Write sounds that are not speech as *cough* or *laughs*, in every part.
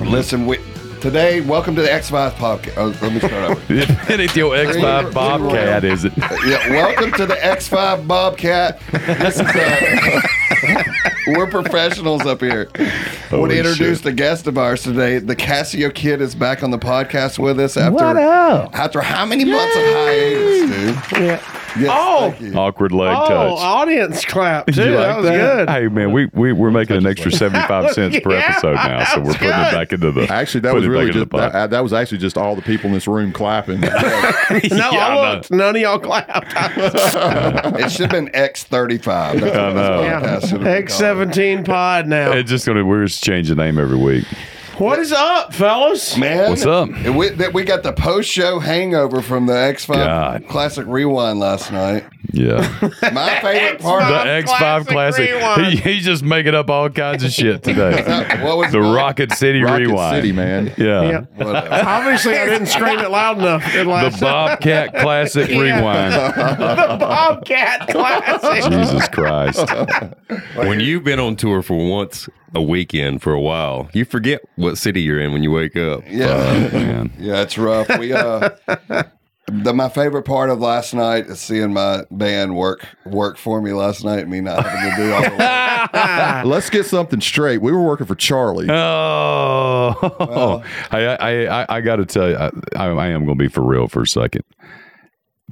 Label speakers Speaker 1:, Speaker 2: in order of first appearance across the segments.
Speaker 1: Listen, we, today, welcome to the X Files podcast. Oh, let me start
Speaker 2: *laughs*
Speaker 3: *laughs*
Speaker 1: over.
Speaker 2: it ain't your X5 Bobcat, is it?
Speaker 1: Yeah, welcome to the X5 Bobcat. This is uh we're professionals up here. Want
Speaker 2: Holy
Speaker 1: to introduce
Speaker 2: shit.
Speaker 1: the guest of ours today. The Casio Kid is back on the podcast with us after
Speaker 4: What up?
Speaker 1: after how many months of hiatus, dude?
Speaker 4: Yeah.
Speaker 1: Yes,
Speaker 4: Oh.
Speaker 1: thank you.
Speaker 2: Awkward leg
Speaker 4: Oh,
Speaker 2: touch.
Speaker 4: audience clap too.
Speaker 2: *laughs* You
Speaker 4: that
Speaker 2: like *laughs*
Speaker 4: was good.
Speaker 2: Hey man, we, we we're making an extra seventy five cents per
Speaker 4: Yeah,
Speaker 2: episode now, so
Speaker 4: that
Speaker 2: we're
Speaker 4: was
Speaker 2: putting it
Speaker 4: good.
Speaker 2: back into the
Speaker 3: Actually, that
Speaker 2: putting
Speaker 3: was
Speaker 2: it back
Speaker 3: really
Speaker 2: into
Speaker 3: just
Speaker 2: the pot.
Speaker 3: that, that was actually just all the people in this room
Speaker 2: *laughs*
Speaker 3: clapping.
Speaker 4: no,
Speaker 2: Yeah, I
Speaker 4: I
Speaker 2: know.
Speaker 4: looked. None of y'all clapped.
Speaker 1: *laughs* It should have been X35. That's what this podcast should have been
Speaker 4: X seventeen pod now.
Speaker 2: It's just gonna we're just changing the name every week.
Speaker 4: What is up, fellas?
Speaker 1: Man,
Speaker 2: What's up?
Speaker 1: And We, that we got the post-show hangover from the X5
Speaker 2: God.
Speaker 1: Classic Rewind last night.
Speaker 2: Yeah.
Speaker 1: My favorite
Speaker 2: The
Speaker 1: part.
Speaker 2: X5
Speaker 4: Classic
Speaker 2: Classic.
Speaker 4: Rewind.
Speaker 2: He, *laughs* he's just making up all kinds of shit today.
Speaker 1: what was
Speaker 2: the
Speaker 1: mine? *laughs*
Speaker 2: Rocket City
Speaker 3: Rocket
Speaker 2: Rewind.
Speaker 3: City, man.
Speaker 2: Yeah.
Speaker 4: Yeah. *laughs*
Speaker 1: Whatever.
Speaker 4: Obviously, I didn't scream it loud enough. It
Speaker 2: The
Speaker 4: last
Speaker 2: Bobcat Classic
Speaker 4: Yeah.
Speaker 2: Rewind.
Speaker 4: the
Speaker 2: *laughs*
Speaker 4: Bobcat classic.
Speaker 2: Jesus Christ.
Speaker 5: When you've been on tour for once a weekend for a while, you forget what city you're in when you wake up.
Speaker 1: Yeah.
Speaker 2: Man.
Speaker 1: Yeah, it's rough. We uh the, my favorite part of last night is seeing my band work work for me last night, me not having to do all the work.
Speaker 3: Let's get something straight. We were working for Charlie.
Speaker 2: Oh, I, I, I, I got to tell you, I, I I am going to be for real for a second,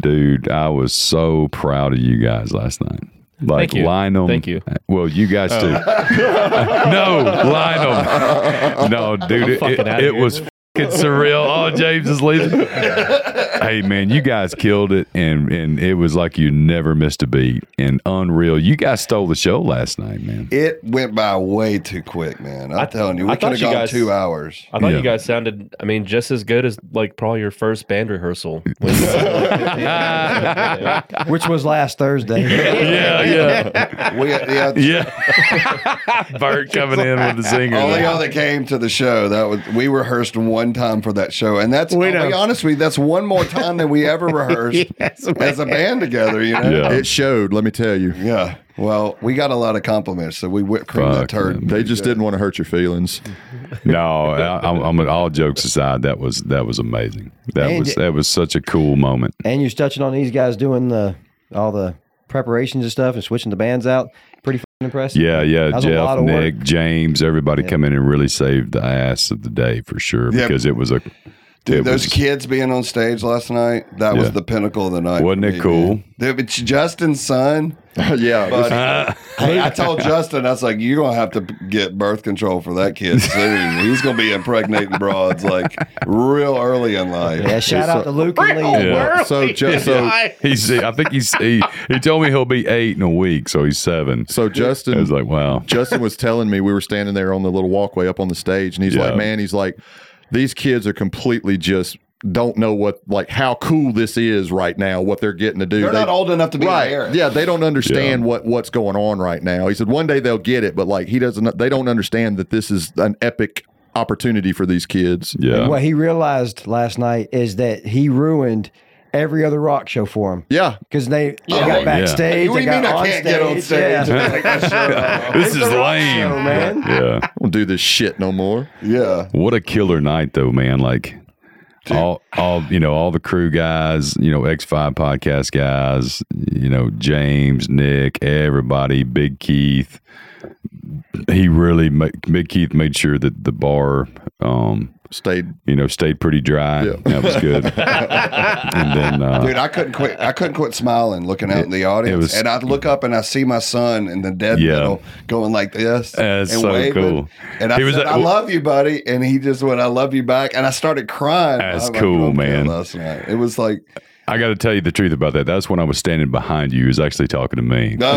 Speaker 2: dude. I was so proud of you guys last night. Like
Speaker 6: Thank you.
Speaker 2: Lionel,
Speaker 6: Thank you. Oh.
Speaker 2: Well, you guys too. *laughs* no, Lionel, no, dude, it,
Speaker 6: fucking
Speaker 2: it-
Speaker 6: outta
Speaker 2: it
Speaker 6: here.
Speaker 2: was fucking surreal. Oh, James is leaving. hey, man, you guys killed it, and and it was like you never missed a beat, and unreal. You guys stole the show last night, man.
Speaker 1: It went by way too quick, man. I'm telling you, we
Speaker 6: I
Speaker 1: could
Speaker 6: thought
Speaker 1: have
Speaker 6: you
Speaker 1: gone
Speaker 6: guys-
Speaker 1: two hours.
Speaker 6: I thought
Speaker 2: Yeah.
Speaker 6: you guys sounded, I mean, just as good as like probably your first band rehearsal. *laughs* When you-
Speaker 2: *laughs*
Speaker 6: yeah.
Speaker 7: which was last Thursday.
Speaker 2: Yeah, yeah.
Speaker 1: We yeah.
Speaker 2: Yeah. Bert coming in with the singer.
Speaker 1: Only y'all that came to the show that was we rehearsed one time for that show, and that's
Speaker 4: We
Speaker 1: I'll be
Speaker 4: know.
Speaker 1: honest with you, that's one more time than we
Speaker 2: *laughs*
Speaker 1: ever rehearsed
Speaker 4: Yes,
Speaker 1: as a band together. You know,
Speaker 2: Yeah.
Speaker 3: It showed. Let me tell you,
Speaker 1: yeah. Well, we got a lot of compliments, so we whipped creamed that
Speaker 2: Fuck,
Speaker 1: turd.
Speaker 3: they just didn't want to hurt your feelings.
Speaker 2: No, I, I'm, I'm all jokes aside. That was that was amazing. That was that was such a cool moment.
Speaker 7: and you're touching on these guys doing the all the preparations and stuff and switching the bands out. Pretty f impressive.
Speaker 2: Yeah,
Speaker 7: That
Speaker 2: yeah.
Speaker 7: was a lot
Speaker 2: Jeff,
Speaker 7: of
Speaker 2: Nick, James, everybody come in and really saved the ass of the day for sure
Speaker 1: Yeah.
Speaker 2: because it was a
Speaker 1: Dude,
Speaker 2: it
Speaker 1: those
Speaker 2: was-
Speaker 1: kids being on stage last night, that was
Speaker 2: Yeah.
Speaker 1: the pinnacle of the night.
Speaker 2: Wasn't
Speaker 1: for
Speaker 2: it
Speaker 1: me,
Speaker 2: cool?
Speaker 1: man. Dude, it's Justin's
Speaker 2: *laughs*
Speaker 1: son.
Speaker 3: yeah,
Speaker 1: But I, I told Justin, I was like, you're going to have to get birth control for that kid soon. He's going to be impregnating broads like real early in life.
Speaker 7: Yeah, shout out to Luke and Lee.
Speaker 2: Yeah.
Speaker 3: So
Speaker 4: *laughs*
Speaker 3: ju- so-
Speaker 2: *laughs* he's I think he's he, he told me he'll be eight in a week, so he's seven.
Speaker 3: so Justin
Speaker 2: I was like, wow.
Speaker 3: Justin was telling me we were standing there on the little walkway up on the stage, and he's
Speaker 2: Yeah.
Speaker 3: like, "Man, he's like, these kids are completely just don't know what like how cool this is right now. What they're getting to do.
Speaker 1: They're
Speaker 3: They-
Speaker 1: not old enough to be
Speaker 3: right?
Speaker 1: there.
Speaker 3: Yeah, they don't understand what what's going on right now. He said one day they'll get it, but like he doesn't. They don't understand that this is an epic opportunity for these kids.
Speaker 2: Yeah.
Speaker 7: What he realized last night is that he ruined every other rock show for him.
Speaker 3: Yeah,
Speaker 7: Because they, they
Speaker 2: Oh, yeah.
Speaker 7: got backstage,
Speaker 1: What do
Speaker 7: they
Speaker 1: you
Speaker 7: got
Speaker 1: mean I
Speaker 7: on
Speaker 1: can't
Speaker 7: stage.
Speaker 1: get on stage?
Speaker 2: *laughs*
Speaker 7: Yeah.
Speaker 1: Like, that shit.
Speaker 2: this is lame.
Speaker 7: show, man.
Speaker 2: Yeah.
Speaker 3: I don't do this shit no more.
Speaker 1: *laughs* Yeah.
Speaker 2: What a killer night though, man. Like all all you know, all the crew guys, you know, X5 podcast guys, you know, James, Nick, everybody, Big Keith. He really ma- Big Keith made sure that the bar um
Speaker 3: Stayed.
Speaker 2: you know, stayed pretty dry.
Speaker 3: Yeah.
Speaker 2: That was good. and then uh,
Speaker 1: Dude, I couldn't quit. I couldn't quit smiling, looking out in the audience,
Speaker 2: was-
Speaker 1: and I look up and I see my son in the dead
Speaker 2: Yeah.
Speaker 1: middle, going like this
Speaker 2: That's
Speaker 1: and
Speaker 2: so cool.
Speaker 1: And I
Speaker 2: He was
Speaker 1: said,
Speaker 2: like,
Speaker 1: "I
Speaker 2: "Wha-
Speaker 1: love you, buddy," and he just went, "I love you back," and I started crying.
Speaker 2: That's
Speaker 1: I was like,
Speaker 2: cool,
Speaker 1: "Oh,
Speaker 2: man."
Speaker 1: Last night, it was
Speaker 2: *laughs*
Speaker 1: like,
Speaker 2: I got to tell you the truth about that. That's when I was standing behind you. He was actually talking to me.
Speaker 1: no,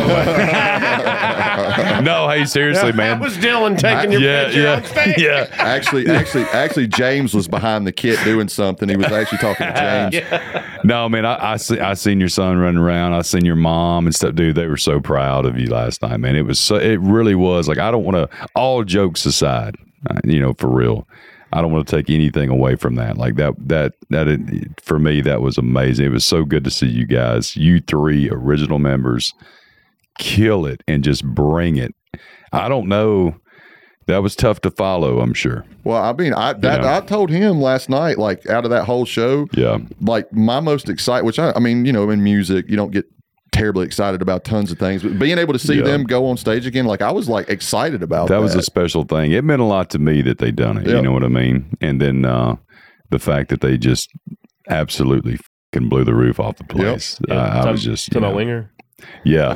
Speaker 2: no, hey, seriously,
Speaker 4: That
Speaker 2: man.
Speaker 4: was Dylan taking your
Speaker 2: yeah,
Speaker 4: picture on
Speaker 2: yeah,
Speaker 4: stage.
Speaker 2: yeah.
Speaker 3: Actually, actually, actually, James was behind the kit doing something. He was actually talking
Speaker 2: *laughs*
Speaker 3: to James.
Speaker 2: No, man, I, I see. I seen your son running around. I seen your mom and stuff, dude. They were so proud of you last night, man. It was so. It really was. Like I don't want to. All jokes aside, uh, you know, for real. I don't want to take anything away from that. Like that, that, that, it, for me, that was amazing. It was so good to see you guys, you three original members, kill it and just bring it. I don't know. That was tough to follow, I'm sure.
Speaker 3: Well, I mean, I that
Speaker 2: know.
Speaker 3: I told him last night, like out of that whole show,
Speaker 2: Yeah.
Speaker 3: like my most excited, which I, I mean, you know, in music, you don't get terribly excited about tons of things, but being able to see
Speaker 2: Yeah.
Speaker 3: them go on stage again, like I was like excited about that.
Speaker 2: that was a special thing. It meant a lot to me that they done it.
Speaker 3: Yeah.
Speaker 2: You know what I mean? And then uh, the fact that they just absolutely fucking blew the roof off the place. I, I
Speaker 6: to,
Speaker 2: was just
Speaker 6: to
Speaker 2: you
Speaker 6: my
Speaker 2: know,
Speaker 6: winger.
Speaker 2: Yeah,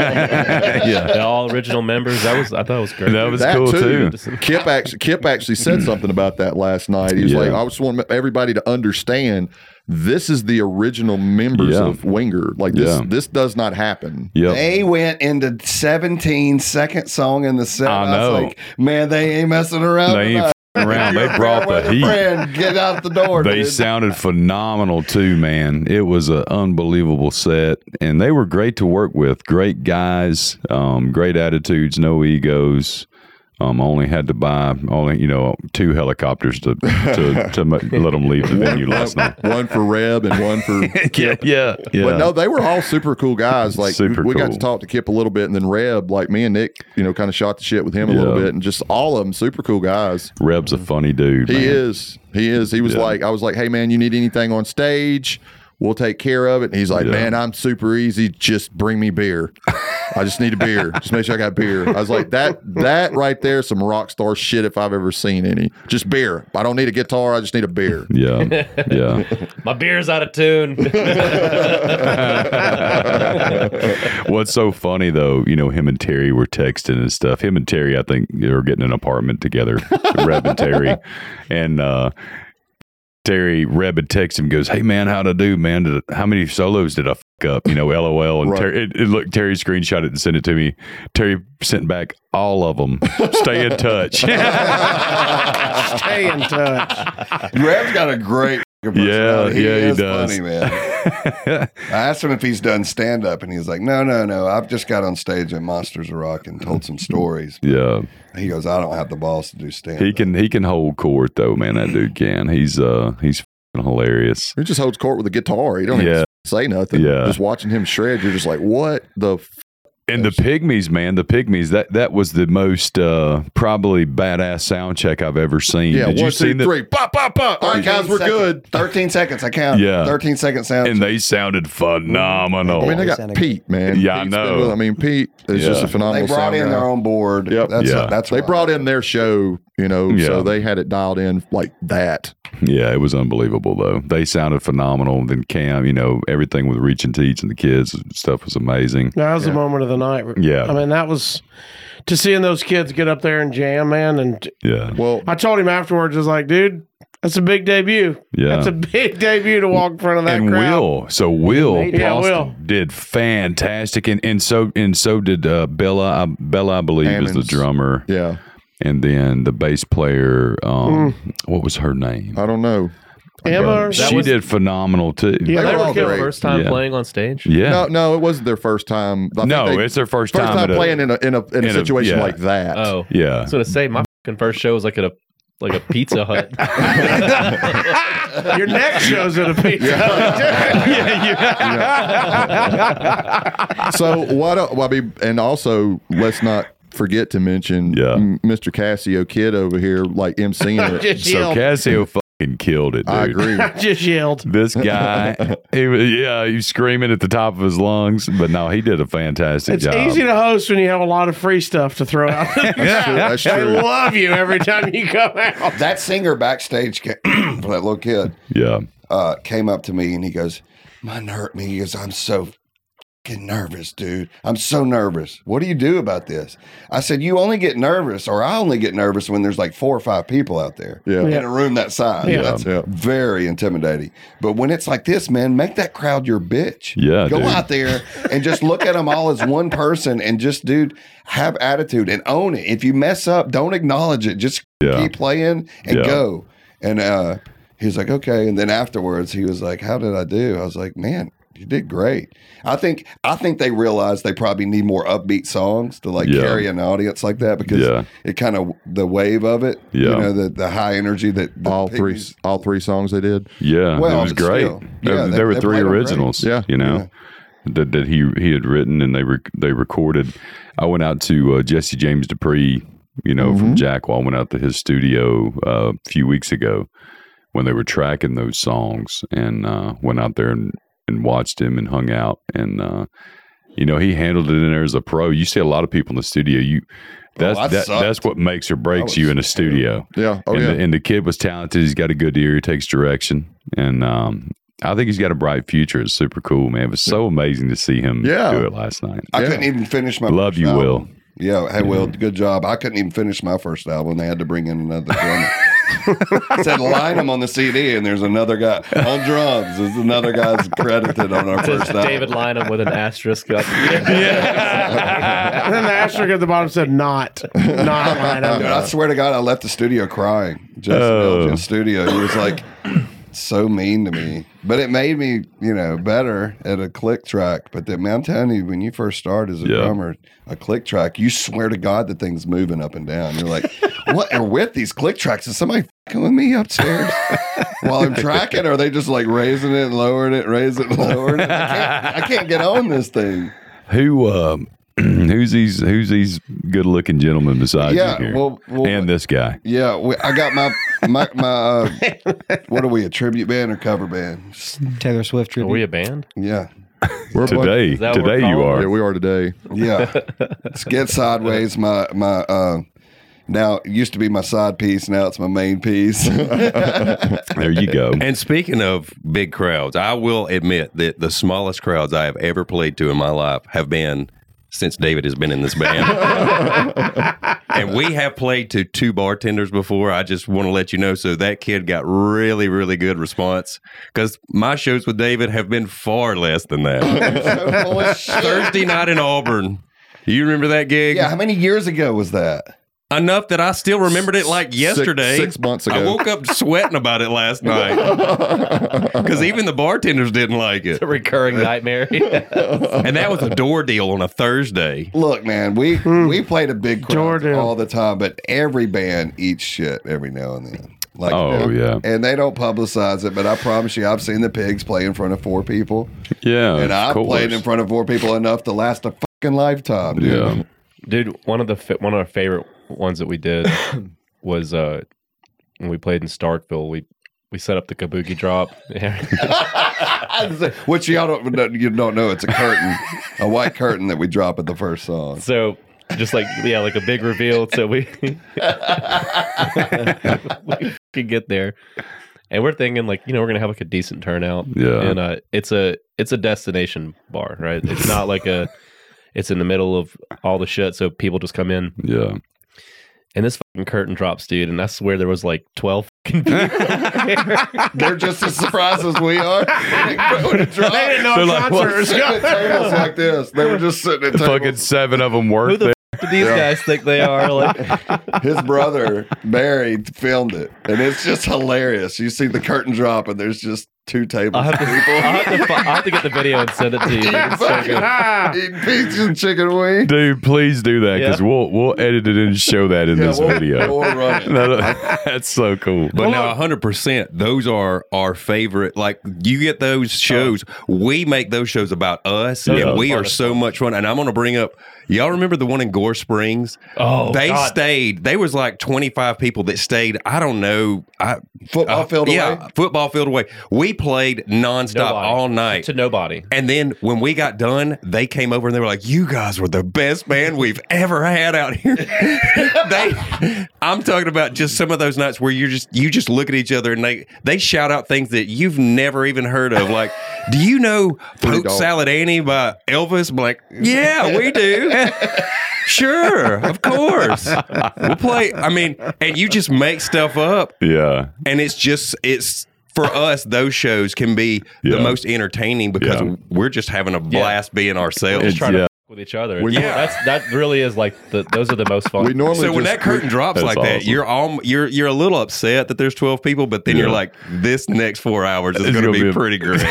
Speaker 2: yeah,
Speaker 6: The all original members. That was I thought it was great.
Speaker 2: that was
Speaker 3: That
Speaker 2: cool
Speaker 3: too.
Speaker 2: too.
Speaker 3: Kip actually, Kip
Speaker 2: *clears throat*
Speaker 3: actually said something about that last night. He was
Speaker 2: Yeah.
Speaker 3: like, "I just want everybody to understand, this is the original members
Speaker 2: Yeah.
Speaker 3: of Winger. Like this,
Speaker 2: Yeah.
Speaker 3: this does not happen.
Speaker 2: Yep.
Speaker 1: *laughs* They went into 17 second song in the set.
Speaker 2: I know.
Speaker 1: was like, man, they ain't messing around.
Speaker 2: They ain't
Speaker 1: tonight.
Speaker 2: f***ing around. They
Speaker 1: Your
Speaker 2: brought
Speaker 1: friend with
Speaker 2: the
Speaker 1: a
Speaker 2: heat.
Speaker 1: Friend, get out the door.
Speaker 2: They
Speaker 1: dude.
Speaker 2: sounded
Speaker 3: *laughs*
Speaker 2: phenomenal too, man. It was an unbelievable set, and they were great to work with. Great guys, um, great attitudes, no egos. Um, I only had to buy only you know two helicopters to to, to
Speaker 3: *laughs*
Speaker 2: ma- let them leave the venue last night.
Speaker 3: one for Reb and one for Kip.
Speaker 2: Yeah, yeah.
Speaker 3: But no, they were all super cool guys. Like
Speaker 2: Super
Speaker 3: we got
Speaker 2: cool.
Speaker 3: to talk to Kip a little bit, and then Reb, like me and Nick, you know, kind of shot the shit with him a little
Speaker 2: Yeah.
Speaker 3: bit, and just all of them super cool guys.
Speaker 2: Reb's a funny dude.
Speaker 3: He
Speaker 2: man.
Speaker 3: is, he is. He was
Speaker 2: Yeah.
Speaker 3: like, I was like, hey man, you need anything on stage? We'll take care of it. And he's like,
Speaker 2: Yeah.
Speaker 3: man, I'm super easy. Just bring me beer. I just need a beer. Just make sure I got beer. I was like, that that right there, is some rock star shit if I've ever seen any. Just beer. I don't need a guitar. I just need a beer.
Speaker 2: Yeah,
Speaker 3: *laughs*
Speaker 2: yeah.
Speaker 6: My beer's out of
Speaker 2: *laughs*
Speaker 6: tune.
Speaker 2: What's so funny though, you know, him and Terry were texting and stuff. Him and Terry, I think, are getting an apartment together. Reb and Terry, and uh, Terry Reb had texted him goes, "Hey man, how'd I do, man? Did I, how many solos did I fuck up? You know, LOL." And
Speaker 3: Right.
Speaker 2: Terry, it, it, look, Terry screenshot it and sent it to me. Terry sent back all of them. Stay in touch.
Speaker 4: *laughs* Stay in touch.
Speaker 1: Rev's got a great
Speaker 2: Yeah,
Speaker 1: personality.
Speaker 2: yeah, he
Speaker 1: is
Speaker 2: does.
Speaker 1: Funny man.
Speaker 2: *laughs*
Speaker 1: I asked him if he's done stand up, and he's like, "No, no, no. I've just got on stage at Monsters of Rock and told some stories."
Speaker 2: yeah.
Speaker 1: He goes, "I don't have the balls to do stand."
Speaker 2: He can he can hold court though, man. That dude can. He's uh he's f***ing hilarious.
Speaker 3: He just holds court with a guitar. He don't
Speaker 2: Yeah.
Speaker 3: even say nothing.
Speaker 2: Yeah.
Speaker 3: Just watching him shred, you're just like, what the? F-?
Speaker 2: And the pygmies, man, the pygmies. That that was the most uh probably badass sound check I've ever seen.
Speaker 3: Yeah,
Speaker 2: Did
Speaker 3: one,
Speaker 2: you see
Speaker 3: two,
Speaker 2: the-
Speaker 3: three, pop, pop, pop. All right, guys, we're good.
Speaker 1: Thirteen seconds. I count.
Speaker 2: Yeah.
Speaker 1: Thirteen second sound.
Speaker 2: And they sounded phenomenal.
Speaker 3: I mean, they
Speaker 7: They
Speaker 3: got
Speaker 7: sounded-
Speaker 3: Pete, man.
Speaker 2: Yeah, I
Speaker 3: Pete's been
Speaker 2: know.
Speaker 3: with- I mean, Pete is
Speaker 2: Yeah.
Speaker 3: just a
Speaker 1: they
Speaker 3: phenomenal.
Speaker 1: brought
Speaker 3: sound
Speaker 1: in
Speaker 3: guy.
Speaker 1: their own board.
Speaker 3: Yep.
Speaker 1: That's
Speaker 2: Yeah.
Speaker 1: that's
Speaker 3: They
Speaker 1: what I
Speaker 3: brought in their show, you know,
Speaker 2: Yeah.
Speaker 3: so they had it dialed in like that.
Speaker 2: yeah, it was unbelievable though. They sounded phenomenal. Then Cam, you know, everything with Reach and Teach and the kids and stuff was amazing.
Speaker 4: That was the moment of the night.
Speaker 2: Yeah.
Speaker 4: I mean, that was to seeing those kids get up there and jam, man. And
Speaker 2: Yeah.
Speaker 3: Well,
Speaker 4: I told him afterwards, I was like, dude, that's a big debut.
Speaker 2: Yeah.
Speaker 4: That's a big debut to walk in front of that
Speaker 2: and
Speaker 4: crowd.
Speaker 2: Will. So Will Paulson
Speaker 4: Yeah, Will.
Speaker 2: did fantastic, and, and so and so did uh, Bella. I, Bella, I believe, is
Speaker 3: Hammonds.
Speaker 2: the drummer,
Speaker 3: yeah,
Speaker 2: and then the bass player. Um, What was her name?
Speaker 3: I don't know.
Speaker 4: Mm. Emma,
Speaker 2: she
Speaker 6: was-
Speaker 2: did phenomenal too.
Speaker 4: Yeah,
Speaker 6: Yeah,
Speaker 4: they
Speaker 6: that
Speaker 3: were all
Speaker 6: was their
Speaker 3: great.
Speaker 6: first time
Speaker 2: Yeah.
Speaker 6: playing on stage.
Speaker 2: Yeah.
Speaker 3: No, no, it wasn't their first time. I think
Speaker 2: No,
Speaker 3: they-
Speaker 2: it's their first,
Speaker 3: first time,
Speaker 2: at a-
Speaker 3: playing in a in a in
Speaker 2: in
Speaker 3: a
Speaker 2: a-
Speaker 3: situation
Speaker 2: yeah.
Speaker 3: like that.
Speaker 6: Oh, I
Speaker 2: yeah.
Speaker 6: was gonna say my fucking first show was like at a like a Pizza
Speaker 2: *laughs*
Speaker 6: Hut.
Speaker 4: your neck shows at a pizza.
Speaker 2: Oh.
Speaker 4: *laughs*
Speaker 2: *laughs*
Speaker 3: *laughs* so what? el- Well, I mean, and also let's not forget to mention
Speaker 2: Yeah.
Speaker 3: m- Mr. Cassio Kid over here,
Speaker 5: *laughs*
Speaker 3: like emceeing it.
Speaker 4: just
Speaker 2: So
Speaker 4: yelled.
Speaker 2: Cassio fucking killed it, dude. *laughs*
Speaker 3: I agree.
Speaker 4: just yelled.
Speaker 2: This guy,
Speaker 3: *laughs*
Speaker 2: he was, yeah, he was screaming at the top of his lungs, but no, he did a fantastic
Speaker 4: It's
Speaker 2: job.
Speaker 4: easy to host when you have a lot of free stuff to throw
Speaker 2: *laughs*
Speaker 4: out. *laughs*
Speaker 3: That's
Speaker 4: I
Speaker 3: true.
Speaker 4: love you every time you come out.
Speaker 1: That singer backstage ca- *clears throat* for that little kid
Speaker 2: yeah.
Speaker 1: uh, came up to me and he goes, "Mine hurt me." He goes, "I'm so fucking nervous, dude. I'm so nervous. What do you do about this?" I said, "You only get nervous, or I only get nervous when there's like four or five people out there
Speaker 3: Yeah.
Speaker 1: in a room that size.
Speaker 4: Yeah.
Speaker 1: That's
Speaker 3: Yeah.
Speaker 1: very intimidating. But when it's like this, man, make that crowd your bitch.
Speaker 2: Yeah,
Speaker 1: go
Speaker 2: dude.
Speaker 1: out there and just look at them all as one person and just, dude, have attitude and own it. If you mess up, don't acknowledge it. Just
Speaker 2: Yeah.
Speaker 1: keep playing and
Speaker 2: Yeah.
Speaker 1: go. And uh, he was like, okay. And then afterwards, he was like, how did I do? I was like, man, You did great. I think I think they realize they probably need more upbeat songs to like
Speaker 2: Yeah.
Speaker 1: carry an audience like that because
Speaker 2: Yeah.
Speaker 1: it kind of the wave of it. You
Speaker 2: Yeah.
Speaker 1: know, the, the high energy that the
Speaker 3: all three
Speaker 1: Pygmies-
Speaker 3: all three songs they did.
Speaker 2: Yeah,
Speaker 1: Well,
Speaker 2: it was
Speaker 1: but
Speaker 2: great.
Speaker 1: still,
Speaker 2: There-
Speaker 1: yeah,
Speaker 2: there,
Speaker 1: they-
Speaker 2: were
Speaker 1: they
Speaker 2: three
Speaker 1: played 'em great.
Speaker 2: originals.
Speaker 3: Yeah.
Speaker 2: you know that, that he he had written and they rec- they recorded. I went out to uh, Jesse James Dupree, you know,
Speaker 1: Mm-hmm.
Speaker 2: from Jackwall. I went out to his studio uh, a few weeks ago when they were tracking those songs, and uh, went out there and, and watched him and hung out. And uh, you know, he handled it in there as a pro. You see a lot of people in the studio. You that's
Speaker 1: I
Speaker 2: that,
Speaker 1: Oh, sucked.
Speaker 2: that's what makes or breaks
Speaker 1: was
Speaker 2: you in a studio
Speaker 3: Yeah. Oh
Speaker 2: and,
Speaker 3: yeah.
Speaker 2: the, and the kid was talented. He's got a good ear. He takes direction, and um, I think he's got a bright future. It's super cool, man. It was so amazing to see him
Speaker 3: Yeah.
Speaker 2: do it last night.
Speaker 1: I
Speaker 3: Yeah.
Speaker 1: couldn't even finish my
Speaker 2: Love
Speaker 1: first
Speaker 2: you,
Speaker 1: album.
Speaker 2: Will.
Speaker 1: Yeah, hey Will, good job. I couldn't even finish my first album. They had to bring in another drummer.
Speaker 3: *laughs*
Speaker 1: It said line them on the CD, and there's another guy on drums. There's another guy's credited on our
Speaker 6: Says
Speaker 1: first album.
Speaker 6: David Lynham with an asterisk.
Speaker 2: *laughs*
Speaker 6: Up yeah.
Speaker 4: *laughs* And then the asterisk at the bottom said not. Not
Speaker 1: *laughs*
Speaker 4: line up.
Speaker 1: Dude, I swear to God, I left the studio crying. Justin
Speaker 2: Oh.
Speaker 1: Elgin's studio. He was like so mean to me, but it made me, you know, better at a click track. But then, man, I'm telling you, when you first start as a
Speaker 2: Yeah.
Speaker 1: drummer, a click track, you swear to God the thing's moving up and down. You're like, what are with these click tracks? Is somebody fucking with me upstairs *laughs* while I'm tracking? Or are they just like raising it and lowering it, raising it and lowering it? I can't, I can't get on this thing.
Speaker 2: Who um, *clears throat* who's these who's these good looking gentlemen beside
Speaker 1: Yeah,
Speaker 2: you here?
Speaker 1: well- well-
Speaker 2: and this guy.
Speaker 1: Yeah, we, I got my *laughs* my my. Uh, what are we? A tribute band or cover band? S-
Speaker 7: Taylor Swift
Speaker 2: Oh,
Speaker 6: Are we
Speaker 7: tribute.
Speaker 6: a band?
Speaker 1: Yeah,
Speaker 3: We're a bunch-
Speaker 2: Today,
Speaker 6: Is that what
Speaker 2: today
Speaker 6: we're
Speaker 2: you
Speaker 6: calling
Speaker 3: Yeah,
Speaker 2: are.
Speaker 3: we are today.
Speaker 1: yeah. Let's get sideways. My my. Uh, now it used to be my side piece. Now it's my main piece. *laughs*
Speaker 2: There you go.
Speaker 5: And speaking of big crowds, I will admit that the smallest crowds I have ever played to in my life have been since David has been in this band. and we have played to two bartenders before. I just want to let you know. So that kid got really, really good response because my shows with David have been far less than that. Thursday night in Auburn. You remember that gig?
Speaker 1: yeah. How many years ago was that?
Speaker 5: Enough that I still remembered it like yesterday.
Speaker 3: six months
Speaker 5: I
Speaker 3: ago.
Speaker 5: woke up sweating about it
Speaker 3: *laughs*
Speaker 5: last night because even the bartenders didn't like it.
Speaker 6: A recurring *laughs* nightmare.
Speaker 5: and that was a door deal on a Thursday.
Speaker 1: Look, man, we we played a big crowd
Speaker 4: Jordan.
Speaker 1: all the time, but every band eats shit every now and then. Like,
Speaker 2: Oh, yeah.
Speaker 1: and they don't publicize it, but I promise you, I've seen the pigs play in front of four people.
Speaker 2: Yeah,
Speaker 1: and
Speaker 2: of
Speaker 1: I
Speaker 2: course.
Speaker 1: played in front of four people enough to last a fucking lifetime. Dude.
Speaker 2: Yeah,
Speaker 6: Dude, one of the fa- one of our favorite ones that we did was uh when we played in Starkville. We we set up the Kabuki drop. *laughs*
Speaker 1: Which y'all don't no, you don't know. It's a curtain, a white curtain that we drop at the first song.
Speaker 6: so just like yeah, like a big reveal. So we *laughs* we could get there, and we're thinking like you know we're gonna have like a decent turnout.
Speaker 2: Yeah.
Speaker 6: and uh, it's a it's a destination bar, right? It's not like a it's in the middle of all the shit, so people just come in.
Speaker 2: yeah.
Speaker 6: And this fucking curtain drops, dude, and I swear there was like twelve fucking people. *laughs*
Speaker 1: They're just as surprised as we are. When it dropped,
Speaker 4: They didn't know
Speaker 2: They're
Speaker 4: a
Speaker 2: like,
Speaker 4: concert
Speaker 1: they were
Speaker 4: was
Speaker 1: sitting at
Speaker 4: going-
Speaker 1: tables like this. They were just sitting at
Speaker 2: Fucking
Speaker 1: tables.
Speaker 2: seven of them
Speaker 6: Who
Speaker 2: worked
Speaker 6: the
Speaker 2: there.
Speaker 6: f- do these guys think they are? Like,
Speaker 1: His brother Barry filmed it, and it's just hilarious. You see the curtain drop, and there's just two
Speaker 6: I'll
Speaker 2: *laughs*
Speaker 1: tables
Speaker 6: have,
Speaker 1: of
Speaker 6: to,
Speaker 1: people
Speaker 6: I'll, have to, fi- I'll have to get the video and send it to you.
Speaker 1: *laughs*
Speaker 6: dude.
Speaker 2: *laughs*
Speaker 6: It's so good.
Speaker 4: Ah, *laughs*
Speaker 1: eating pizza and chicken wings.
Speaker 2: Dude, please do that because
Speaker 6: Yeah.
Speaker 2: we'll we'll edit it and show that in this
Speaker 1: we'll-
Speaker 2: video.
Speaker 1: we'll run it.
Speaker 2: That- *laughs* that's so cool.
Speaker 5: But no, 100%. Those are our favorite. Like, you get those
Speaker 3: Uh-huh.
Speaker 5: shows. We make those shows about us,
Speaker 6: are
Speaker 5: and
Speaker 6: the
Speaker 5: we are
Speaker 6: funnest
Speaker 5: so much fun. And I'm going to bring up, y'all remember the one in Gore Springs?
Speaker 6: Oh,
Speaker 5: they
Speaker 6: God.
Speaker 5: stayed. They was like 25 people that stayed. I don't know. I, Uh,
Speaker 1: Football field
Speaker 5: yeah,
Speaker 1: away?
Speaker 5: football field away. We played nonstop
Speaker 6: Nobody.
Speaker 5: all night.
Speaker 6: to nobody.
Speaker 5: And then when we got done, they came over and they were like, "You guys were the best band we've ever had out here." *laughs* they, I'm talking about just some of those nights where you just you just look at each other and they they shout out things that you've never even heard of. Like, do you know "Poke
Speaker 3: dog.
Speaker 5: Salad Annie" by Elvis? I'm like, yeah, we do. *laughs* sure, of course, we'll play. I mean, and you just make stuff up
Speaker 2: Yeah.
Speaker 5: and it's just it's for us those shows can be
Speaker 2: Yeah.
Speaker 5: the most entertaining because
Speaker 2: Yeah.
Speaker 5: we're just having a blast being ourselves
Speaker 2: It's- yeah.
Speaker 6: with each other.
Speaker 3: We-
Speaker 6: yeah, that's that really is like the those are the most fun.
Speaker 3: We normally
Speaker 5: So when
Speaker 3: just-
Speaker 5: that curtain drops
Speaker 2: That's
Speaker 5: like that,
Speaker 2: awesome.
Speaker 5: you're all you're you're a little upset that there's 12 people, but then you're
Speaker 2: Yeah.
Speaker 5: like, this next four hours is
Speaker 2: It's
Speaker 5: going to
Speaker 2: gonna
Speaker 5: be,
Speaker 2: be a- *laughs*
Speaker 5: pretty great.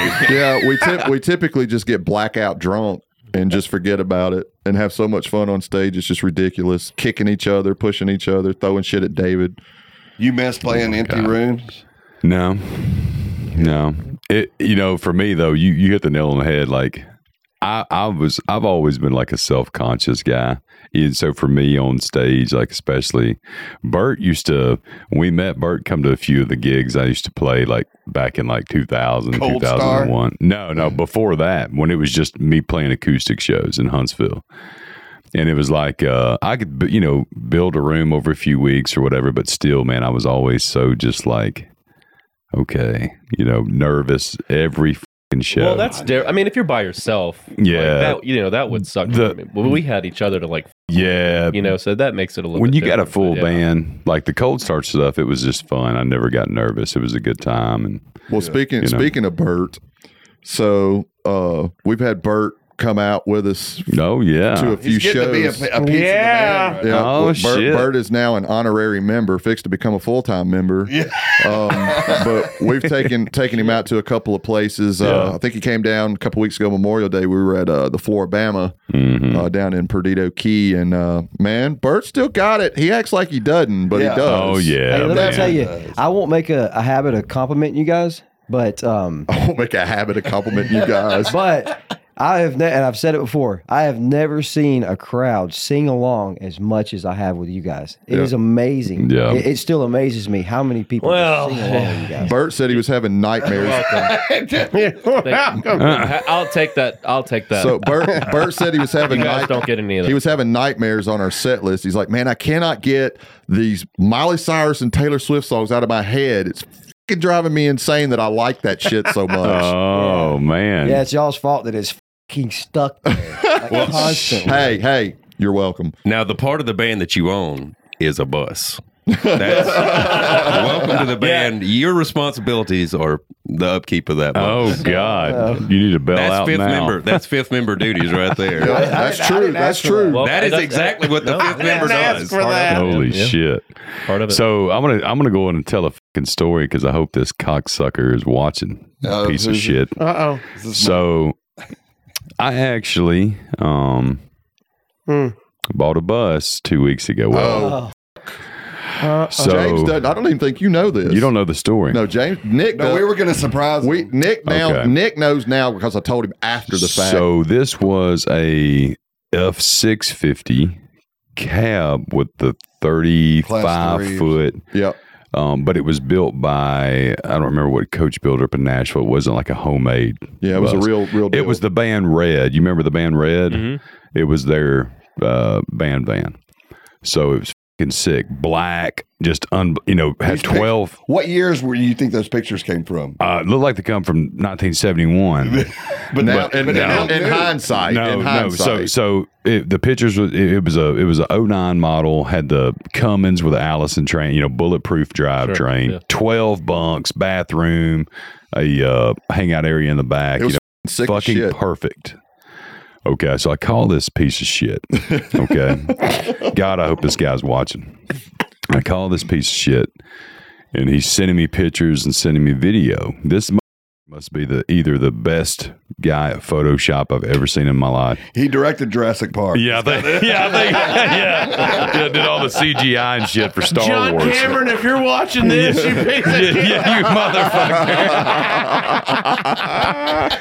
Speaker 1: *laughs*
Speaker 3: yeah, we tip, we typically just get blackout drunk and just forget about it and have so much fun on stage. It's just ridiculous, kicking each other, pushing each other, throwing shit at David.
Speaker 1: You miss playing
Speaker 2: Oh,
Speaker 1: empty rooms?
Speaker 2: No, no. It you know for me though, you you hit the nail on the head. Like I I was I've always been like a self conscious guy, and so for me on stage, like especially Bert used to when we met Bert come to a few of the gigs I used to play like back in like 2000
Speaker 1: Cold Star?
Speaker 2: 2001. No, no, before that when it was just me playing acoustic shows in Huntsville and it was like uh, I could bu- you know build a room over a few weeks or whatever, but still, man, I was always so just like okay, you know, nervous every fucking show.
Speaker 6: well, that's different. I mean, if you're by yourself, like,
Speaker 2: Yeah.
Speaker 6: that, you know that would suck.
Speaker 2: The-
Speaker 6: I mean, well, we had each other to like,
Speaker 2: yeah.
Speaker 6: you know, so that makes it a little.
Speaker 2: when
Speaker 6: bit
Speaker 2: you got a
Speaker 6: different,
Speaker 2: full
Speaker 6: but yeah.
Speaker 2: band, like the cold start stuff, it was just fun. I never got nervous. It was a good time, and
Speaker 3: Well, speaking
Speaker 2: You know.
Speaker 3: speaking of Bert, so uh, we've had Bert come out with us
Speaker 2: oh yeah,
Speaker 3: to a few
Speaker 1: He's getting
Speaker 3: shows.
Speaker 1: to be a, uh, a piece of the
Speaker 4: Yeah.
Speaker 1: band, right?
Speaker 3: yeah,
Speaker 2: Oh,
Speaker 3: well, Bert,
Speaker 2: shit.
Speaker 3: Bert is now an honorary member, fixed to become a full time member.
Speaker 1: Yeah.
Speaker 3: um, but we've taken taken him out to a couple of places. Uh,
Speaker 2: Yeah.
Speaker 3: I think he came down a couple weeks ago Memorial Day. We were at uh, the Floribama
Speaker 2: Mhm.
Speaker 3: uh, down in Perdido Key, and uh, man, Bert still got it. He acts like he doesn't, but
Speaker 1: Yeah.
Speaker 3: he
Speaker 2: oh
Speaker 3: does. *laughs*
Speaker 2: yeah,
Speaker 7: Hey, let
Speaker 2: man.
Speaker 7: me tell you, I won't make a, a habit of complimenting you guys, but um,
Speaker 3: I won't make a habit of complimenting
Speaker 7: *laughs*
Speaker 3: you guys.
Speaker 7: but I have, ne- and I've said it before, I have never seen a crowd sing along as much as I have with you guys. It is
Speaker 3: Yeah.
Speaker 7: amazing.
Speaker 2: Yeah.
Speaker 7: It, it still amazes me how many people just
Speaker 4: Well,
Speaker 7: sing along with you
Speaker 3: *laughs*
Speaker 7: guys.
Speaker 3: Bert said he was having nightmares.
Speaker 4: Welcome.
Speaker 6: Ha- I'll take that. I'll take that.
Speaker 3: So Bert, Bert said he was having
Speaker 6: you guys
Speaker 3: night,
Speaker 6: don't get any of that.
Speaker 3: he was having nightmares on our set list. He's like, man, I cannot get these Miley Cyrus and Taylor Swift songs out of my head. It's fing driving me insane that I like that shit so much.
Speaker 2: Oh man,
Speaker 7: Yeah, it's y'all's fault that it's fucking stuck there like, constantly.
Speaker 3: hey, hey, you're welcome.
Speaker 5: Now, the part of the band that you own is a bus.
Speaker 2: *laughs*
Speaker 5: That's, welcome to the band. Your responsibilities are the upkeep of that
Speaker 6: *laughs*
Speaker 2: oh
Speaker 5: bus.
Speaker 2: god, you need to bail
Speaker 5: that's
Speaker 2: out
Speaker 5: fifth
Speaker 2: now.
Speaker 5: member. That's fifth member duties right there.
Speaker 3: Yeah,
Speaker 7: I
Speaker 3: that's
Speaker 7: didn't- I
Speaker 3: true.
Speaker 7: didn't
Speaker 3: That's
Speaker 7: ask for
Speaker 3: true.
Speaker 7: that.
Speaker 6: Well,
Speaker 5: that is
Speaker 6: that's-
Speaker 5: exactly what the
Speaker 6: no,
Speaker 5: fifth
Speaker 6: I didn't
Speaker 5: member
Speaker 4: ask
Speaker 5: does.
Speaker 4: for that.
Speaker 2: Holy
Speaker 6: Yeah.
Speaker 2: shit.
Speaker 6: part of it.
Speaker 2: So I'm gonna I'm gonna go in and tell a fucking story because I hope this cocksucker is watching.
Speaker 1: Oh,
Speaker 2: piece of
Speaker 1: who's it?
Speaker 2: shit.
Speaker 4: Uh oh.
Speaker 2: So I actually um
Speaker 4: Hmm.
Speaker 2: bought a bus two weeks ago. Well,
Speaker 3: Oh,
Speaker 4: Uh,
Speaker 2: so
Speaker 3: James doesn't. I don't even think you know this.
Speaker 2: you don't know the story.
Speaker 3: Oh, No, James. Nick.
Speaker 1: No,
Speaker 3: does-
Speaker 1: we were going to surprise
Speaker 3: we
Speaker 1: we,
Speaker 3: Nick now.
Speaker 2: Okay.
Speaker 3: Nick knows now because I told him after the fact.
Speaker 2: So this was a F six fifty cab with the thirty
Speaker 1: Class
Speaker 2: five
Speaker 1: threes.
Speaker 2: foot
Speaker 3: yep.
Speaker 2: um, but it was built by I don't remember what coach builder up in Nashville. It wasn't like a homemade
Speaker 3: Yeah, it was a
Speaker 2: bus.
Speaker 3: real, real. Deal.
Speaker 2: It was the band Red. You remember the band Red? It was their uh, band van. So it was fucking sick. Black, just un, you know, had
Speaker 1: These pic-
Speaker 2: twelve.
Speaker 1: What years were you think those pictures came from?
Speaker 2: Uh, looked like they come from
Speaker 3: *laughs*
Speaker 2: 1971.
Speaker 1: But
Speaker 3: now, in,
Speaker 1: but now-
Speaker 3: in hindsight.
Speaker 2: no,
Speaker 3: in
Speaker 2: no.
Speaker 3: hindsight.
Speaker 2: So, so it, the pictures was it, it was a it was a 09 model. Had the Cummins with the Allison train, you know, bulletproof drivetrain, train,
Speaker 6: yeah.
Speaker 2: twelve bunks, bathroom, a uh, hangout area in the back.
Speaker 3: It
Speaker 2: you
Speaker 3: was
Speaker 2: know,
Speaker 3: sick as
Speaker 2: fucking
Speaker 3: shit.
Speaker 2: perfect. Okay, so I call this piece of shit.
Speaker 3: *laughs*
Speaker 2: Okay. God, I hope this guy's watching. I call this piece of shit and he's sending me pictures and sending me video. This m- must be the either the best guy at Photoshop I've ever seen in my life.
Speaker 1: He directed Jurassic Park.
Speaker 2: Yeah, I think, *laughs* yeah, I think, yeah. yeah. Did all the CGI and shit for Star
Speaker 4: John
Speaker 2: Wars.
Speaker 4: Cameron, if you're watching this,
Speaker 2: *laughs*
Speaker 4: you piece
Speaker 2: yeah,
Speaker 4: of shit.
Speaker 2: *laughs* yeah,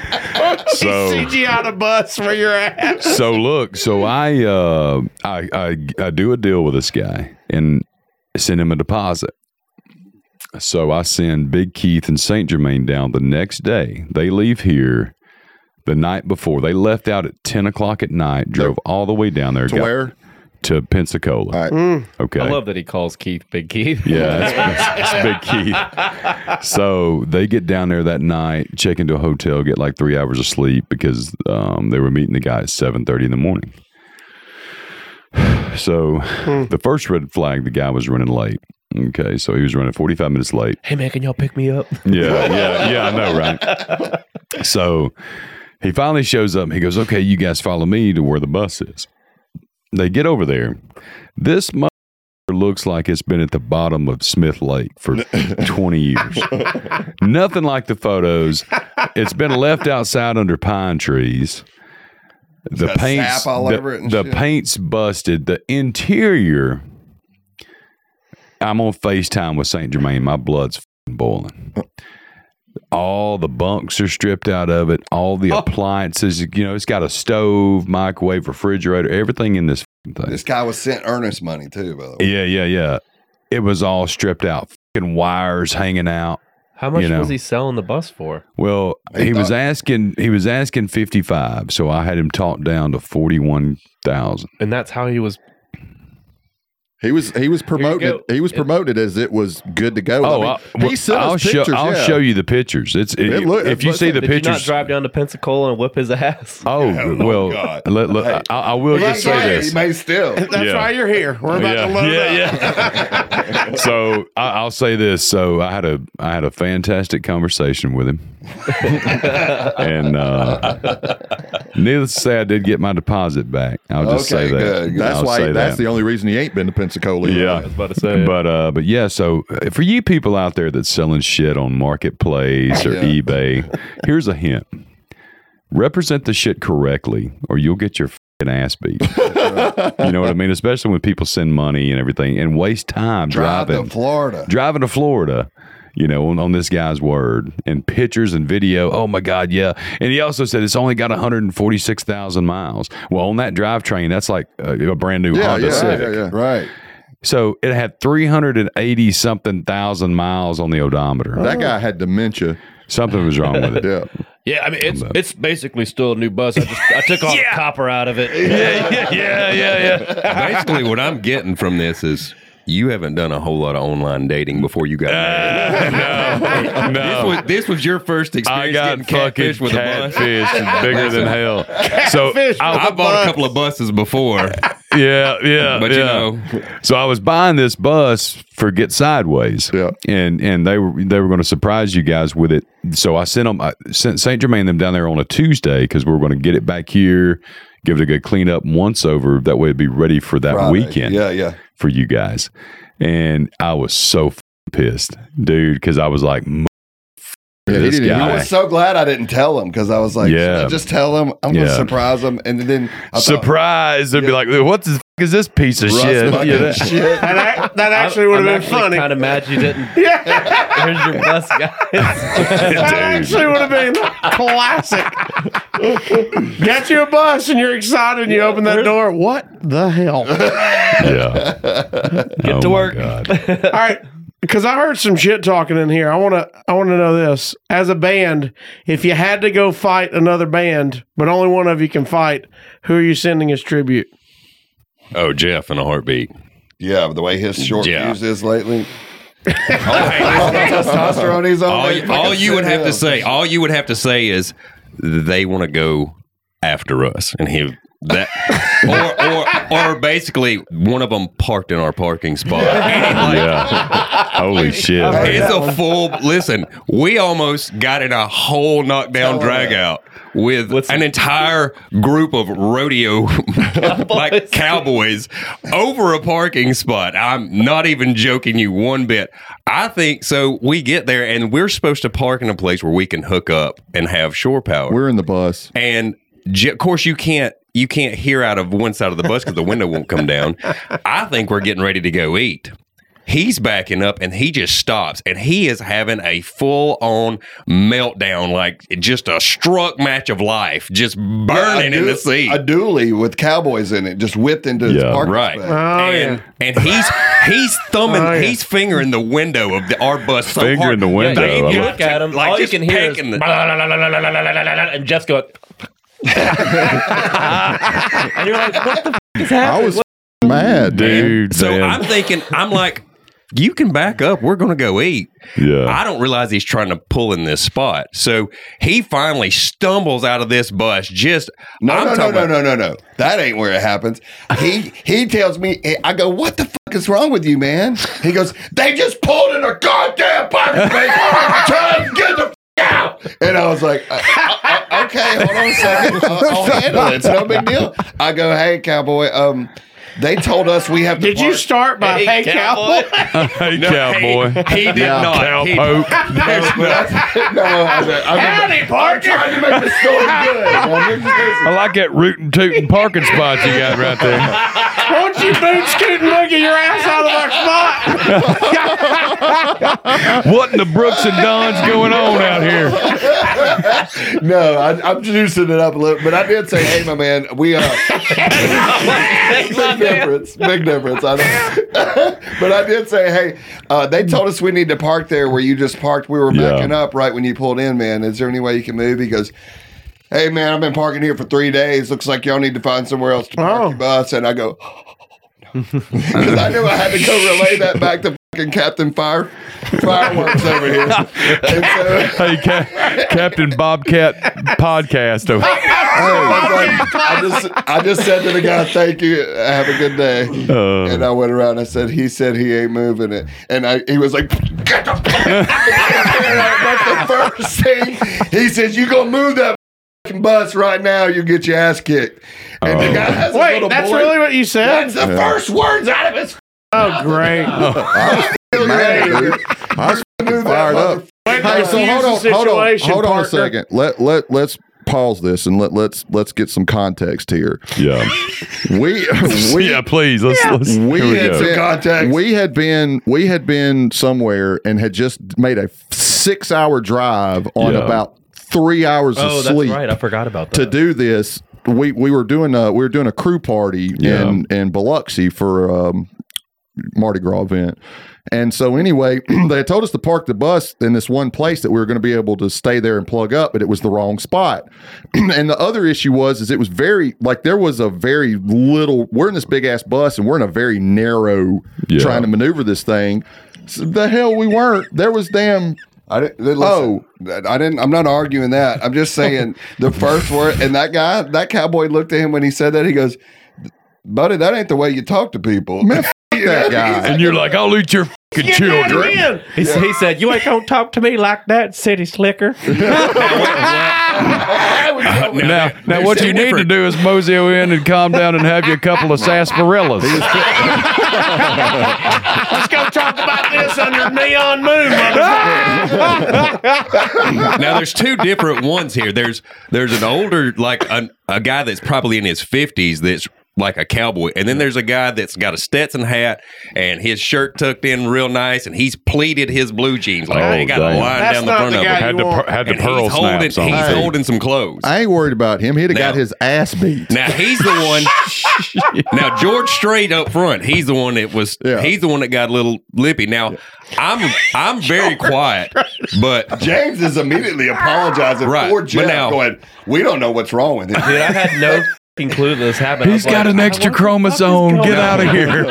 Speaker 2: you motherfucker.
Speaker 4: *laughs*
Speaker 2: so
Speaker 4: CG on a bus for your ass.
Speaker 2: so look, so I uh I, I I do a deal with this guy and send him a deposit. So I send Big Keith and Saint Germain down the next day. They leave here the night before. They left out at ten o'clock at night, drove all the way down there
Speaker 3: to where?
Speaker 2: to Pensacola.
Speaker 3: right.
Speaker 2: Okay.
Speaker 6: Mm. I love that he calls Keith Big Keith.
Speaker 2: Yeah, that's, that's Big Keith. So they get down there that night, check into a hotel, get like three hours of sleep because um, they were meeting the guy at seven thirty in the morning. *sighs* So the first red flag, the guy was running late. Okay, so he was running forty five minutes late.
Speaker 6: Hey man, can y'all pick me up?
Speaker 2: Yeah, yeah, yeah. I know, right? So He finally shows up. and He goes, "Okay, you guys follow me to where the bus is." They get over there. This mother looks like it's been at the bottom of Smith Lake
Speaker 1: *laughs*
Speaker 2: for 20 years. Nothing like the photos. It's been left outside under pine trees. The
Speaker 1: got
Speaker 2: paint's
Speaker 1: sap all
Speaker 2: the,
Speaker 1: over it and
Speaker 2: the
Speaker 1: shit.
Speaker 2: paint's busted. The interior. I'm on FaceTime with Saint Germain. My blood's f***ing boiling. All the bunks are stripped out of it. All the appliances, you know, it's got a stove, microwave, refrigerator, everything in this f***ing thing.
Speaker 1: This guy was sent earnest money too, by the way.
Speaker 2: Yeah, yeah, yeah. It was all stripped out, fucking wires hanging out.
Speaker 6: How much
Speaker 2: You know.
Speaker 6: was he selling the bus for?
Speaker 2: Well,
Speaker 1: They
Speaker 2: he was
Speaker 1: thought-
Speaker 2: asking he was asking 55, so I had him talked down to 41,000.
Speaker 6: And that's how he was.
Speaker 3: He was he was promoting it.
Speaker 6: go.
Speaker 3: He was promoted as it was good to go. I
Speaker 2: Oh,
Speaker 3: mean,
Speaker 2: I,
Speaker 3: he sent
Speaker 2: will
Speaker 3: us
Speaker 2: show
Speaker 3: pictures.
Speaker 2: I'll
Speaker 3: yeah.
Speaker 2: show you the pictures. It's it,
Speaker 3: It look-
Speaker 2: if you
Speaker 3: it
Speaker 2: see the
Speaker 6: Did
Speaker 3: look-
Speaker 6: you not
Speaker 2: pictures.
Speaker 6: drive down to Pensacola and whip his *laughs* ass?
Speaker 2: Oh, well,
Speaker 1: God.
Speaker 2: let, let-
Speaker 1: Hey.
Speaker 2: I, I will
Speaker 1: Well, that's
Speaker 2: just *laughs* say
Speaker 1: right.
Speaker 2: this.
Speaker 1: He may still.
Speaker 4: That's
Speaker 2: Yeah.
Speaker 4: why you're here. We're about to load up.
Speaker 2: Oh, yeah, *laughs* yeah. so I, I'll say this. So I had a I had a fantastic conversation with him, and uh, needless to say, I did get my deposit back. I'll just
Speaker 1: Okay,
Speaker 2: say that.
Speaker 1: good, good.
Speaker 3: That's
Speaker 2: I'll
Speaker 3: why.
Speaker 2: say
Speaker 3: That's
Speaker 2: that.
Speaker 3: the only reason he ain't been to Pensacola.
Speaker 2: Yeah.
Speaker 6: I was about to say.
Speaker 2: But uh, but yeah. So uh, for you people out there that's selling shit on marketplace or
Speaker 1: Yeah.
Speaker 2: eBay, here's a hint: represent the shit correctly, or you'll get your fing ass
Speaker 1: *laughs*
Speaker 2: beat. you know what I mean? Especially when people send money and everything and waste time
Speaker 1: Drive
Speaker 2: driving
Speaker 1: to Florida.
Speaker 2: driving to Florida, you know, on, on this guy's word and pictures and video. Oh my God, yeah. And he also said it's only got 146,000 miles. Well, on that drivetrain, that's like a, a brand new
Speaker 3: Yeah.
Speaker 2: Honda
Speaker 3: Yeah.
Speaker 2: Civic.
Speaker 3: Yeah. yeah.
Speaker 1: Right.
Speaker 2: So it had 380 something thousand miles on the odometer.
Speaker 3: That guy had dementia.
Speaker 2: something was wrong with it.
Speaker 3: Yeah.
Speaker 8: Yeah, I mean it's it's basically still a new bus. I just I took all the copper out of it.
Speaker 2: yeah, yeah,
Speaker 8: *laughs*
Speaker 2: yeah,
Speaker 5: Basically, what I'm getting from this is you haven't done a whole lot of online dating before you got married.
Speaker 2: yeah.
Speaker 5: This was, this was your first
Speaker 2: Uh, I
Speaker 5: experience
Speaker 2: got
Speaker 5: getting
Speaker 2: fucking
Speaker 5: catfish with a bus.
Speaker 2: catfish bigger than hell. So
Speaker 5: I bought a couple of buses before,
Speaker 2: yeah, *laughs* yeah.
Speaker 5: but
Speaker 2: yeah.
Speaker 5: you know,
Speaker 2: So I was buying this bus for Get Sideways,
Speaker 3: Yeah.
Speaker 2: and and they were they were going to surprise you guys with it. So I sent them, I sent Saint Germain them down there on a Tuesday because we were going to get it back here, give it a good cleanup once over. That way it'd be ready for that
Speaker 1: Friday.
Speaker 2: weekend
Speaker 1: Yeah, yeah.
Speaker 2: for you guys. And I was so f- pissed, dude, because I was like, "M-
Speaker 3: Yeah, he
Speaker 2: this
Speaker 3: didn't- he
Speaker 2: guy.
Speaker 1: I was so glad I didn't tell him because I was like,
Speaker 2: Yeah.
Speaker 1: should I just tell him? I'm going to
Speaker 2: Yeah.
Speaker 1: surprise him. And then I thought,
Speaker 2: surprised. They'd be like, what the f- is this piece of
Speaker 1: Russ
Speaker 2: shit?
Speaker 1: fucking
Speaker 2: Yeah, that- *laughs*
Speaker 1: shit.
Speaker 4: That,
Speaker 1: *laughs*
Speaker 4: act- that actually would have been funny. *laughs*
Speaker 6: Kind of mad you didn't. Here's your bus, guys.
Speaker 4: that actually would have been classic. Got you a bus and you're excited and you open that door. What the
Speaker 1: *laughs*
Speaker 4: hell?
Speaker 2: yeah. Oh Get
Speaker 8: to work.
Speaker 5: *laughs*
Speaker 4: All right. Because I heard some shit talking in here. I want to. I want to know this. As a band, if you had to go fight another band, but only one of you can fight, who are you sending as tribute?
Speaker 5: oh Jeff in a heartbeat.
Speaker 1: Yeah, but the way his short
Speaker 5: Yeah. Oh,
Speaker 1: fuse is lately. *laughs* all the testosterone he's on.
Speaker 2: Oh,
Speaker 5: all,
Speaker 1: man,
Speaker 5: you- all
Speaker 1: fucking
Speaker 5: you would
Speaker 1: sit
Speaker 5: have to
Speaker 1: down.
Speaker 5: say, all you would have to say is they want to go after us, and he that or or or basically one of them parked in our parking spot.
Speaker 2: *laughs*
Speaker 5: Like,
Speaker 2: Yeah. Holy shit. man.
Speaker 5: It's a full listen. We almost got in a whole knockdown drag out with an entire group of rodeo *laughs* like cowboys over a parking spot. I'm not even joking you one bit. I think so. We get there and we're supposed to park in a place where we can hook up and have shore power.
Speaker 3: We're in the bus.
Speaker 5: And j- of course, you can't you can't hear out of one side of the bus because the window won't come down. I think we're getting ready to go eat. He's backing up and he just stops and he is having a full on meltdown, like just a struck match of life, just
Speaker 1: Yeah, a
Speaker 5: burning in
Speaker 1: du-
Speaker 5: the seat.
Speaker 1: A dually with cowboys in it just whipped into his
Speaker 2: Yeah,
Speaker 1: parking
Speaker 5: right.
Speaker 1: space.
Speaker 4: Oh
Speaker 5: and, and he's he's thumbing,
Speaker 4: Oh, yeah.
Speaker 5: he's fingering the window of the, our bus. So
Speaker 2: Finger in
Speaker 5: hard.
Speaker 2: the window.
Speaker 5: They
Speaker 2: I'm
Speaker 5: got
Speaker 2: like-
Speaker 5: to,
Speaker 8: Look at him.
Speaker 5: like,
Speaker 8: all you
Speaker 5: just
Speaker 8: can hear is
Speaker 6: *laughs*
Speaker 5: pecking the-
Speaker 8: "Blah, la, la, la, la, la, la, la, la, la," and Jeff's going. and you're like, what the? F-?
Speaker 3: I was mad,
Speaker 2: Dude,
Speaker 5: so
Speaker 2: man.
Speaker 5: I'm thinking, I'm like, you can back up. We're gonna go eat.
Speaker 2: yeah.
Speaker 5: I don't realize he's trying to pull in this spot. So he finally stumbles out of this bus. Just
Speaker 1: No,
Speaker 5: I'm
Speaker 1: no, no,
Speaker 5: talking
Speaker 1: no,
Speaker 5: about-
Speaker 1: no, no, no. That ain't where it happens. He *laughs* he tells me, I go, what the fuck is wrong with you, man? He goes, they just pulled in a goddamn parking space. I'm trying to get the fuck out. And I was like, I- I- I- okay, hold on a second. I'll, I'll handle it. It's no big deal. I go, hey, cowboy, um, they told us we have to.
Speaker 4: Did you
Speaker 1: park-
Speaker 4: start by hey, cowboy?
Speaker 5: *laughs*
Speaker 2: *laughs* hey, cowboy.
Speaker 5: He did
Speaker 3: Yeah.
Speaker 5: not. He, *laughs*
Speaker 1: *laughs*
Speaker 2: Cowpoke.
Speaker 1: no, I'm, I'm,
Speaker 4: Howdy, partner.
Speaker 1: trying to make the story good. I'm just-
Speaker 2: I like that rootin' tootin' parking spot you got right there.
Speaker 4: Won't you boot scoot and boogie your ass out of our
Speaker 1: *laughs*
Speaker 4: spot?
Speaker 2: What in the Brooks and Don's going on out here?
Speaker 1: No, I, I'm juicing it up a little, but I did say, "Hey, my man, we are." big difference, big difference. I know, *laughs* but I did say, "Hey, uh, they told us we need to park there where you just parked. We were
Speaker 2: Yeah.
Speaker 1: backing up right when you pulled in, man. Is there any way you can move?" He goes. Hey man, I've been parking here for three days. Looks like y'all need to find somewhere else to park
Speaker 4: Oh.
Speaker 1: your bus. And I go, *laughs* because I knew I had to go relay that back to fucking Captain Fire Fireworks over here. And so,
Speaker 2: Hey, Cap- Captain Bobcat podcast. Over.
Speaker 3: *laughs*
Speaker 1: I, was like- I just I just said to the guy, "Thank you, have a good day." *laughs* and uh, I went around. I said, "He said he ain't moving it," and I, he was like, "Get the." fuck out." but the first thing he says, "You gonna move that fucking bus right now? You get your ass kicked." And
Speaker 3: Oh.
Speaker 1: the guy has a
Speaker 4: Wait,
Speaker 1: little
Speaker 4: that's
Speaker 1: boy.
Speaker 4: really what you said?
Speaker 1: That's the first words out of his.
Speaker 4: Oh, great.
Speaker 1: f***ing
Speaker 3: Man,
Speaker 1: mouth.
Speaker 3: dude. I was
Speaker 1: Move that
Speaker 3: fired up.
Speaker 4: Wait,
Speaker 3: Hey,
Speaker 4: that's
Speaker 3: so hold on,
Speaker 4: the
Speaker 3: hold on,
Speaker 4: situation,
Speaker 3: hold on a
Speaker 4: partner.
Speaker 3: second. Let let let's pause this and let let's let's get some context here.
Speaker 2: *laughs* Yeah.
Speaker 3: We *laughs*
Speaker 2: *laughs*
Speaker 3: we
Speaker 2: yeah, please. Let's, let's, here
Speaker 3: we
Speaker 2: we
Speaker 3: had
Speaker 2: go.
Speaker 1: Some
Speaker 3: been,
Speaker 1: context.
Speaker 3: we had been we had been somewhere and had just made a six hour drive on
Speaker 2: Yeah.
Speaker 3: about three hours
Speaker 6: Oh,
Speaker 3: of
Speaker 6: that's
Speaker 3: sleep
Speaker 6: right. I forgot about that.
Speaker 3: to do this. We we were doing a we were doing a crew party
Speaker 2: Yeah.
Speaker 3: in um, in Biloxi for um, Mardi Gras event. And so anyway, *clears throat* they had told us to park the bus in this one place that we were going to be able to stay there and plug up, but it was the wrong spot. *clears throat* and the other issue was is it was very like there was a very little we're in this big ass bus and we're in a very narrow
Speaker 2: Yeah.
Speaker 3: trying to maneuver this thing. So the hell we weren't. There was damn Oh.
Speaker 1: I didn't. Listen, I didn't. I'm not arguing that. I'm just saying the first word. And that guy, that cowboy, looked at him when he said that. He goes, "Buddy, that ain't the way you talk to people." *laughs*
Speaker 3: that guy.
Speaker 2: And you're like, I'll eat your fucking children.
Speaker 4: Again.
Speaker 6: He, s- he said, "You ain't gonna talk to me like that, city slicker."
Speaker 2: Now, now what you need to do is mosey in and calm down and have you a couple of sarsaparillas.
Speaker 4: Let's go talk about this under neon moon, motherfucker.
Speaker 5: now there's two different ones here. There's there's an older like an, a guy that's probably in his 50s that's like a cowboy, and then there's a guy that's got a Stetson hat and his shirt tucked in real nice, and he's pleated his blue jeans like
Speaker 2: Oh,
Speaker 5: they got
Speaker 2: damn.
Speaker 5: a line
Speaker 4: That's
Speaker 5: down the
Speaker 4: not
Speaker 5: front
Speaker 4: the
Speaker 5: of
Speaker 4: guy
Speaker 5: him.
Speaker 2: had the, per- had the
Speaker 5: And
Speaker 2: pearl
Speaker 5: he's holding,
Speaker 2: snaps on.
Speaker 5: he's
Speaker 3: Hey.
Speaker 5: holding some clothes.
Speaker 3: I ain't worried about him. He'd have got
Speaker 5: Now-
Speaker 3: his ass beat.
Speaker 5: Now he's the one. now George Strait up front, he's the one that was.
Speaker 3: Yeah.
Speaker 5: He's the one that got a little lippy. Now I'm I'm very quiet, but
Speaker 1: James is immediately apologizing
Speaker 5: Right,
Speaker 1: for
Speaker 5: but
Speaker 1: Jeff,
Speaker 5: now-
Speaker 1: going, "We don't know what's wrong with him."
Speaker 6: Dude, I had no *laughs* fucking clue that this happened. I
Speaker 2: He's
Speaker 6: was
Speaker 2: got
Speaker 6: like,
Speaker 2: an
Speaker 6: "Ah,
Speaker 2: extra
Speaker 6: what the fuck is
Speaker 2: chromosome.
Speaker 6: going
Speaker 2: Get
Speaker 6: on?"
Speaker 2: out of here.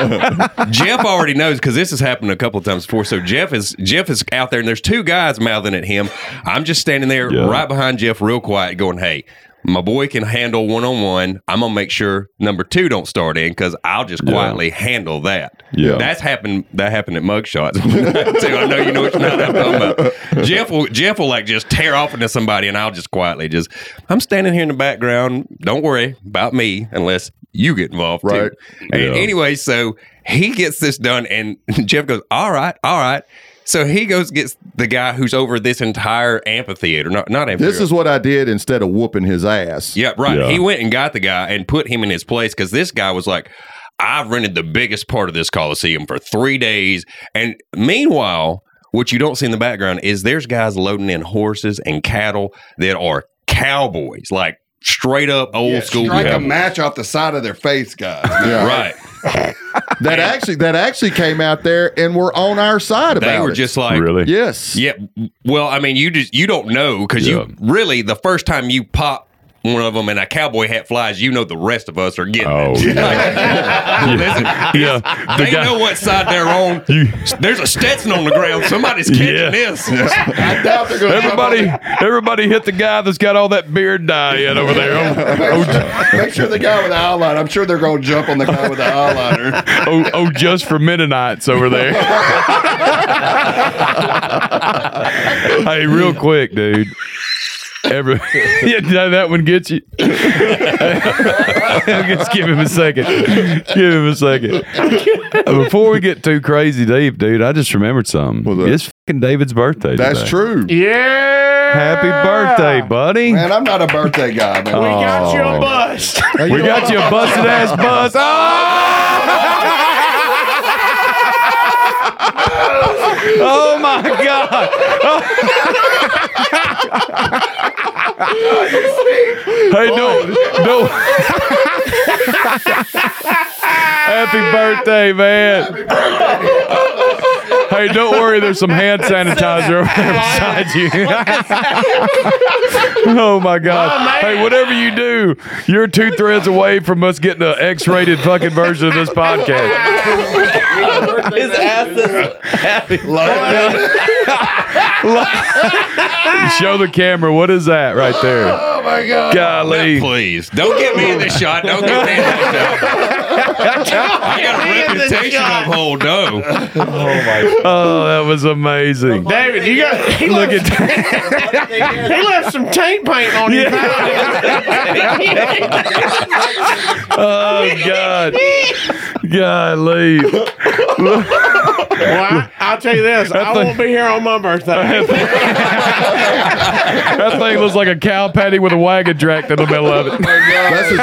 Speaker 5: Jeff already knows because this has happened a couple of times before. So Jeff is Jeff is out there, and there's two guys mouthing at him. I'm just standing there
Speaker 2: Yeah.
Speaker 5: right behind Jeff, real quiet, going, "Hey." My boy can handle one on one. I'm gonna make sure number two don't start in because I'll just quietly handle that.
Speaker 2: Yeah.
Speaker 5: that's happened. That happened at mugshots. *laughs* too. I know you know what you're not talking about. Jeff will Jeff will like just tear off into somebody, and I'll just quietly just I'm standing here in the background. Don't worry about me unless you get involved,
Speaker 3: Right.
Speaker 5: Too. And
Speaker 2: Yeah.
Speaker 5: anyway, so he gets this done, and *laughs* Jeff goes, "All right, all right." So he goes gets the guy who's over this entire amphitheater, not not amphitheater.
Speaker 3: This is what I did instead of whooping his ass.
Speaker 5: Yeah, right.
Speaker 2: Yeah.
Speaker 5: He went and got the guy and put him in his place because this guy was like, I've rented the biggest part of this Coliseum for three days. And meanwhile, what you don't see in the background is there's guys loading in horses and cattle that are cowboys, like straight up old
Speaker 1: Yeah,
Speaker 5: school
Speaker 1: strike a
Speaker 5: cowboys.
Speaker 1: match off the side of their face, guys. man.
Speaker 3: Yeah. *laughs*
Speaker 5: Right.
Speaker 3: That actually that actually came out there and were on our side about
Speaker 5: They were
Speaker 3: it.
Speaker 5: just like,
Speaker 2: really?
Speaker 3: yes.
Speaker 5: Yeah. Well, I mean, you just you don't know because
Speaker 2: Yeah.
Speaker 5: you really the first time you pop one of them and a cowboy hat flies, you know the rest of us are getting.
Speaker 2: Oh,
Speaker 5: it. *laughs* Listen,
Speaker 2: Yeah. The
Speaker 5: they
Speaker 2: guy-
Speaker 5: know what side they're on.
Speaker 2: *laughs* You-
Speaker 5: There's a Stetson on the ground. Somebody's catching
Speaker 2: Yeah.
Speaker 5: this.
Speaker 1: I doubt they're gonna jump
Speaker 2: Everybody,
Speaker 1: on
Speaker 2: everybody hit the guy that's got all that beard dye in over there. Oh, oh,
Speaker 1: the- Make sure the guy with the eyeliner. I'm sure they're gonna jump on the guy with the eyeliner.
Speaker 2: oh, oh, just for Mennonites over there. hey, real quick, dude. Every, *laughs* yeah, no, that one gets you. *laughs* Just give him a second. Give him a second. Before we get too crazy deep, dude, I just remembered something.
Speaker 3: What's that?
Speaker 2: it's fucking David's birthday.
Speaker 3: That's
Speaker 2: today.
Speaker 3: true.
Speaker 4: Yeah.
Speaker 2: Happy birthday,
Speaker 1: *laughs*
Speaker 2: buddy.
Speaker 1: Man, I'm not a birthday guy, man.
Speaker 4: We got you
Speaker 2: Oh.
Speaker 4: a bust.
Speaker 2: We got you a busted ass bus. Ah! Oh! *laughs* oh my god! *laughs* hey, don't, don't. *laughs* Happy birthday, man! hey, don't worry. There's some hand sanitizer over there beside you. *laughs* oh my god! hey, whatever you do, you're two threads away from us getting an X-rated fucking version of this podcast.
Speaker 8: His ass is
Speaker 6: *laughs*
Speaker 8: happy.
Speaker 2: Show the camera. What is that right there? Oh my god! Golly!
Speaker 5: *laughs* Please don't get me in this shot. Don't get me in this *laughs* shot. I got a reputation of *laughs* old dough.
Speaker 2: Oh, that was amazing.
Speaker 4: David, you got he
Speaker 2: Look
Speaker 4: left,
Speaker 2: at
Speaker 4: he left some taint paint on your palate.
Speaker 2: oh god, golly!
Speaker 4: well, I, I'll tell you this, I
Speaker 2: thing-
Speaker 4: won't be here on my birthday.
Speaker 2: That thing looks like a cow patty with a wagon tracked in the middle of it.
Speaker 3: That's a,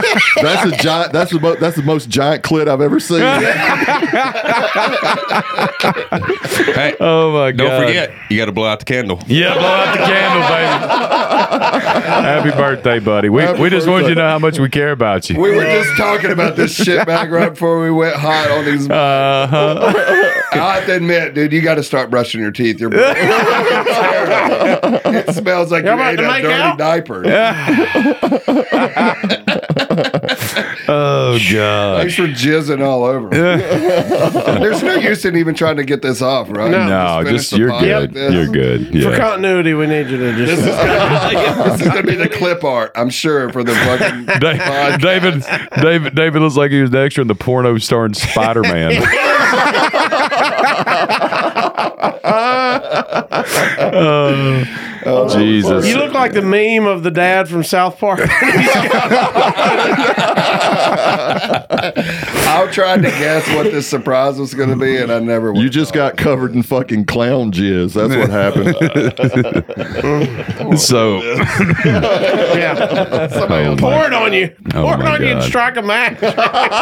Speaker 3: that's a giant. That's the mo- that's the most giant clit I've ever seen.
Speaker 5: Hey,
Speaker 2: Oh my god!
Speaker 5: don't forget, you got to blow out the candle.
Speaker 2: Yeah, blow out the candle, baby. Happy birthday, buddy. We
Speaker 3: Happy
Speaker 2: we just want you to
Speaker 3: birthday.
Speaker 2: know how much we care about you.
Speaker 1: We were just talking about this shit back right before we went hot on these.
Speaker 2: Uh huh.
Speaker 1: I have to admit, dude, you got to start brushing your *laughs* teeth. You're it smells like you
Speaker 4: Y'all about
Speaker 1: ate a
Speaker 4: to make
Speaker 1: dirty
Speaker 4: out?
Speaker 1: diaper.
Speaker 2: Oh god.
Speaker 1: Thanks for jizzing all over. *laughs* There's no use in even trying to get this off, right?
Speaker 2: No,
Speaker 1: finish
Speaker 2: just
Speaker 1: the
Speaker 2: you're
Speaker 1: pod
Speaker 2: good.
Speaker 1: like this.
Speaker 2: You're good.
Speaker 4: For *laughs*
Speaker 2: Yeah.
Speaker 4: continuity, we need you to just
Speaker 1: This is, this is gonna be the clip art, I'm sure, for the
Speaker 2: *laughs*
Speaker 1: fucking
Speaker 2: Da-
Speaker 1: podcast.
Speaker 2: David, David, David looks like he was an extra in the porno starring Spider Man. Oh, Jesus,
Speaker 4: You look like the meme of the dad from South Park. *laughs*
Speaker 1: I tried to guess what this surprise was gonna be, and I never.
Speaker 3: You just got covered in fucking clown jizz. That's what happened.
Speaker 2: so
Speaker 4: yeah.
Speaker 2: *laughs* oh
Speaker 4: Pour
Speaker 2: my-
Speaker 4: it on you.
Speaker 2: Oh
Speaker 4: Pour it
Speaker 2: my
Speaker 4: on you and
Speaker 2: God.
Speaker 4: strike a match.